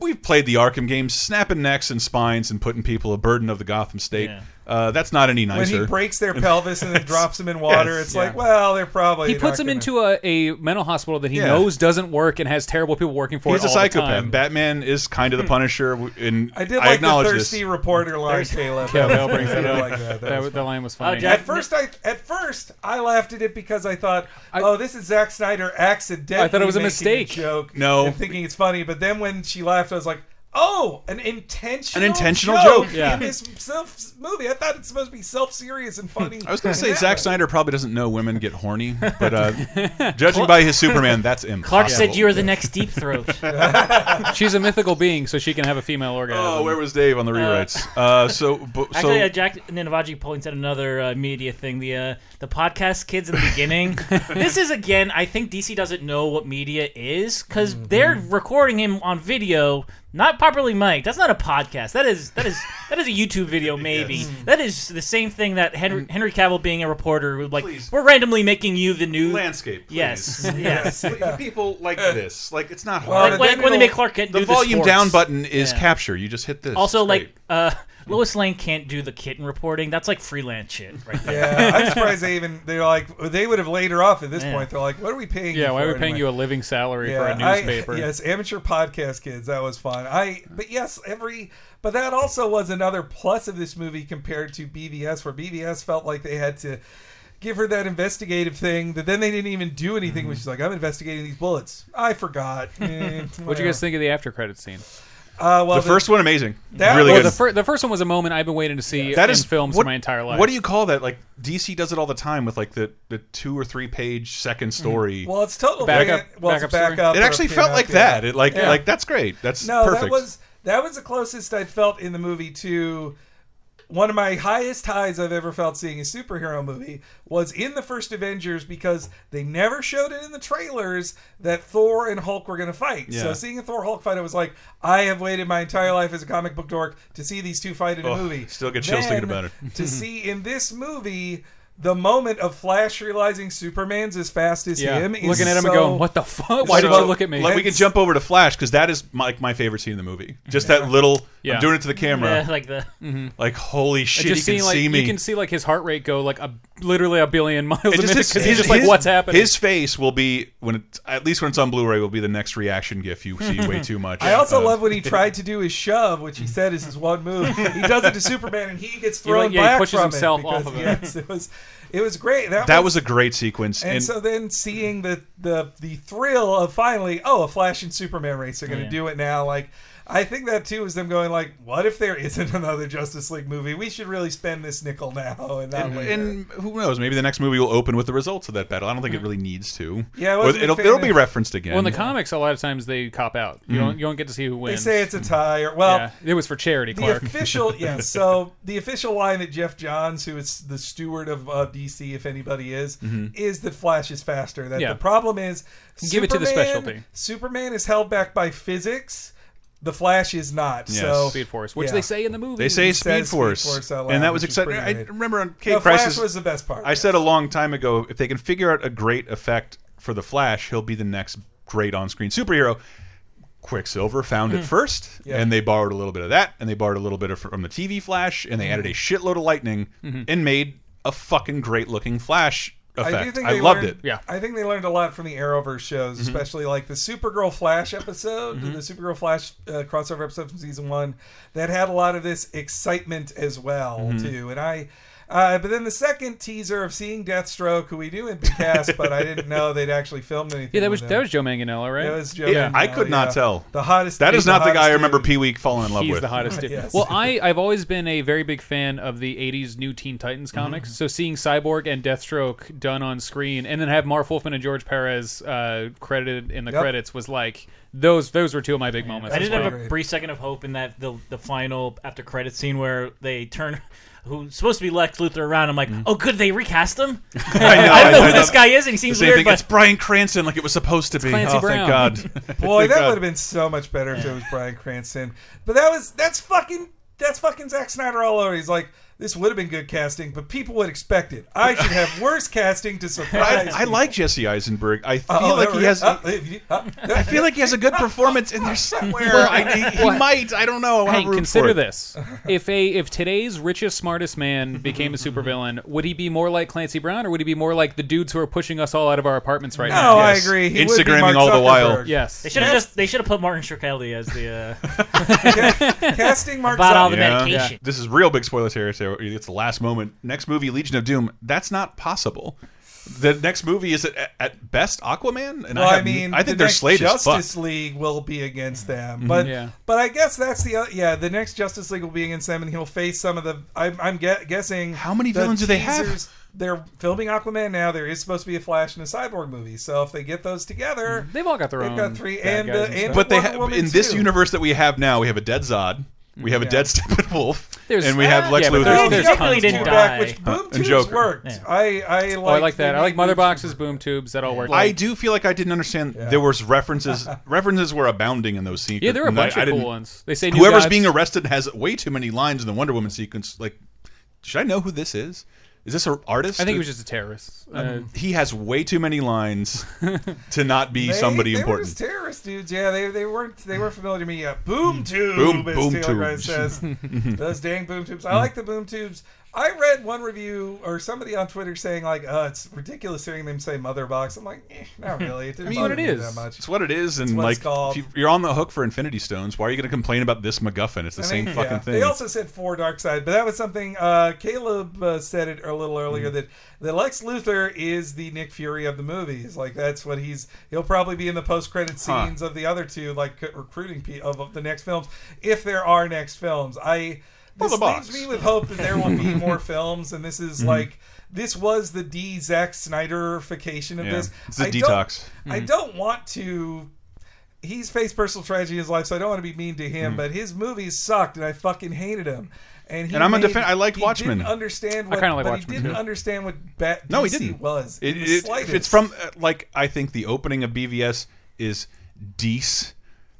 Speaker 1: We've played the Arkham games, snapping necks and spines and putting people a burden of the Gotham State. Uh, that's not any
Speaker 4: when
Speaker 1: nicer.
Speaker 4: he breaks their pelvis and then drops them
Speaker 1: <laughs>
Speaker 4: in
Speaker 1: Yes.
Speaker 4: water, it's like, well, they're probably
Speaker 3: he puts him into a, a mental hospital that he
Speaker 1: Yeah.
Speaker 3: knows doesn't work and has terrible people working for
Speaker 1: He's
Speaker 3: it
Speaker 1: a
Speaker 3: all the
Speaker 1: psychopath.
Speaker 3: time.
Speaker 1: Batman is kind of the Punisher, w- and
Speaker 4: I did like the
Speaker 1: acknowledge
Speaker 4: thirsty
Speaker 1: this.
Speaker 4: reporter line,
Speaker 3: There's-
Speaker 4: Caleb.
Speaker 3: Yeah, Val
Speaker 4: <laughs> I
Speaker 3: brings that
Speaker 4: did
Speaker 3: up.
Speaker 4: like that.
Speaker 3: That
Speaker 4: That was
Speaker 3: was- that line was
Speaker 4: funny.
Speaker 3: funny.
Speaker 4: at first, I at first I laughed at it because I thought, oh, this is Zack Snyder accidentally.
Speaker 3: I thought it was a
Speaker 4: making
Speaker 3: mistake.
Speaker 4: joke.
Speaker 1: No.
Speaker 4: and thinking it's funny. But then when she laughed, I was like, Oh, an intentional
Speaker 1: An intentional joke, yeah.
Speaker 4: in this self movie. I thought it's supposed to be self serious
Speaker 1: <laughs>
Speaker 4: and funny.
Speaker 1: I was going to say Zack Snyder probably doesn't know women get horny, but uh, judging by his Superman, that's impossible.
Speaker 2: Clark said you were the next
Speaker 1: <laughs>
Speaker 2: deep throat.
Speaker 3: <laughs> She's a mythical being, so she can have a female orgasm.
Speaker 1: Oh, where was Dave on the rewrites? Uh, so, bu- so
Speaker 2: Actually, uh, Jack Ninavaji points out another uh, media thing: the uh, the podcast kids in the beginning. this is again, I think DC doesn't know what media is because they're recording him on video, not properly mic'd. That's not a podcast. That is that is that is a
Speaker 1: <laughs>
Speaker 2: YouTube video, maybe. That is the same thing that Henry, Henry Cavill being a reporter, would, like we're randomly making you the new
Speaker 1: landscape. please.
Speaker 2: Yes, yes.
Speaker 1: Like, people like this. Like it's not
Speaker 2: Well,
Speaker 1: hard.
Speaker 2: Like, like when they make Clark Kent
Speaker 1: the
Speaker 2: do the
Speaker 1: volume
Speaker 2: sports.
Speaker 1: down button is
Speaker 2: Yeah.
Speaker 1: capture. You just hit this.
Speaker 2: also,
Speaker 1: It's
Speaker 2: like
Speaker 1: great.
Speaker 2: uh, Lois Lane can't do the kitten reporting. That's like freelance shit, right
Speaker 4: <laughs>
Speaker 2: there.
Speaker 4: yeah, I'm surprised they even they're like they would have laid her off at this
Speaker 2: Yeah.
Speaker 4: point. They're like, what are we paying?
Speaker 3: Yeah,
Speaker 4: you
Speaker 3: why
Speaker 4: for
Speaker 3: are we paying
Speaker 4: anyway?
Speaker 3: you a living salary for
Speaker 4: I-
Speaker 3: a newspaper?
Speaker 4: <laughs> yes, amateur podcast kids. That was fun. I but yes, every but that also was another plus of this movie compared to BVS, where BVS felt like they had to give her that investigative thing that then they didn't even do anything.
Speaker 3: Mm-hmm.
Speaker 4: Which is like, I'm investigating these bullets. I forgot.
Speaker 3: <laughs>
Speaker 4: Eh,
Speaker 3: What'd you guys think of the after credit scene?
Speaker 4: Uh, well,
Speaker 1: the first one amazing.
Speaker 4: that
Speaker 1: really
Speaker 3: Well,
Speaker 1: good.
Speaker 3: The, fir- the first one was a moment I've been waiting to see
Speaker 1: That
Speaker 3: in
Speaker 1: is
Speaker 3: films
Speaker 1: what-
Speaker 3: for my entire life.
Speaker 1: What do you call that? Like DC does it all the time with like the, the two or three page second story.
Speaker 4: Well, it's total
Speaker 3: Backup-
Speaker 4: fan- well, it's
Speaker 3: backup
Speaker 4: a
Speaker 3: story?
Speaker 4: backup
Speaker 1: It
Speaker 4: or
Speaker 1: actually
Speaker 4: a
Speaker 1: felt like
Speaker 4: pinup,
Speaker 1: that.
Speaker 4: yeah.
Speaker 1: It like
Speaker 4: Yeah.
Speaker 1: like that's great. That's
Speaker 4: no,
Speaker 1: perfect.
Speaker 4: that was that was the closest I felt in the movie to one of my highest highs I've ever felt seeing a superhero movie was in the first Avengers because they never showed it in the trailers that Thor and Hulk were going to fight.
Speaker 1: Yeah.
Speaker 4: So seeing a Thor Hulk fight, I was like, I have waited my entire life as a comic book dork to see these two fight in
Speaker 1: Oh,
Speaker 4: a movie.
Speaker 1: still get chills thinking about
Speaker 4: Then,
Speaker 1: it.
Speaker 4: to see in this movie. The moment of Flash realizing Superman's as fast as
Speaker 3: Yeah.
Speaker 4: him, is
Speaker 3: Looking at him and
Speaker 4: so-
Speaker 3: going, "What the fuck? Why
Speaker 4: so-
Speaker 3: did you look at me?"
Speaker 1: Like we could jump over to Flash because that is my, like my favorite scene in the movie. Just that little.
Speaker 3: Yeah.
Speaker 1: I'm doing it to the camera.
Speaker 2: Yeah, like the
Speaker 1: Hmm. Like holy shit,
Speaker 3: It
Speaker 1: he
Speaker 3: just
Speaker 1: can
Speaker 3: seeing, like,
Speaker 1: see me.
Speaker 3: You can see like his heart rate go like a literally a billion <laughs> miles a
Speaker 1: It
Speaker 3: minute
Speaker 1: just-
Speaker 3: 'cause he's just like, "What's happening?"
Speaker 1: His face will be when it's, at least when it's on Blu-ray will be the next reaction gif you see way too much.
Speaker 4: <laughs> I also
Speaker 1: Uh,
Speaker 3: <laughs>
Speaker 4: love when he tried to do his shove, which he said is his one move. He
Speaker 3: <laughs>
Speaker 4: does it to Superman, and he gets
Speaker 3: He, like,
Speaker 4: thrown
Speaker 3: yeah, he
Speaker 4: back
Speaker 3: pushes
Speaker 4: from
Speaker 3: himself
Speaker 4: it because,
Speaker 3: off of it.
Speaker 4: yes, it was, it was great. That,
Speaker 1: that was a great sequence.
Speaker 4: And, so then seeing the the the thrill of finally, oh, a Flash and Superman race. They're going to
Speaker 1: Yeah.
Speaker 4: do it now. Like I think that too is them going like, what if there isn't <laughs> another Justice League movie? We should really spend this nickel now and not
Speaker 1: and,
Speaker 4: later.
Speaker 1: and who knows? Maybe the next movie will open with the results of that battle. I don't think it really needs to.
Speaker 4: Yeah, I
Speaker 1: Or
Speaker 4: wasn't a
Speaker 1: it'll
Speaker 4: fan
Speaker 1: it'll
Speaker 4: of-
Speaker 1: be referenced again.
Speaker 3: Well, in the comics, a lot of times they cop out. You
Speaker 1: Mhm.
Speaker 3: don't you don't get to see who wins.
Speaker 4: say it's a tie or- well,
Speaker 3: Yeah, it was for charity.
Speaker 4: The
Speaker 3: Clark.
Speaker 4: official,
Speaker 3: <laughs>
Speaker 4: yeah. So the official line that Jeff Johns, who is the steward of uh, DC, if anybody is,
Speaker 3: Mhm.
Speaker 4: is that Flash is faster. That
Speaker 3: Yeah.
Speaker 4: the problem is,
Speaker 3: Give it to the
Speaker 4: Superman-
Speaker 3: specialty.
Speaker 4: Superman is held back by physics. The Flash is not.
Speaker 1: Yes.
Speaker 4: So
Speaker 3: Speed Force, which they say in the movie.
Speaker 1: They say
Speaker 4: He
Speaker 1: Speed
Speaker 4: says
Speaker 1: Force,
Speaker 4: out loud,
Speaker 1: and that was
Speaker 4: which is
Speaker 1: exciting.
Speaker 4: pretty
Speaker 1: I
Speaker 4: great.
Speaker 1: remember on Cape
Speaker 4: No,
Speaker 1: Crisis
Speaker 4: Flash was the best part.
Speaker 1: I said a long time ago, if they can figure out a great effect for the Flash, he'll be the next great on-screen superhero. Quicksilver found it
Speaker 4: Mhm.
Speaker 1: first,
Speaker 4: Yeah.
Speaker 1: and they borrowed a little bit of that, and they borrowed a little bit of from the TV Flash, and they added a shitload of lightning,
Speaker 4: Mhm.
Speaker 1: and made a fucking great-looking Flash effect. I,
Speaker 4: do think they
Speaker 1: loved
Speaker 4: learned-
Speaker 1: it.
Speaker 4: I think they learned a lot from the Arrowverse shows,
Speaker 1: Mhm.
Speaker 4: especially like the Supergirl Flash episode,
Speaker 1: Mm-hmm.
Speaker 4: the Supergirl Flash uh, crossover episode from season one, that had a lot of this excitement as well
Speaker 1: Mhm.
Speaker 4: too. And I, uh, but then the second teaser of seeing Deathstroke, who we knew in the cast, but I didn't know they'd actually filmed anything.
Speaker 3: yeah, that
Speaker 4: with
Speaker 3: was
Speaker 4: him.
Speaker 3: that was Joe Manganiello, right?
Speaker 4: That was Joe.
Speaker 1: Yeah, I
Speaker 4: Manganiello,
Speaker 1: could not
Speaker 4: yeah.
Speaker 1: tell.
Speaker 4: The hottest.
Speaker 1: That
Speaker 4: he's
Speaker 1: is not the, guy I
Speaker 4: hottest
Speaker 1: remember
Speaker 4: dude.
Speaker 1: Pee Wee falling in love
Speaker 3: He's
Speaker 1: with. <laughs>
Speaker 3: the hottest dude.
Speaker 4: Yes.
Speaker 3: Well, I I've always been a very big fan of the '80s New Teen Titans
Speaker 1: Mm-hmm.
Speaker 3: comics. So seeing Cyborg and Deathstroke done on screen, and then have Marv Wolfman and George Perez uh, credited in the
Speaker 2: Yep.
Speaker 3: credits was like those. Those were two of my big moments.
Speaker 2: I did
Speaker 3: as
Speaker 2: have
Speaker 3: well.
Speaker 2: a brief second of hope in that the the final after credit scene where they turn who's supposed to be Lex Luthor around. I'm like,
Speaker 1: Hmm.
Speaker 2: oh, good, they recast
Speaker 1: <laughs>
Speaker 2: him. <laughs> I, don't know who this guy is, and he seems
Speaker 1: the same
Speaker 2: weird,
Speaker 1: Thing.
Speaker 2: but
Speaker 1: It's Brian Cranston, like it was supposed to be.
Speaker 2: Clancy
Speaker 1: oh,
Speaker 2: Brown.
Speaker 1: thank God.
Speaker 4: Boy,
Speaker 1: Thank
Speaker 4: that
Speaker 1: God.
Speaker 4: would have been so much better if it was Brian Cranston. But that was that's fucking that's fucking Zack Snyder all over. He's like, this would have been good casting, but people would expect it. I
Speaker 1: <laughs>
Speaker 4: should have worse casting to
Speaker 1: I,
Speaker 4: surprise.
Speaker 1: I
Speaker 4: people.
Speaker 1: like Jesse Eisenberg. I feel
Speaker 4: Uh-oh,
Speaker 1: like
Speaker 4: Uh, oh, there
Speaker 1: he
Speaker 4: it
Speaker 1: has.
Speaker 4: is. Up, if you- up, Oh,
Speaker 1: I feel like he has a
Speaker 4: <laughs>
Speaker 1: good performance <laughs> in there somewhere. I, he he
Speaker 3: Well,
Speaker 1: might. I don't know. I wanna
Speaker 3: Hey,
Speaker 1: root
Speaker 3: consider
Speaker 1: for it.
Speaker 3: this: if a if today's richest, smartest man became a supervillain, would he be more like Clancy Brown, or would he be more like the dudes who are pushing us all out of our apartments right
Speaker 1: No,
Speaker 3: now?
Speaker 1: I Yes. agree. He would be Instagramming Mark all the while. Zuckerberg.
Speaker 3: Yes,
Speaker 2: they should have just they should have put Martin Shkreli as the
Speaker 1: <laughs>
Speaker 2: uh,
Speaker 4: <laughs> casting Mark
Speaker 2: about all the
Speaker 1: Yeah.
Speaker 2: medication.
Speaker 1: Yeah. This is real big spoiler territory. It's the last moment. Next movie, Legion of Doom. That's not possible. The next movie is at, at best Aquaman, and
Speaker 4: well,
Speaker 1: I,
Speaker 4: I,
Speaker 1: have-
Speaker 4: mean,
Speaker 1: I think
Speaker 4: the
Speaker 1: they're
Speaker 4: next
Speaker 1: slate as fuck.
Speaker 4: Justice League will be against them,
Speaker 1: Mhm.
Speaker 4: but
Speaker 1: Yeah.
Speaker 4: but I guess that's the oth- yeah. The next Justice League will be against them, and he'll face some of the. I'm, I'm gue- guessing how many
Speaker 1: villains do they have?
Speaker 4: They're filming Aquaman now. There is supposed to be a Flash and a Cyborg movie, so if they get those together,
Speaker 3: they've all got their
Speaker 4: they've
Speaker 3: own
Speaker 4: got three,
Speaker 3: bad
Speaker 4: and, uh,
Speaker 3: guys and
Speaker 4: and
Speaker 1: but they
Speaker 4: Wonder
Speaker 1: ha-
Speaker 4: Woman
Speaker 1: in this
Speaker 4: too.
Speaker 1: universe that we have now, we have a dead Zod, we have a dead Steppenwolf,
Speaker 3: There's-
Speaker 1: and we have
Speaker 3: Ah,
Speaker 1: Lex
Speaker 3: yeah, but
Speaker 1: Luthor.
Speaker 3: there's- there's Technically tons didn't more. die.
Speaker 1: Uh,
Speaker 4: Which boom
Speaker 1: and
Speaker 4: tubes
Speaker 1: Joker.
Speaker 4: worked. I I
Speaker 3: Oh,
Speaker 4: like
Speaker 3: I like that. I like mother boxes, boom tubes. That all worked.
Speaker 1: I do feel like I didn't understand. There was
Speaker 4: <laughs>
Speaker 1: references. references were abounding in those sequences.
Speaker 3: Yeah, there were a
Speaker 1: and I-
Speaker 3: bunch
Speaker 1: I
Speaker 3: of cool
Speaker 1: didn't-
Speaker 3: ones. They say new
Speaker 1: whoever's
Speaker 3: gods-
Speaker 1: being arrested has way too many lines in the Wonder Woman sequence. Like, should I know who this is? Is this an artist?
Speaker 3: I think he was just a terrorist.
Speaker 1: Uh,
Speaker 3: Uh,
Speaker 1: he has way too many
Speaker 3: <laughs>
Speaker 1: lines to not be
Speaker 4: They-
Speaker 1: somebody
Speaker 4: they Were
Speaker 1: important.
Speaker 4: just terrorist dudes. Yeah, they, they weren't they were familiar to me. Yeah, boom tube.
Speaker 1: Hmm. Boom-
Speaker 4: as
Speaker 1: boom
Speaker 4: Taylor Grimes
Speaker 1: tubes. <laughs>
Speaker 4: says. Those dang boom tubes. I like the boom tubes. I read one review or somebody on Twitter saying like, "Uh, it's ridiculous hearing them say mother box." I'm like, eh,
Speaker 1: <laughs>
Speaker 4: not really.
Speaker 1: I
Speaker 4: It didn't
Speaker 1: mean,
Speaker 4: bother me that much.
Speaker 1: It's what it is, and
Speaker 4: It's what it's
Speaker 1: like if you, you're on the hook for Infinity Stones. Why are you going to complain about this MacGuffin? It's the
Speaker 4: I
Speaker 1: same
Speaker 4: mean,
Speaker 1: fucking
Speaker 4: yeah.
Speaker 1: thing.
Speaker 4: They also said for Dark Side, but that was something uh, Caleb uh, said it a little earlier
Speaker 1: Mm.
Speaker 4: that that Lex Luthor is the Nick Fury of the movies. Like that's what he's. He'll probably be in the post credit
Speaker 1: Huh.
Speaker 4: scenes of the other two, like c- recruiting pe- of, of the next films, if there are next films. I
Speaker 1: Well,
Speaker 4: this
Speaker 1: the
Speaker 4: leaves
Speaker 1: box.
Speaker 4: me with hope that there
Speaker 1: <laughs>
Speaker 4: will be more films, and this is
Speaker 1: Mhm.
Speaker 4: like. This was the D Zack Snyderification of
Speaker 1: Yeah.
Speaker 4: this.
Speaker 1: It's a
Speaker 4: I
Speaker 1: detox.
Speaker 4: Don't, I
Speaker 1: Mhm.
Speaker 4: don't want to he's faced personal tragedy in his life, so I don't want to be mean to
Speaker 1: Mm-hmm.
Speaker 4: him. But his movies sucked, and I fucking hated him. And, he
Speaker 1: And I'm a
Speaker 4: made-
Speaker 1: defend- I liked
Speaker 4: he
Speaker 1: Watchmen.
Speaker 4: Didn't understand
Speaker 1: I
Speaker 4: what?
Speaker 1: kinda like
Speaker 4: but
Speaker 1: Watchmen,
Speaker 4: He didn't
Speaker 1: too.
Speaker 4: understand what Bat
Speaker 1: no, he
Speaker 4: DC
Speaker 1: didn't.
Speaker 4: Was
Speaker 1: It-
Speaker 4: in the
Speaker 1: it-
Speaker 4: slightest.
Speaker 1: it's from uh, like I think the opening of BVS is Deece,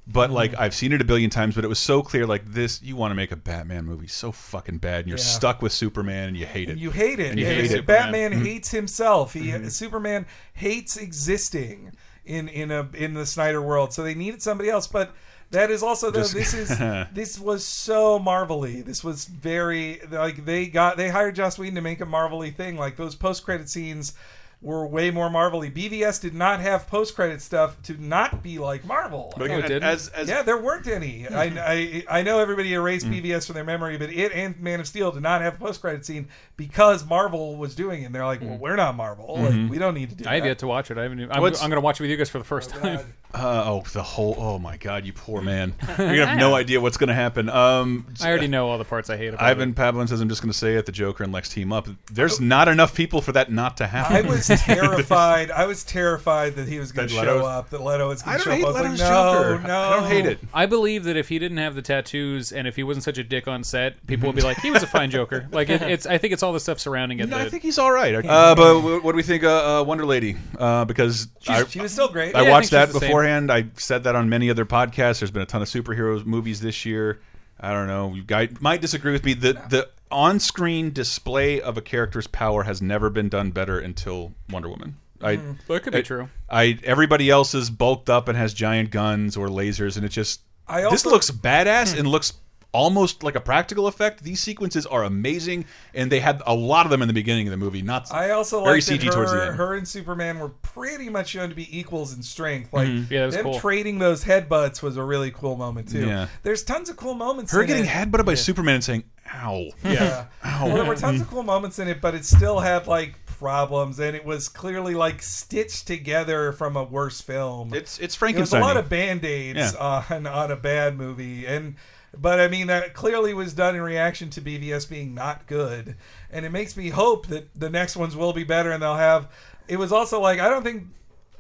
Speaker 1: but
Speaker 4: Mm-hmm.
Speaker 1: like I've seen it a billion times. But it was so clear, like this, you want to make a Batman movie so fucking bad, and you're
Speaker 4: Yeah.
Speaker 1: stuck with Superman, and you hate it.
Speaker 4: And you hate it.
Speaker 1: And you
Speaker 4: And
Speaker 1: hate it. Mm-hmm.
Speaker 4: Batman
Speaker 1: Mhm.
Speaker 4: hates himself. He Superman hates existing in in a in the Snyder world. So they needed somebody else, but. That is also though.
Speaker 1: Just- <laughs>
Speaker 4: This is this was so marvelly. This was very like they got they hired Joss Whedon to make a marvelly thing. Like those post credit scenes were way more marvelly. BVS did not have post credit stuff to not be like Marvel.
Speaker 1: But again, as- as-
Speaker 4: yeah, there weren't any.
Speaker 1: Mm-hmm.
Speaker 4: I, I I know everybody
Speaker 1: Mm.
Speaker 4: erased BVS from their memory, but it and Man of Steel did not have a post credit scene because Marvel was doing it. And they're like, well, we're not Marvel.
Speaker 1: Mhm.
Speaker 4: Like, we don't need to do
Speaker 3: I have
Speaker 4: that.
Speaker 3: yet to watch it. I haven't. Even, I'm, I'm
Speaker 1: What's-
Speaker 3: going to watch it with you guys for the first time.
Speaker 1: Uh, oh, the whole. Oh my God, you poor <laughs> man. You're gonna have no idea what's gonna happen. Um,
Speaker 3: <laughs> I already know all the parts I hate about it.
Speaker 1: Ivan Pavlin says, "I'm just gonna say it. The Joker and Lex team up. There's not enough people for that not to happen."
Speaker 4: I
Speaker 1: <laughs>
Speaker 4: was terrified. I was terrified that he was going to
Speaker 1: That
Speaker 4: show
Speaker 1: Leto's-
Speaker 4: up. That Leto was going
Speaker 1: I don't
Speaker 4: to show up.
Speaker 1: hate
Speaker 4: I was
Speaker 1: Leto's
Speaker 4: like, no,
Speaker 1: Joker.
Speaker 4: no,
Speaker 1: I don't hate it.
Speaker 3: I believe that if he didn't have the tattoos and if he wasn't such a dick on set, people would be like, he was a
Speaker 1: <laughs>
Speaker 3: fine Joker. Like it, it's. I think it's all the stuff surrounding it.
Speaker 1: No,
Speaker 3: that,
Speaker 1: I think he's all right. Uh, but wh- what do we think, uh, uh, Wonder Lady? Uh, because I,
Speaker 4: she was still great.
Speaker 1: I
Speaker 4: Yeah, I
Speaker 1: watched
Speaker 4: think she's
Speaker 1: that
Speaker 4: the same.
Speaker 1: beforehand. I said that on many other podcasts. There's been a ton of superheroes movies this year. I don't know. You guys might disagree with me. The the on screen display of a character's power has never been done better until Wonder Woman. I
Speaker 4: Hmm.
Speaker 3: Mm. That could be
Speaker 1: I-
Speaker 3: true.
Speaker 1: I everybody else is bulked up and has giant guns or lasers, and it just
Speaker 4: I
Speaker 1: this
Speaker 4: also-
Speaker 1: looks
Speaker 4: Hmm.
Speaker 1: badass and looks almost like a practical effect. These sequences are amazing, and they had a lot of them in the beginning of the movie. Not
Speaker 4: I also
Speaker 1: very
Speaker 4: like
Speaker 1: CG
Speaker 4: that her,
Speaker 1: towards the end.
Speaker 4: her and Superman were pretty much shown to be equals in strength. Like
Speaker 1: Mhm. Yeah, that was
Speaker 4: them
Speaker 1: cool.
Speaker 4: trading those headbutts was a really cool moment too.
Speaker 1: Yeah.
Speaker 4: There's tons of cool moments.
Speaker 1: Her
Speaker 4: in
Speaker 1: getting
Speaker 4: it.
Speaker 1: headbutted by Superman and saying "ow,"
Speaker 4: Yeah.
Speaker 1: ow.
Speaker 4: Well, there were tons of cool moments in it, but it still had like problems, and it was clearly like stitched together from a worse film.
Speaker 1: It's it's
Speaker 4: There
Speaker 1: Frankenstein-y.
Speaker 4: was a lot of band aids
Speaker 1: Yeah.
Speaker 4: on on a bad movie, and but I mean that clearly was done in reaction to BVS being not good, and it makes me hope that the next ones will be better, and they'll have. It was also like I don't think.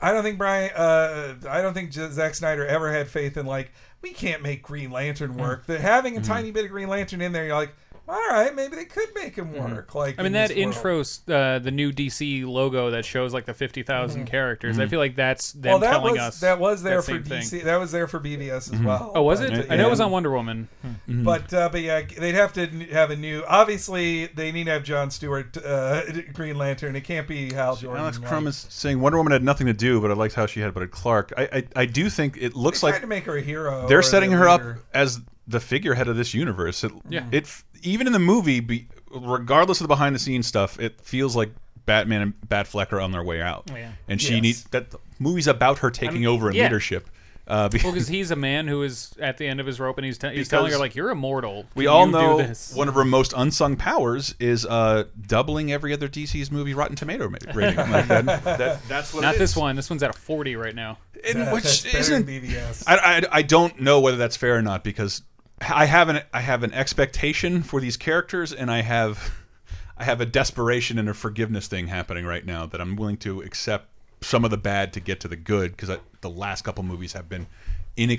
Speaker 4: I don't think Brian. Uh, I don't think J- Zack Snyder ever had faith in like we can't make Green Lantern work. That having a
Speaker 3: Mhm.
Speaker 4: tiny bit of Green Lantern in there, you're like, all right, maybe they could make him work. Like
Speaker 3: I mean
Speaker 4: in
Speaker 3: that
Speaker 4: this world.
Speaker 3: intro, uh, the new DC logo that shows like the fifty
Speaker 4: Mhm.
Speaker 3: characters. I
Speaker 1: Mm-hmm.
Speaker 4: Mhm.
Speaker 3: feel like that's them
Speaker 4: well, that
Speaker 3: telling
Speaker 4: was,
Speaker 3: us
Speaker 4: That was there for
Speaker 3: same thing.
Speaker 4: DC. That was there for BVS as
Speaker 3: Mhm.
Speaker 4: well.
Speaker 3: Oh, was
Speaker 4: But,
Speaker 3: it?
Speaker 4: uh,
Speaker 3: I know it
Speaker 4: yeah.
Speaker 3: was on Wonder Woman. Mhm.
Speaker 4: But uh, but yeah, they'd have to n- have a new. Obviously, they need to have John Stewart uh, <laughs> Green Lantern. It can't be Hal Jordan.
Speaker 1: Alex
Speaker 4: like-
Speaker 1: Crum is saying Wonder Woman had nothing to do, but I liked how she had but Clark. I, I I do think it looks
Speaker 4: They tried
Speaker 1: like
Speaker 4: to make her a hero
Speaker 1: They're
Speaker 4: or
Speaker 1: setting
Speaker 4: the
Speaker 1: her up
Speaker 4: leader.
Speaker 1: as the figurehead of this universe. It,
Speaker 4: Yeah.
Speaker 1: It even in the movie, be, regardless of the behind the scenes stuff, it feels like Batman and Batfleck are on their way out,
Speaker 2: Yeah.
Speaker 1: and she needs that. The movie's about her taking over and
Speaker 2: yeah.
Speaker 1: leadership. Uh, be-
Speaker 3: because he's a man who is at the end of his rope, and he's, te- he's telling her
Speaker 1: Because
Speaker 3: like, "You're immortal.
Speaker 1: we
Speaker 3: Can
Speaker 1: all
Speaker 3: you
Speaker 1: know
Speaker 3: do this?
Speaker 1: one of her most unsung powers is uh, doubling every other DC's movie Rotten Tomato ma- rating. Like that, that, that's what
Speaker 3: Not
Speaker 1: it
Speaker 3: this
Speaker 1: is.
Speaker 3: one. This one's at a forty right now.
Speaker 1: In which
Speaker 4: better
Speaker 1: isn't
Speaker 4: than BVS.
Speaker 1: I, I I don't know whether that's fair or not because I have an I have an expectation for these characters and I have I have a desperation and a forgiveness thing happening right now that I'm willing to accept some of the bad to get to the good because the last couple movies have been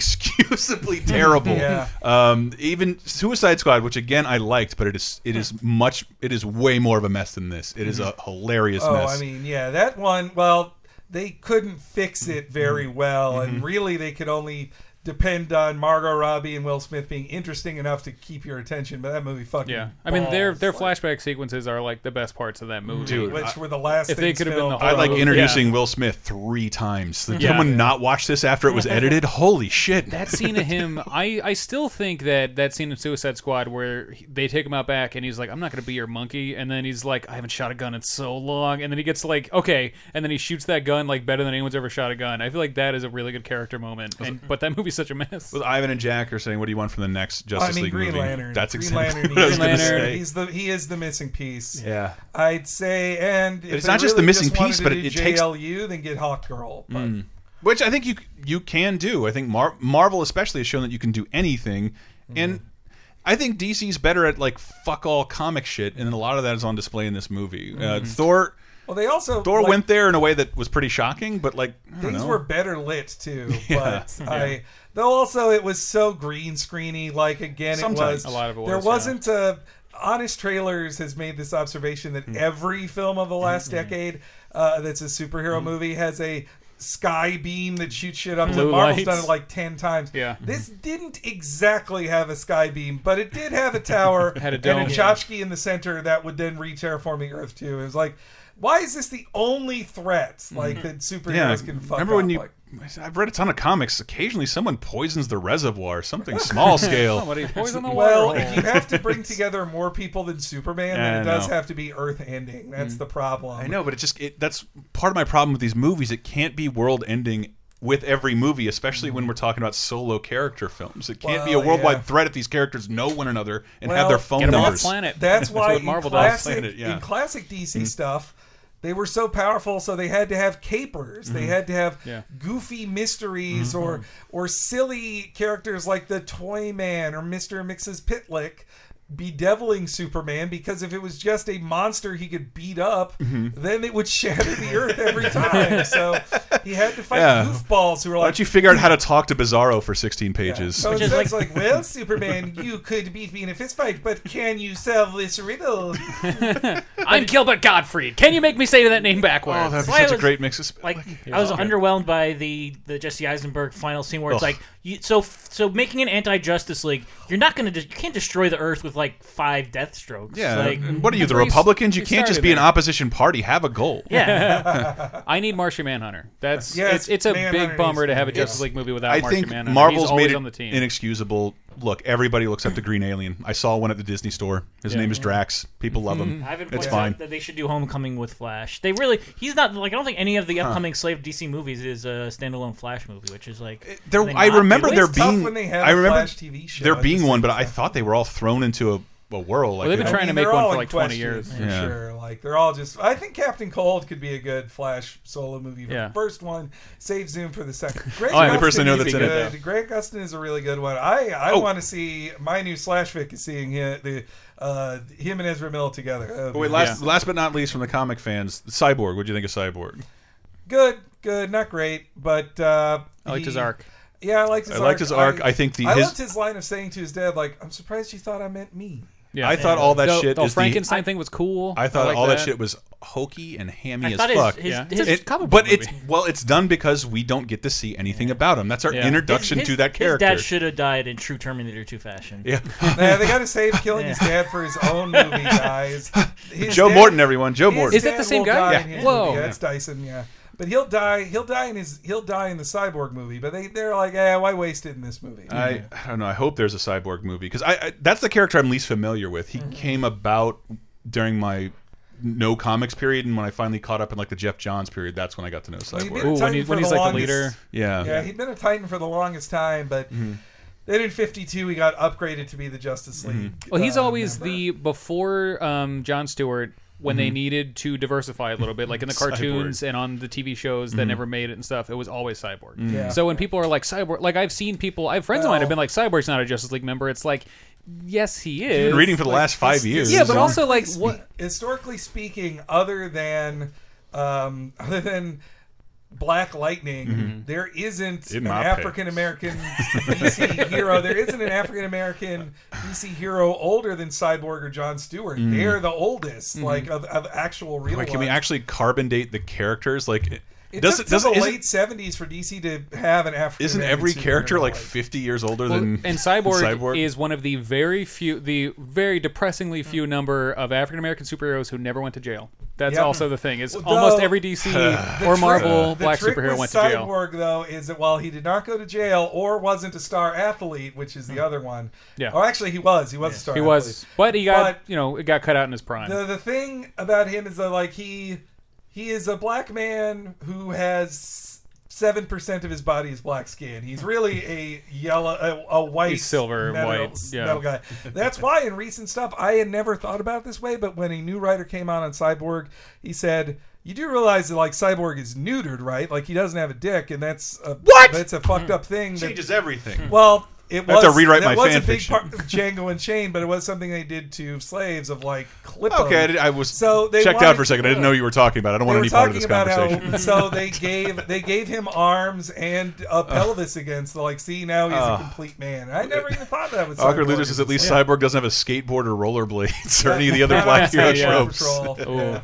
Speaker 1: inexcusably terrible.
Speaker 4: <laughs> Yeah.
Speaker 1: Um, even Suicide Squad, which again I liked, but it is it is much it is way more of a mess than this. It is a hilarious
Speaker 4: oh,
Speaker 1: mess.
Speaker 4: I mean, yeah, that one. Well, they couldn't fix
Speaker 1: Mm-hmm.
Speaker 4: it very well, and really, they could only depend on Margot Robbie and Will Smith being interesting enough to keep your attention. But that movie, fucking,
Speaker 3: Yeah, I mean their
Speaker 4: balls.
Speaker 3: their flashback sequences are like the best parts of that movie.
Speaker 1: Dude,
Speaker 4: Which I- were the last
Speaker 3: If they
Speaker 4: things
Speaker 3: could have been the
Speaker 4: filmed.
Speaker 3: whole
Speaker 1: I like
Speaker 3: movie.
Speaker 1: introducing Will Smith three times. Did
Speaker 3: Yeah.
Speaker 1: someone not watch this after
Speaker 4: <laughs>
Speaker 1: it was edited? Holy shit!
Speaker 3: that scene of him, I, I still think that that scene in Suicide Squad where he- they take him out back and he's like, I'm not going to be your monkey. And then he's like, I haven't shot a gun in so long. And then he gets like, okay. And then he shoots that gun like better than anyone's ever shot a gun. I feel like that is a really good character moment. And, but that movie's such a mess.
Speaker 1: With Ivan and Jack are saying, "What do you want from the next
Speaker 4: Well,
Speaker 1: Justice
Speaker 4: I mean,
Speaker 1: League
Speaker 4: Green
Speaker 1: movie?"
Speaker 4: Lantern.
Speaker 1: That's
Speaker 4: Green
Speaker 1: exactly
Speaker 4: Lantern.
Speaker 1: what I was
Speaker 4: he's-
Speaker 1: going to
Speaker 4: Green Lantern,
Speaker 1: say.
Speaker 4: He's the he is the missing piece.
Speaker 1: Yeah.
Speaker 4: I'd say, and if
Speaker 1: it's
Speaker 4: they
Speaker 1: not just
Speaker 4: really
Speaker 1: the missing
Speaker 4: just wanted
Speaker 1: piece,
Speaker 4: to
Speaker 1: but
Speaker 4: do
Speaker 1: it- it takes-
Speaker 4: JLU, then get Hawk Girl.
Speaker 1: Mm. Which I think you you can do. I think Mar Marvel especially has shown that you can do anything,
Speaker 4: Mm-hmm.
Speaker 1: and I think DC's better at like fuck all comic shit, and a lot of that is on display in this movie. Uh,
Speaker 4: Mhm.
Speaker 1: Thor
Speaker 4: Well, they also
Speaker 1: Thor
Speaker 4: like,
Speaker 1: went there in a way that was pretty shocking, but like I don't
Speaker 4: Things
Speaker 1: know.
Speaker 4: were better lit too,
Speaker 1: <laughs> Yeah.
Speaker 4: but
Speaker 1: Yeah.
Speaker 4: I though also it was so green screeny. Like again,
Speaker 1: Sometimes.
Speaker 4: it was
Speaker 1: A lot of it
Speaker 4: There
Speaker 1: was,
Speaker 4: wasn't a honest trailers has made this observation that
Speaker 1: Hmm.
Speaker 4: every film of the last decade uh, that's a superhero
Speaker 1: Hmm.
Speaker 4: movie has a sky beam that shoots shit up.
Speaker 3: Blue
Speaker 4: to
Speaker 3: lights.
Speaker 4: Marvel's done it like ten times.
Speaker 3: Yeah.
Speaker 4: this
Speaker 1: Hmm.
Speaker 4: didn't exactly have a sky beam, but it
Speaker 1: <laughs>
Speaker 4: did have a tower
Speaker 3: Had a dome.
Speaker 4: and a tchotchke in the center that would then re-terraform the Earth too. It was like. Why is this the only threat
Speaker 1: Hmm.
Speaker 4: like that superheroes can fuck
Speaker 1: remember when
Speaker 4: up,
Speaker 1: you? <laughs>
Speaker 4: like-
Speaker 1: I've read a ton of comics. Occasionally, someone poisons the reservoir, <laughs> something small scale.
Speaker 3: Somebody poisoned the
Speaker 4: well,
Speaker 3: water
Speaker 4: if
Speaker 3: hole.
Speaker 4: you have to bring together more people than
Speaker 1: <laughs> Yeah,
Speaker 4: Superman, then
Speaker 1: I
Speaker 4: it does
Speaker 1: know. Mm.
Speaker 4: have to be Earth ending. That's the problem.
Speaker 1: I know, but it just it, that's part of my problem with these movies. It can't be world ending with every movie, especially when we're talking about solo character films. It can't be a
Speaker 4: Well,
Speaker 1: worldwide
Speaker 4: yeah.
Speaker 1: threat if these characters know one another and
Speaker 4: Well,
Speaker 1: have their phone numbers.
Speaker 4: That's why
Speaker 1: what Marvel
Speaker 4: in classic,
Speaker 1: does. Planet, yeah.
Speaker 4: in classic DC
Speaker 1: Mm-hmm.
Speaker 4: stuff, they were so powerful, so they had to have capers. They
Speaker 1: Mhm.
Speaker 4: had to have
Speaker 1: Yeah.
Speaker 4: goofy mysteries
Speaker 1: Mm-hmm.
Speaker 4: or or silly characters like the Toy Man or Mister and Mrs. Pitlick bedeviling Superman because if it was just a monster he could beat up,
Speaker 1: Mhm.
Speaker 4: then it would shatter the
Speaker 1: <laughs>
Speaker 4: earth every time. so he had to fight
Speaker 1: Yeah.
Speaker 4: goofballs who were
Speaker 1: Why
Speaker 4: like.
Speaker 1: don't you figure out how to talk to Bizarro for 16 pages?
Speaker 4: So it's like, like, well, Superman, you could beat me in a fist fight, but can you solve this riddle?
Speaker 3: I'm Gilbert Gottfried. Can you make me say that name backwards?
Speaker 1: Oh, that'd be
Speaker 2: Why
Speaker 1: such a
Speaker 2: was-
Speaker 1: great mix. Of,
Speaker 2: like I was underwhelmed by the the Jesse Eisenberg final scene where it's
Speaker 1: Ugh.
Speaker 2: like you, so so making an anti Justice League, you're not gonna de- you can't destroy the Earth with like five death strokes.
Speaker 1: yeah. Mm.
Speaker 2: like,
Speaker 1: and what are you, the Republicans? You can't just be an opposition party. Have a goal. <laughs>
Speaker 3: I need Martian Manhunter. That's
Speaker 2: Yes,
Speaker 3: it's, it's a
Speaker 2: Manhunter
Speaker 3: big
Speaker 2: needs
Speaker 3: bummer to
Speaker 2: to
Speaker 3: have a
Speaker 2: be-
Speaker 3: Justice
Speaker 2: Yes.
Speaker 3: League movie without
Speaker 1: I
Speaker 3: Martian
Speaker 1: think
Speaker 3: Manhunter.
Speaker 1: Marvel's
Speaker 3: He's
Speaker 1: made
Speaker 3: always
Speaker 1: it
Speaker 3: on the team.
Speaker 1: inexcusable. Look, everybody looks up to Green Alien. I saw one at the Disney store. His
Speaker 2: Yeah.
Speaker 1: name is Drax. People love
Speaker 3: Mm-hmm.
Speaker 1: him.
Speaker 2: I've been
Speaker 1: It's
Speaker 2: pointing
Speaker 1: fine.
Speaker 2: out that they should do Homecoming with Flash. They really he's not like I don't think any of the
Speaker 1: Huh.
Speaker 2: upcoming slave DC movies is a standalone Flash movie, which is like
Speaker 1: There,
Speaker 2: can they
Speaker 1: Eh, I
Speaker 2: not
Speaker 1: remember
Speaker 2: do it?
Speaker 1: there being. I remember there
Speaker 4: at
Speaker 1: being
Speaker 4: the
Speaker 1: one, but I thought they were all thrown into a, a whirl. Like
Speaker 3: they've been
Speaker 1: they-
Speaker 3: trying to
Speaker 4: They're
Speaker 3: make one
Speaker 4: all
Speaker 3: for
Speaker 4: in
Speaker 3: like 20
Speaker 4: question,
Speaker 3: years.
Speaker 4: for
Speaker 1: Yeah.
Speaker 4: sure. Like they're all just. I think Captain Cold could be a good Flash solo movie. For
Speaker 3: Yeah. Oh,
Speaker 4: the first one, save Zoom for the second.
Speaker 3: <laughs>
Speaker 4: Greg
Speaker 1: I'm the person I know
Speaker 4: Gustin is
Speaker 1: that's in it,
Speaker 4: good. Greg Gustin is a really good one. I I
Speaker 3: Oh.
Speaker 4: want to see my new Slash Vic is seeing him, the uh, him and Ezra Miller together. Uh, That
Speaker 1: But
Speaker 4: would be
Speaker 1: wait, last last but not least, from the comic fans, Cyborg. What do you think of Cyborg?
Speaker 4: good, good, not great, but uh,
Speaker 1: I liked his arc.
Speaker 4: Yeah, I liked his
Speaker 1: I
Speaker 4: arc.
Speaker 1: liked his arc. I think the-
Speaker 4: I
Speaker 1: his-
Speaker 4: loved his line of saying to his dad, "Like I'm surprised you thought I meant me."
Speaker 1: Yeah. I thought all that
Speaker 3: the,
Speaker 1: shit
Speaker 3: The
Speaker 1: is the-
Speaker 3: Frankenstein thing was cool.
Speaker 1: I thought
Speaker 3: like
Speaker 1: all that. shit was hokey and hammy
Speaker 3: I
Speaker 1: as
Speaker 3: thought his-
Speaker 1: fuck.
Speaker 3: his- Yeah. his
Speaker 1: It-
Speaker 3: comic book
Speaker 1: but it's well, it's done because we don't get to see anything about him. That's our
Speaker 2: Yeah.
Speaker 1: introduction
Speaker 2: His-
Speaker 1: to that
Speaker 2: his
Speaker 1: character.
Speaker 2: dad should have died in true Terminator 2 fashion.
Speaker 3: <laughs>
Speaker 1: Yeah.
Speaker 4: Yeah, they got to save killing <laughs> his
Speaker 2: Yeah.
Speaker 4: dad for his own
Speaker 1: <laughs>
Speaker 4: movie, guys. His
Speaker 1: Joe
Speaker 4: dad-
Speaker 1: Morton, everyone. Joe
Speaker 4: his
Speaker 1: Morton.
Speaker 4: dad will die in
Speaker 1: Yeah.
Speaker 4: his movie. that's Dyson. Yeah, but he'll die. He'll die in his. He'll die in the cyborg movie. But they they're like, yeah, why waste it in this movie?
Speaker 1: I, I don't know. I hope there's a
Speaker 4: Mm-hmm.
Speaker 1: cyborg movie because I, I that's the character I'm least familiar with. He came about during my no comics period, and when I finally caught up in like the Jeff Johns period, that's when I got to know Cyborg.
Speaker 4: been a Ooh, when Titan he- when for he's, the like, the longest- leader.
Speaker 1: Yeah.
Speaker 4: yeah, he'd been a Titan for the longest time, but
Speaker 1: Mhm.
Speaker 4: then in '52 he got upgraded to be the Justice
Speaker 1: Mm-hmm.
Speaker 4: League.
Speaker 3: Well, he's always the before um, John Stewart when they
Speaker 4: Mhm.
Speaker 3: needed to diversify a little bit, <laughs> like in the
Speaker 4: Cyborg.
Speaker 3: cartoons and on the TV shows that
Speaker 4: Mhm.
Speaker 3: never made it and stuff. It was always Cyborg.
Speaker 4: Mm. Yeah.
Speaker 3: So when people are like Cyborg, like I've seen people, I have friends of mine have been like Cyborg's not a Justice League member. It's like, yes, he is.
Speaker 1: Dude, reading for the
Speaker 3: Like,
Speaker 1: last five
Speaker 3: it's-
Speaker 1: years.
Speaker 3: Yeah, but also like
Speaker 4: Historically
Speaker 3: what?
Speaker 4: spe- historically speaking, other than um, <laughs> other than Black Lightning,
Speaker 1: Mhm.
Speaker 4: there isn't
Speaker 1: In
Speaker 4: an
Speaker 1: my
Speaker 4: African American
Speaker 1: <laughs>
Speaker 4: DC hero. There isn't an African American DC hero older than Cyborg or John Stewart.
Speaker 1: Mhm.
Speaker 4: They're the oldest,
Speaker 1: Mhm.
Speaker 4: like of, of actual real.
Speaker 1: Like, can we
Speaker 4: ones.
Speaker 1: actually carbon date the characters? Like, it,
Speaker 4: It
Speaker 1: does
Speaker 4: took
Speaker 1: it
Speaker 4: till
Speaker 1: doesn't
Speaker 4: the
Speaker 1: isn't,
Speaker 4: late seventies for DC to have an African.
Speaker 1: isn't every character like fifty years older
Speaker 3: Well,
Speaker 1: than
Speaker 3: and cyborg, is one of the very few, the very depressingly
Speaker 4: Hmm.
Speaker 3: few number of African American superheroes who never went to jail. That's
Speaker 4: Yep.
Speaker 3: also the thing. Is
Speaker 4: Well,
Speaker 3: almost
Speaker 4: though,
Speaker 3: every DC
Speaker 4: the
Speaker 3: or
Speaker 4: trick-
Speaker 3: Marvel
Speaker 4: the
Speaker 3: black
Speaker 4: trick
Speaker 3: superhero
Speaker 4: with
Speaker 3: went to jail.
Speaker 4: Cyborg though is that while he did not go to jail or wasn't a star athlete, which is the other one.
Speaker 3: Hmm. Yeah.
Speaker 4: Oh, actually, he was. He was a star.
Speaker 3: He was, but he got
Speaker 4: But-
Speaker 3: you know it got cut out in his prime.
Speaker 4: athlete. The the thing about him is that like he he is a black man who has. Seven percent of his body is black skin. He's really a yellow, a, a white,
Speaker 3: He's silver,
Speaker 4: metal-
Speaker 3: white, yeah.
Speaker 4: metal guy. That's why in recent stuff I had never thought about it this way, but when a new writer came out on Cyborg, he said, "You do realize that like Cyborg is neutered, right? Like he doesn't have a dick, and that's a, what? That's a fucked up thing. that-
Speaker 1: Changes everything.
Speaker 4: Well." It
Speaker 1: I have
Speaker 4: was,
Speaker 1: to rewrite my
Speaker 4: that was
Speaker 1: fan
Speaker 4: a big
Speaker 1: fiction.
Speaker 4: part of Django and Chain, but it was something they did to slaves
Speaker 1: <laughs>
Speaker 4: of like clip. 'em.
Speaker 1: Okay, I, did, I was
Speaker 4: so they
Speaker 1: checked out
Speaker 4: wanted-
Speaker 1: for a second. I didn't know you were talking about. it. I don't want
Speaker 4: They
Speaker 1: any
Speaker 4: were
Speaker 1: part of this
Speaker 4: talking about how-
Speaker 1: conversation.
Speaker 4: <laughs>
Speaker 1: <laughs>
Speaker 4: so they gave they gave him arms and a pelvis again. So like, see now he's
Speaker 1: Ugh.
Speaker 4: a complete man. I never even thought that was
Speaker 1: Awkward
Speaker 4: Cyborg.
Speaker 1: Losers is at least
Speaker 4: Yeah.
Speaker 1: Cyborg doesn't have a skateboard or rollerblades or any of the other
Speaker 3: Yeah,
Speaker 1: black
Speaker 3: that's
Speaker 1: hero
Speaker 3: right, yeah.
Speaker 1: tropes.
Speaker 4: Patrol. Yeah.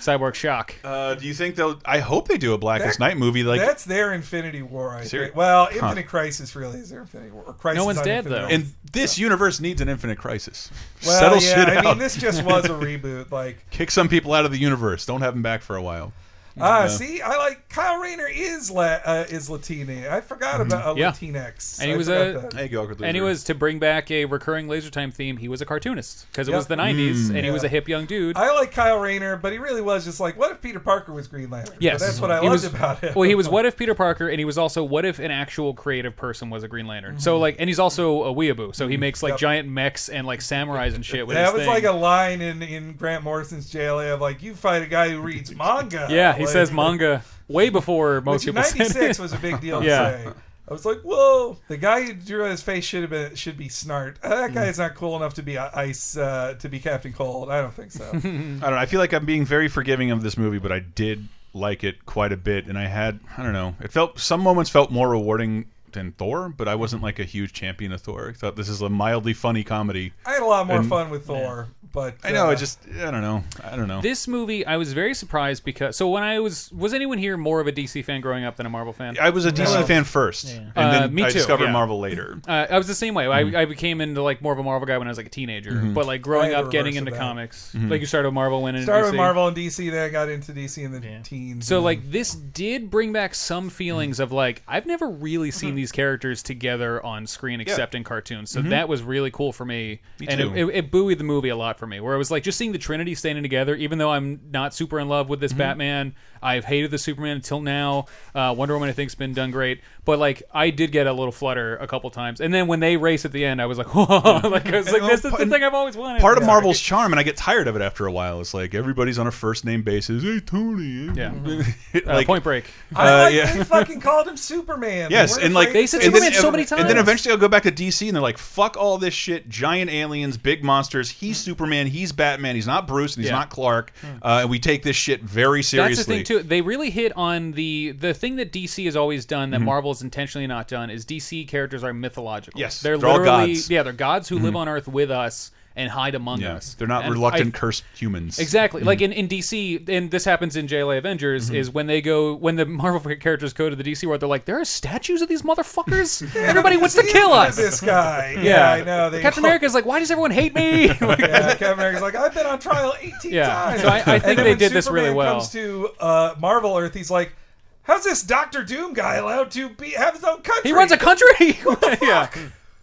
Speaker 3: Cyborg shock.
Speaker 1: Uh, do you think they'll? I hope they do a Blackest
Speaker 4: That-
Speaker 1: Night movie. <laughs> Like
Speaker 4: that's their Infinity War. I
Speaker 1: Seri-
Speaker 4: think. Well,
Speaker 1: Huh.
Speaker 4: Infinite Crisis really is their Infinity War. Or Crisis
Speaker 3: No one's
Speaker 4: on
Speaker 3: dead,
Speaker 4: Infinite
Speaker 3: though.
Speaker 4: Earths.
Speaker 1: And this universe needs an infinite crisis.
Speaker 4: Well,
Speaker 1: Settle
Speaker 4: yeah,
Speaker 1: shit
Speaker 4: I
Speaker 1: out.
Speaker 4: mean, this just
Speaker 1: <laughs>
Speaker 4: was a reboot, like-
Speaker 1: kick some people out of the universe. Don't have them back for a while.
Speaker 4: Ah,
Speaker 1: Uh,
Speaker 4: see, I like Kyle Rayner is la- uh, is Latina. I
Speaker 1: Mm-hmm.
Speaker 4: forgot about uh,
Speaker 3: Yeah.
Speaker 4: Latinx.
Speaker 3: And he
Speaker 4: I
Speaker 3: was
Speaker 4: forgot
Speaker 3: a
Speaker 4: that.
Speaker 3: and he was to bring back a recurring laser time theme. He was a cartoonist because it
Speaker 4: Yep.
Speaker 3: was the '90s, and he
Speaker 4: Yeah.
Speaker 3: was a hip young dude.
Speaker 4: I like Kyle Rayner, but he really was just like, what if Peter Parker was Green Lantern?
Speaker 3: Yes,
Speaker 4: But that's what I
Speaker 3: He
Speaker 4: loved
Speaker 3: was-
Speaker 4: about him.
Speaker 3: Well, he was what if Peter Parker, and he was also what if an actual creative person was a Green Lantern. So like, and he's also a weeaboo. So he makes like
Speaker 4: Mm-hmm. Yep.
Speaker 3: giant mechs and like samurais and shit. With
Speaker 4: <laughs> that
Speaker 3: his
Speaker 4: was
Speaker 3: thing.
Speaker 4: like a line in, in Grant Morrison's JLA of like, you fight a guy
Speaker 1: <laughs>
Speaker 4: who reads manga.
Speaker 3: yeah. He
Speaker 4: Like, <laughs>
Speaker 3: says manga way before most
Speaker 4: which
Speaker 3: people.
Speaker 4: in
Speaker 3: said it. <laughs>
Speaker 4: '96 was a big deal. to
Speaker 3: yeah.
Speaker 4: say. I was like, whoa! The guy who drew his face should have been should be Snart. Uh,
Speaker 3: Mm.
Speaker 4: That guy is not cool enough to be uh, Ice uh, to be Captain Cold. I don't think
Speaker 3: <laughs>
Speaker 4: so.
Speaker 1: I don't know. I feel like I'm being very forgiving of this movie, but I did like it quite a bit, and I had I don't know. It felt some moments felt more rewarding than Thor, but I wasn't like a huge champion of Thor. I thought this is a mildly funny comedy.
Speaker 4: I had a lot more
Speaker 1: And-
Speaker 4: fun with Thor, but
Speaker 1: I know.
Speaker 4: uh,
Speaker 1: I just I don't know. I don't know.
Speaker 3: This movie, I was very surprised because. So when I was, was anyone here more of a DC fan growing up than a Marvel fan?
Speaker 1: I was a DC fan first, and then
Speaker 3: Uh, me
Speaker 1: I
Speaker 3: too,
Speaker 1: discovered
Speaker 3: yeah.
Speaker 1: Marvel later.
Speaker 3: Uh, <laughs> I was the same way. I,
Speaker 1: Mhm.
Speaker 4: Mm-hmm.
Speaker 3: I became into like more of a Marvel guy when I was like a teenager,
Speaker 1: Mhm.
Speaker 3: but like
Speaker 4: I
Speaker 3: growing
Speaker 4: had
Speaker 3: up,
Speaker 4: the
Speaker 3: getting
Speaker 4: reverse
Speaker 3: into
Speaker 4: of that.
Speaker 3: comics.
Speaker 1: Mhm.
Speaker 3: Like you started with Marvel, went into
Speaker 4: Mm-hmm. started
Speaker 3: DC.
Speaker 4: with Marvel and DC, then I got into DC in the teens.
Speaker 3: So
Speaker 1: Mm.
Speaker 4: and-
Speaker 3: like this did bring back some feelings of like I've never really seen
Speaker 1: Uh-huh.
Speaker 3: these characters together on screen except in cartoons. So
Speaker 1: Mhm.
Speaker 3: that was really cool for me,
Speaker 1: Me
Speaker 3: and it,
Speaker 1: too.
Speaker 3: it, it buoyed the movie a lot for me. Where it was like just seeing the Trinity standing together, even though I'm not super in love with this
Speaker 1: Mhm.
Speaker 3: Batman. I've hated the Superman until now. Uh, Wonder Woman I think's been done great, but like I did get a little flutter a couple times, and then when they race at the end, I was like, <laughs> whoa, like I was like this is the thing I've always wanted.
Speaker 1: oh, Part of
Speaker 3: Yeah.
Speaker 1: Marvel's charm, and I get tired of it after a while. It's like everybody's on a first name basis. Hey, Tony. <laughs>
Speaker 3: Yeah.
Speaker 1: Like-
Speaker 3: Uh, Point Break.
Speaker 4: I
Speaker 1: Uh,
Speaker 4: like
Speaker 1: yeah.
Speaker 4: they fucking called him Superman.
Speaker 1: <laughs>
Speaker 4: They
Speaker 1: Yes,
Speaker 4: weren't
Speaker 1: and like
Speaker 4: afraid to say
Speaker 1: and then-
Speaker 4: it.
Speaker 1: and then eventually I'll go back to DC, and they're like, "Fuck all this shit! Giant aliens, big monsters. He's Superman. He's Batman. He's not Bruce, and he's
Speaker 3: Yeah.
Speaker 1: not Clark.
Speaker 4: Hmm.
Speaker 1: Uh, and we take this shit very seriously."
Speaker 3: That's the thing too. They really hit on the the thing that DC has always done that
Speaker 1: Mhm.
Speaker 3: Marvel's intentionally not done is DC characters are mythological.
Speaker 1: Yes,
Speaker 3: they're,
Speaker 1: they're all
Speaker 3: literally
Speaker 1: gods.
Speaker 3: yeah, they're gods who live
Speaker 1: Mhm.
Speaker 3: on Earth with us and hide among
Speaker 1: Yeah.
Speaker 3: us.
Speaker 1: They're not
Speaker 3: And
Speaker 1: reluctant,
Speaker 3: I-
Speaker 1: cursed humans.
Speaker 3: Exactly. Like
Speaker 1: Mhm.
Speaker 3: in, in DC, and this happens in JLA Avengers,
Speaker 1: Mhm.
Speaker 3: is when they go, when the Marvel <laughs> characters go to the DC world, they're like, there are statues of
Speaker 1: <laughs>
Speaker 3: these motherfuckers? Everybody wants to kill
Speaker 4: Yeah,
Speaker 3: us.
Speaker 4: This guy. <laughs> Yeah, I know. They
Speaker 3: Captain America's like, why does everyone
Speaker 1: <laughs>
Speaker 3: hate me?
Speaker 4: <laughs> yeah, Captain America's like, I've been on trial 18
Speaker 3: Yeah.
Speaker 4: times.
Speaker 3: So I- I
Speaker 4: And
Speaker 3: think
Speaker 4: then
Speaker 3: they
Speaker 4: when
Speaker 3: did this really
Speaker 4: Superman
Speaker 3: well.
Speaker 4: comes to uh, Marvel Earth, he's like, how's this Doctor Doom guy allowed to be have his own country?
Speaker 3: <laughs> he runs a country? yeah.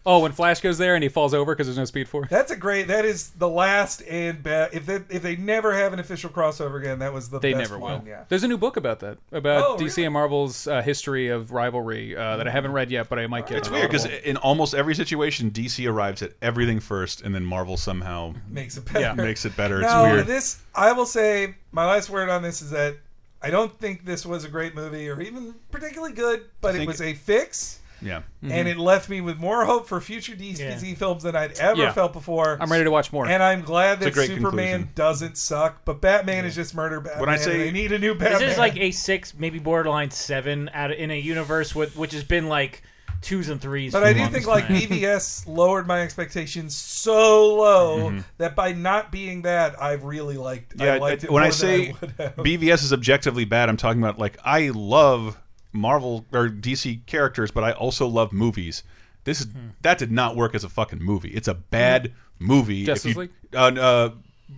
Speaker 3: Oh, when Flash goes there and he falls over because there's no Speed Force.
Speaker 4: That's a great. That is the last and best. If they if they never have an official crossover again, that was the
Speaker 3: They
Speaker 4: best
Speaker 3: never will.
Speaker 4: one. Yeah.
Speaker 3: There's a new book about that, about
Speaker 4: Oh, Mm-hmm.
Speaker 3: DC and Marvel's uh, history of rivalry uh, that I haven't read yet, but I might get.
Speaker 1: It's
Speaker 3: on
Speaker 1: weird because
Speaker 3: Audible.
Speaker 1: in almost every situation, DC arrives at everything first, and then Marvel somehow
Speaker 4: Makes it better. Yeah.
Speaker 1: Makes it better.
Speaker 4: Now,
Speaker 1: it's weird.
Speaker 4: this I will say my last word on this is that I don't think this was a great movie or even particularly good, but it
Speaker 1: think-
Speaker 4: was a fix.
Speaker 1: Yeah.
Speaker 4: And
Speaker 1: Mhm.
Speaker 4: it left me with more hope for future DC films than I'd ever
Speaker 3: Yeah.
Speaker 4: felt before.
Speaker 3: I'm ready to watch more.
Speaker 4: And I'm glad
Speaker 3: It's a
Speaker 4: that
Speaker 3: great
Speaker 4: Superman
Speaker 3: conclusion.
Speaker 4: doesn't suck, but Batman is just murder Batman.
Speaker 1: When I say-
Speaker 4: and they need a new Batman,
Speaker 2: This is like a six, maybe borderline seven, out of, in a universe with which has been like twos and threes.
Speaker 4: But
Speaker 2: for
Speaker 4: I do
Speaker 2: months
Speaker 4: think like
Speaker 2: now.
Speaker 4: BVS lowered my expectations so low that by not being that, I've really liked. I
Speaker 1: Yeah,
Speaker 4: liked
Speaker 1: I-
Speaker 4: it
Speaker 1: when
Speaker 4: more
Speaker 1: I
Speaker 4: than
Speaker 1: say
Speaker 4: I would have.
Speaker 1: BVS is objectively bad, I'm talking about like I love Marvel or DC characters, but I also love movies. This is
Speaker 4: Hmm.
Speaker 1: that did not work as a fucking movie. It's a bad movie. if
Speaker 3: Justice
Speaker 1: you-
Speaker 3: League?
Speaker 1: uh, uh,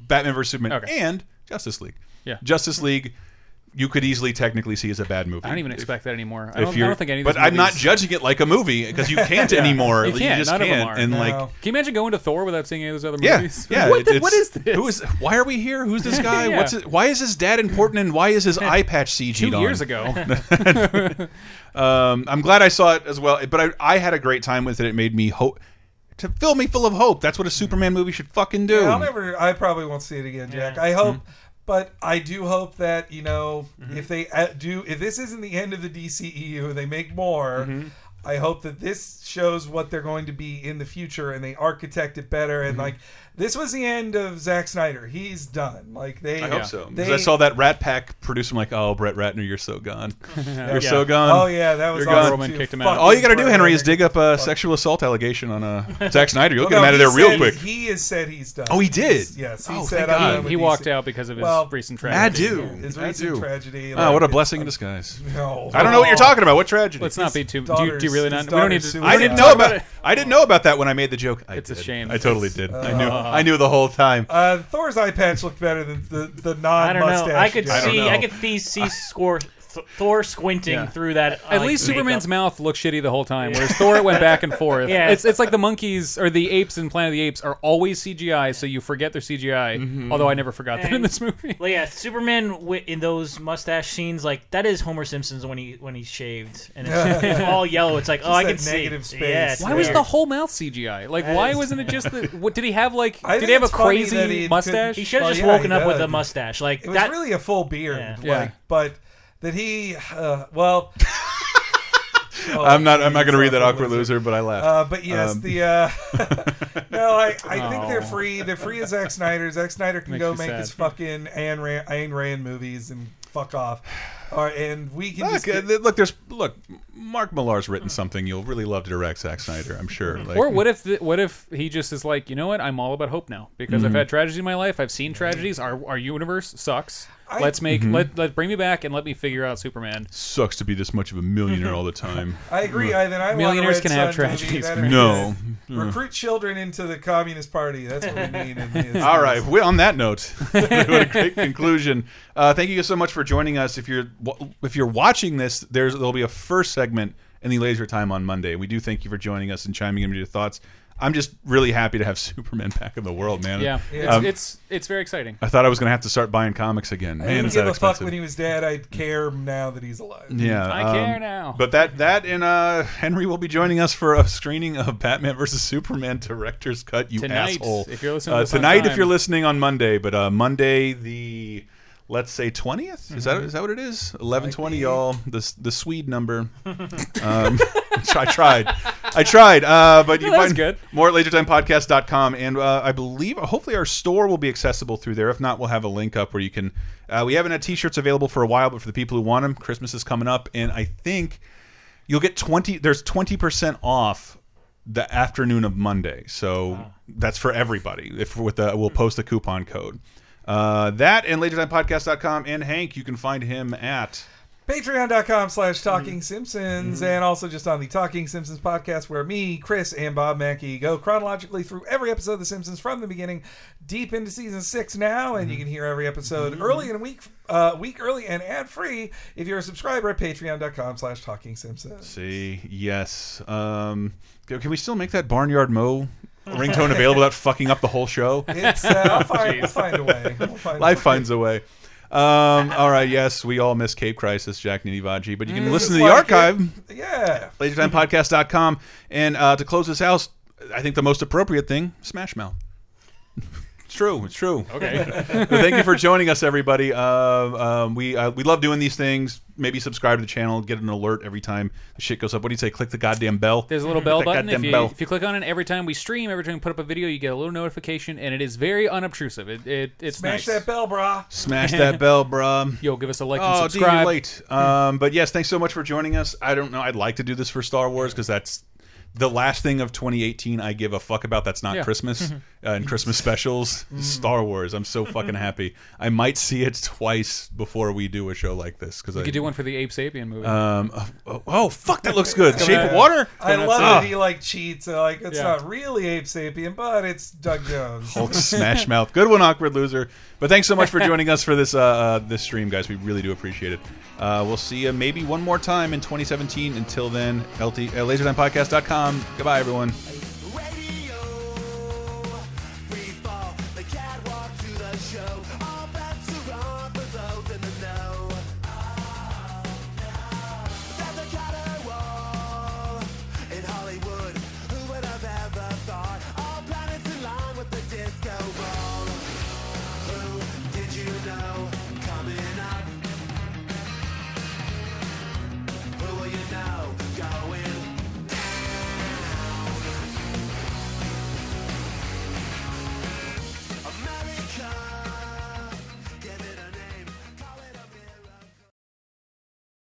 Speaker 1: Batman vs Superman
Speaker 3: Okay.
Speaker 1: and Justice League.
Speaker 3: Yeah.
Speaker 1: Justice League. You could easily technically see as a bad movie.
Speaker 3: I don't even
Speaker 1: If-
Speaker 3: expect that anymore. I
Speaker 1: if
Speaker 3: don't, I
Speaker 1: you're-
Speaker 3: don't think any. Of
Speaker 1: But
Speaker 3: these
Speaker 1: I'm not
Speaker 3: movies-
Speaker 1: judging it like a movie because you can't
Speaker 3: <laughs> Yeah.
Speaker 1: anymore.
Speaker 3: You can't.
Speaker 1: just
Speaker 3: None
Speaker 1: can't.
Speaker 3: of them are.
Speaker 1: And like,
Speaker 3: can you imagine going to Thor without seeing any of those other
Speaker 1: yeah,
Speaker 3: movies?
Speaker 1: yeah.
Speaker 3: What, the-
Speaker 1: it's-
Speaker 3: what is this?
Speaker 1: Who is? Why are we here? Who's
Speaker 3: <laughs>
Speaker 1: this guy?
Speaker 3: Yeah.
Speaker 1: What's? His, why is his dad important? And why is
Speaker 3: <laughs>
Speaker 1: his eye patch CG'd
Speaker 3: Two
Speaker 1: on?
Speaker 3: years ago.
Speaker 1: <laughs>
Speaker 3: <laughs>
Speaker 1: um, I'm glad I saw it as well, but I, I had a great time with it. It made me hope to fill me full of hope. That's what a Superman movie should fucking do.
Speaker 4: Yeah, I'll never. I probably won't see it again, Jack. I hope,
Speaker 1: Hmm.
Speaker 4: but I do hope that you know
Speaker 1: Mm-hmm.
Speaker 4: if they uh, do, if this isn't the end of the DCEU, they make more.
Speaker 1: Mm-hmm.
Speaker 4: I hope that this shows what they're going to be in the future, and they architect it better.
Speaker 1: Mm-hmm.
Speaker 4: And like, this was the end of Zack Snyder. He's done. Like they,
Speaker 1: I hope so. Because
Speaker 4: They,
Speaker 1: I saw that Rat Pack producer, I'm like, oh, Brett Ratner, you're so
Speaker 3: <laughs>
Speaker 1: gone. You're
Speaker 4: Yeah.
Speaker 1: so gone.
Speaker 4: Oh, yeah, that was
Speaker 1: You're gone.
Speaker 4: awesome, Roman too. kicked him out.
Speaker 1: All you got to do,
Speaker 4: Fucking
Speaker 1: Henry, is
Speaker 4: Ratner.
Speaker 1: dig up a sexual assault allegation on
Speaker 3: <laughs>
Speaker 1: uh, Zack Snyder. You'll
Speaker 4: Well,
Speaker 1: get him
Speaker 4: no,
Speaker 1: out of
Speaker 4: he
Speaker 1: there real
Speaker 4: said-
Speaker 1: quick.
Speaker 4: He has said he's done.
Speaker 1: Oh, he did?
Speaker 4: He's- yes, he
Speaker 1: Oh,
Speaker 4: said
Speaker 1: thank
Speaker 4: I'm
Speaker 1: God.
Speaker 4: done with
Speaker 3: <laughs> He walked
Speaker 4: DC.
Speaker 3: out because of his
Speaker 4: Well,
Speaker 3: recent
Speaker 1: I
Speaker 3: tragedy.
Speaker 1: do.
Speaker 4: His
Speaker 1: I
Speaker 4: recent
Speaker 1: do.
Speaker 4: tragedy,
Speaker 1: Oh, what a
Speaker 4: like,
Speaker 1: blessing in
Speaker 3: <laughs>
Speaker 1: disguise.
Speaker 4: No.
Speaker 1: I don't know what you're
Speaker 4: Oh.
Speaker 1: talking about. What tragedy?
Speaker 3: Let's not be too. Do you,
Speaker 4: daughter's-
Speaker 3: do you really not?
Speaker 4: his
Speaker 3: We don't need
Speaker 4: daughter's
Speaker 3: to.
Speaker 1: I
Speaker 3: I
Speaker 1: didn't know about. I didn't know about that when I made the joke. I it's
Speaker 3: a shame.
Speaker 1: I totally did. I knew.
Speaker 4: Uh.
Speaker 1: I knew the whole time.
Speaker 4: Uh, Thor's eye patch looked better than the the non.
Speaker 2: I don't know. I could
Speaker 1: I don't
Speaker 2: see.
Speaker 1: know.
Speaker 2: I could see, see score th- Thor squinting
Speaker 3: Yeah.
Speaker 2: through that.
Speaker 3: At
Speaker 2: like,
Speaker 3: least
Speaker 2: makeup.
Speaker 3: Superman's mouth looked shitty the whole time, whereas Thor went back
Speaker 1: <laughs>
Speaker 3: and forth.
Speaker 2: Yeah.
Speaker 3: It's it's like the monkeys or the apes in Planet of the Apes are always CGI, so you forget they're CGI.
Speaker 1: Mm-hmm.
Speaker 3: Although I never forgot that in
Speaker 2: And-
Speaker 3: this movie.
Speaker 2: Well, yeah, Superman wi in those mustache scenes, like that is Homer Simpson's when he when he's shaved and
Speaker 4: <laughs>
Speaker 2: it's, it's all yellow. It's like, oh,
Speaker 4: Just
Speaker 2: I
Speaker 4: that
Speaker 2: can see.
Speaker 4: negative space.
Speaker 2: Yeah, it's
Speaker 3: Why was
Speaker 2: weird.
Speaker 3: the whole mouth CGI? Like,
Speaker 2: That
Speaker 3: why
Speaker 2: is-
Speaker 3: wasn't it
Speaker 4: <laughs>
Speaker 3: just the? What, did he have like?
Speaker 4: I
Speaker 3: did
Speaker 4: think
Speaker 3: he have a
Speaker 4: it's funny that
Speaker 3: crazy
Speaker 4: he
Speaker 3: mustache?
Speaker 4: could-
Speaker 2: He should have
Speaker 4: Well,
Speaker 2: just
Speaker 4: Oh, yeah,
Speaker 2: woken
Speaker 4: he
Speaker 2: up with
Speaker 4: does.
Speaker 2: a mustache. Like
Speaker 4: It was
Speaker 2: that.
Speaker 4: really a full beard,
Speaker 2: Yeah.
Speaker 4: like,
Speaker 3: Yeah.
Speaker 4: but that he, uh, well,
Speaker 1: I'm not. I'm not going to read that
Speaker 4: Awful
Speaker 1: awkward loser, but I laughed.
Speaker 4: uh, but yes,
Speaker 1: Um,
Speaker 4: the uh, <laughs> no, I, I think
Speaker 3: Oh.
Speaker 4: they're free. They're free as Zack Snyder. Zack Snyder can
Speaker 3: Makes
Speaker 4: go
Speaker 3: me
Speaker 4: make
Speaker 3: sad.
Speaker 4: his fucking Ayn Rand, Ayn Rand movies and fuck off, or and we can
Speaker 1: Look,
Speaker 4: just
Speaker 1: uh,
Speaker 4: get,
Speaker 1: th- look, there's look. Mark Millar's written something you'll really love to direct Zack Snyder. I'm sure. Like,
Speaker 3: or what if the, what if he just is like, you know what? I'm all about hope now because
Speaker 1: Mm-hmm.
Speaker 3: I've had tragedy in my life. I've seen tragedies. Our our universe sucks.
Speaker 4: I-
Speaker 3: let's make
Speaker 1: Mm-hmm.
Speaker 3: let let bring me back and let me figure out Superman.
Speaker 1: sucks to be this much of a millionaire all the time?
Speaker 4: I agree. I then I want a
Speaker 3: Millionaires
Speaker 4: Red
Speaker 3: can have
Speaker 4: Son movie.
Speaker 3: tragedies.
Speaker 4: That'd be
Speaker 1: no.
Speaker 4: good. recruit children into the Communist Party. That's what we
Speaker 2: <laughs>
Speaker 4: need. In this.
Speaker 1: All right. Well, on that note, <laughs> what
Speaker 4: <laughs>
Speaker 1: a great conclusion. Uh, thank you so much for joining us. If you're wa- if you're watching this, there's there'll be a first segment in the laser time on Monday. We do thank you for joining us and chiming in with your thoughts. I'm just really happy to have <laughs> Superman back in the world, man.
Speaker 3: Yeah, it's,
Speaker 1: Um,
Speaker 3: it's it's very exciting.
Speaker 1: I thought I was going to have to start buying comics again.
Speaker 4: I
Speaker 1: Man,
Speaker 4: didn't
Speaker 1: is that
Speaker 4: give a fuck
Speaker 1: expensive.
Speaker 4: when he was dead. I care now that he's alive.
Speaker 1: Yeah, um,
Speaker 3: I care now.
Speaker 1: But that that and uh, Henry will be joining us for a screening of Batman versus Superman director's cut. You
Speaker 3: Tonight,
Speaker 1: asshole!
Speaker 3: if you're listening to
Speaker 1: Uh,
Speaker 3: this on
Speaker 1: tonight, if
Speaker 3: time.
Speaker 1: you're listening on Monday, but uh, Monday the let's say 20th is that
Speaker 3: Mm-hmm.
Speaker 1: is that what it is? Eleven twenty, y'all. The s- the Swede number. um, <laughs> I tried, I tried. Uh, but you
Speaker 3: that was
Speaker 1: find
Speaker 3: good.
Speaker 1: more at lasertimepodcast.com. And uh, I believe, hopefully, our store will be accessible through there. If not, we'll have a link up where you can. Uh, we haven't had t shirts available for a while, but for the people who want them, Christmas is coming up. And I think you'll get 20, there's 20% off the afternoon of Monday. So that's for everybody. If with the, We'll post the coupon code. Uh, that and lasertimepodcast.com. And Hank, you can find him at.
Speaker 4: Patreon.com slash Talking Simpsons,
Speaker 1: Mm.
Speaker 4: and also just on the Talking Simpsons podcast, where me, Chris, and Bob Mackey go chronologically through every episode of The Simpsons from the beginning, deep into season six now,
Speaker 1: Mm-hmm.
Speaker 4: and you can hear every episode
Speaker 1: Mhm.
Speaker 4: early and week uh, week early and ad free if you're a subscriber at Patreon.com slash Talking Simpsons.
Speaker 1: See, yes. Um, c- can we still make that Barnyard Mo ringtone available without fucking up the whole
Speaker 4: <laughs>
Speaker 1: show? <laughs>
Speaker 4: It's, uh, I'll find- we'll find a way. We'll find a
Speaker 1: Life
Speaker 4: way.
Speaker 1: finds a way. Um, all right, yes, we all miss Cape Crisis, Jack Ninivaggi, but you can
Speaker 4: Mm.
Speaker 1: listen to
Speaker 4: Just
Speaker 1: the
Speaker 4: like it.
Speaker 1: archive.
Speaker 4: Yeah.
Speaker 1: LaserTimePodcast.com. And uh, to close this out, I think the most appropriate thing Smash Mouth. It's true. It's true.
Speaker 3: Okay.
Speaker 1: Well, <laughs> thank you for joining us, everybody. Uh, um, we uh, we love doing these things. Maybe subscribe to the channel, get an alert every time the shit goes up. What do you say? Click the goddamn bell. <laughs>
Speaker 3: There's a little bell
Speaker 1: Click that
Speaker 3: button. If
Speaker 1: goddamn
Speaker 3: you,
Speaker 1: bell.
Speaker 3: if you click on it every time we stream, every time we put up a video, you get a little notification, and it is very unobtrusive. It, it it's
Speaker 4: Smash
Speaker 3: nice.
Speaker 4: that bell, brah.
Speaker 1: Smash that bell, bruh.
Speaker 3: <laughs> Yo, give us a like
Speaker 1: oh,
Speaker 3: and
Speaker 1: dude, you're
Speaker 3: subscribe.
Speaker 1: late. Um, but yes, thanks so much for joining us. I don't know. I'd like to do this for Star Wars because that's the last thing of 2018 I give a fuck about. That's not
Speaker 3: Yeah. Mm-hmm.
Speaker 1: Christmas uh, and Christmas specials. Star Wars. I'm so fucking happy. I might see it twice before we do a show like this because
Speaker 3: You
Speaker 1: I
Speaker 3: could do one for the Ape Sapien movie.
Speaker 1: Um, oh, oh, oh, fuck, that looks good.
Speaker 3: It's
Speaker 1: Shape
Speaker 3: coming
Speaker 1: of
Speaker 3: out-
Speaker 1: Water.
Speaker 3: it's
Speaker 4: I
Speaker 3: coming out
Speaker 4: love
Speaker 1: Ah.
Speaker 4: that he like cheats. uh, Like it's
Speaker 3: Yeah.
Speaker 4: not really Ape Sapien, but it's Doug
Speaker 1: <laughs>
Speaker 4: Jones.
Speaker 1: Hulk smash mouth. Good one, awkward loser. But thanks so much for joining us for this uh, uh, this stream, guys. We really do appreciate it. Uh, we'll see you maybe one more time in 2017. Until then, LT, uh, lasertimepodcast.com. Goodbye, everyone.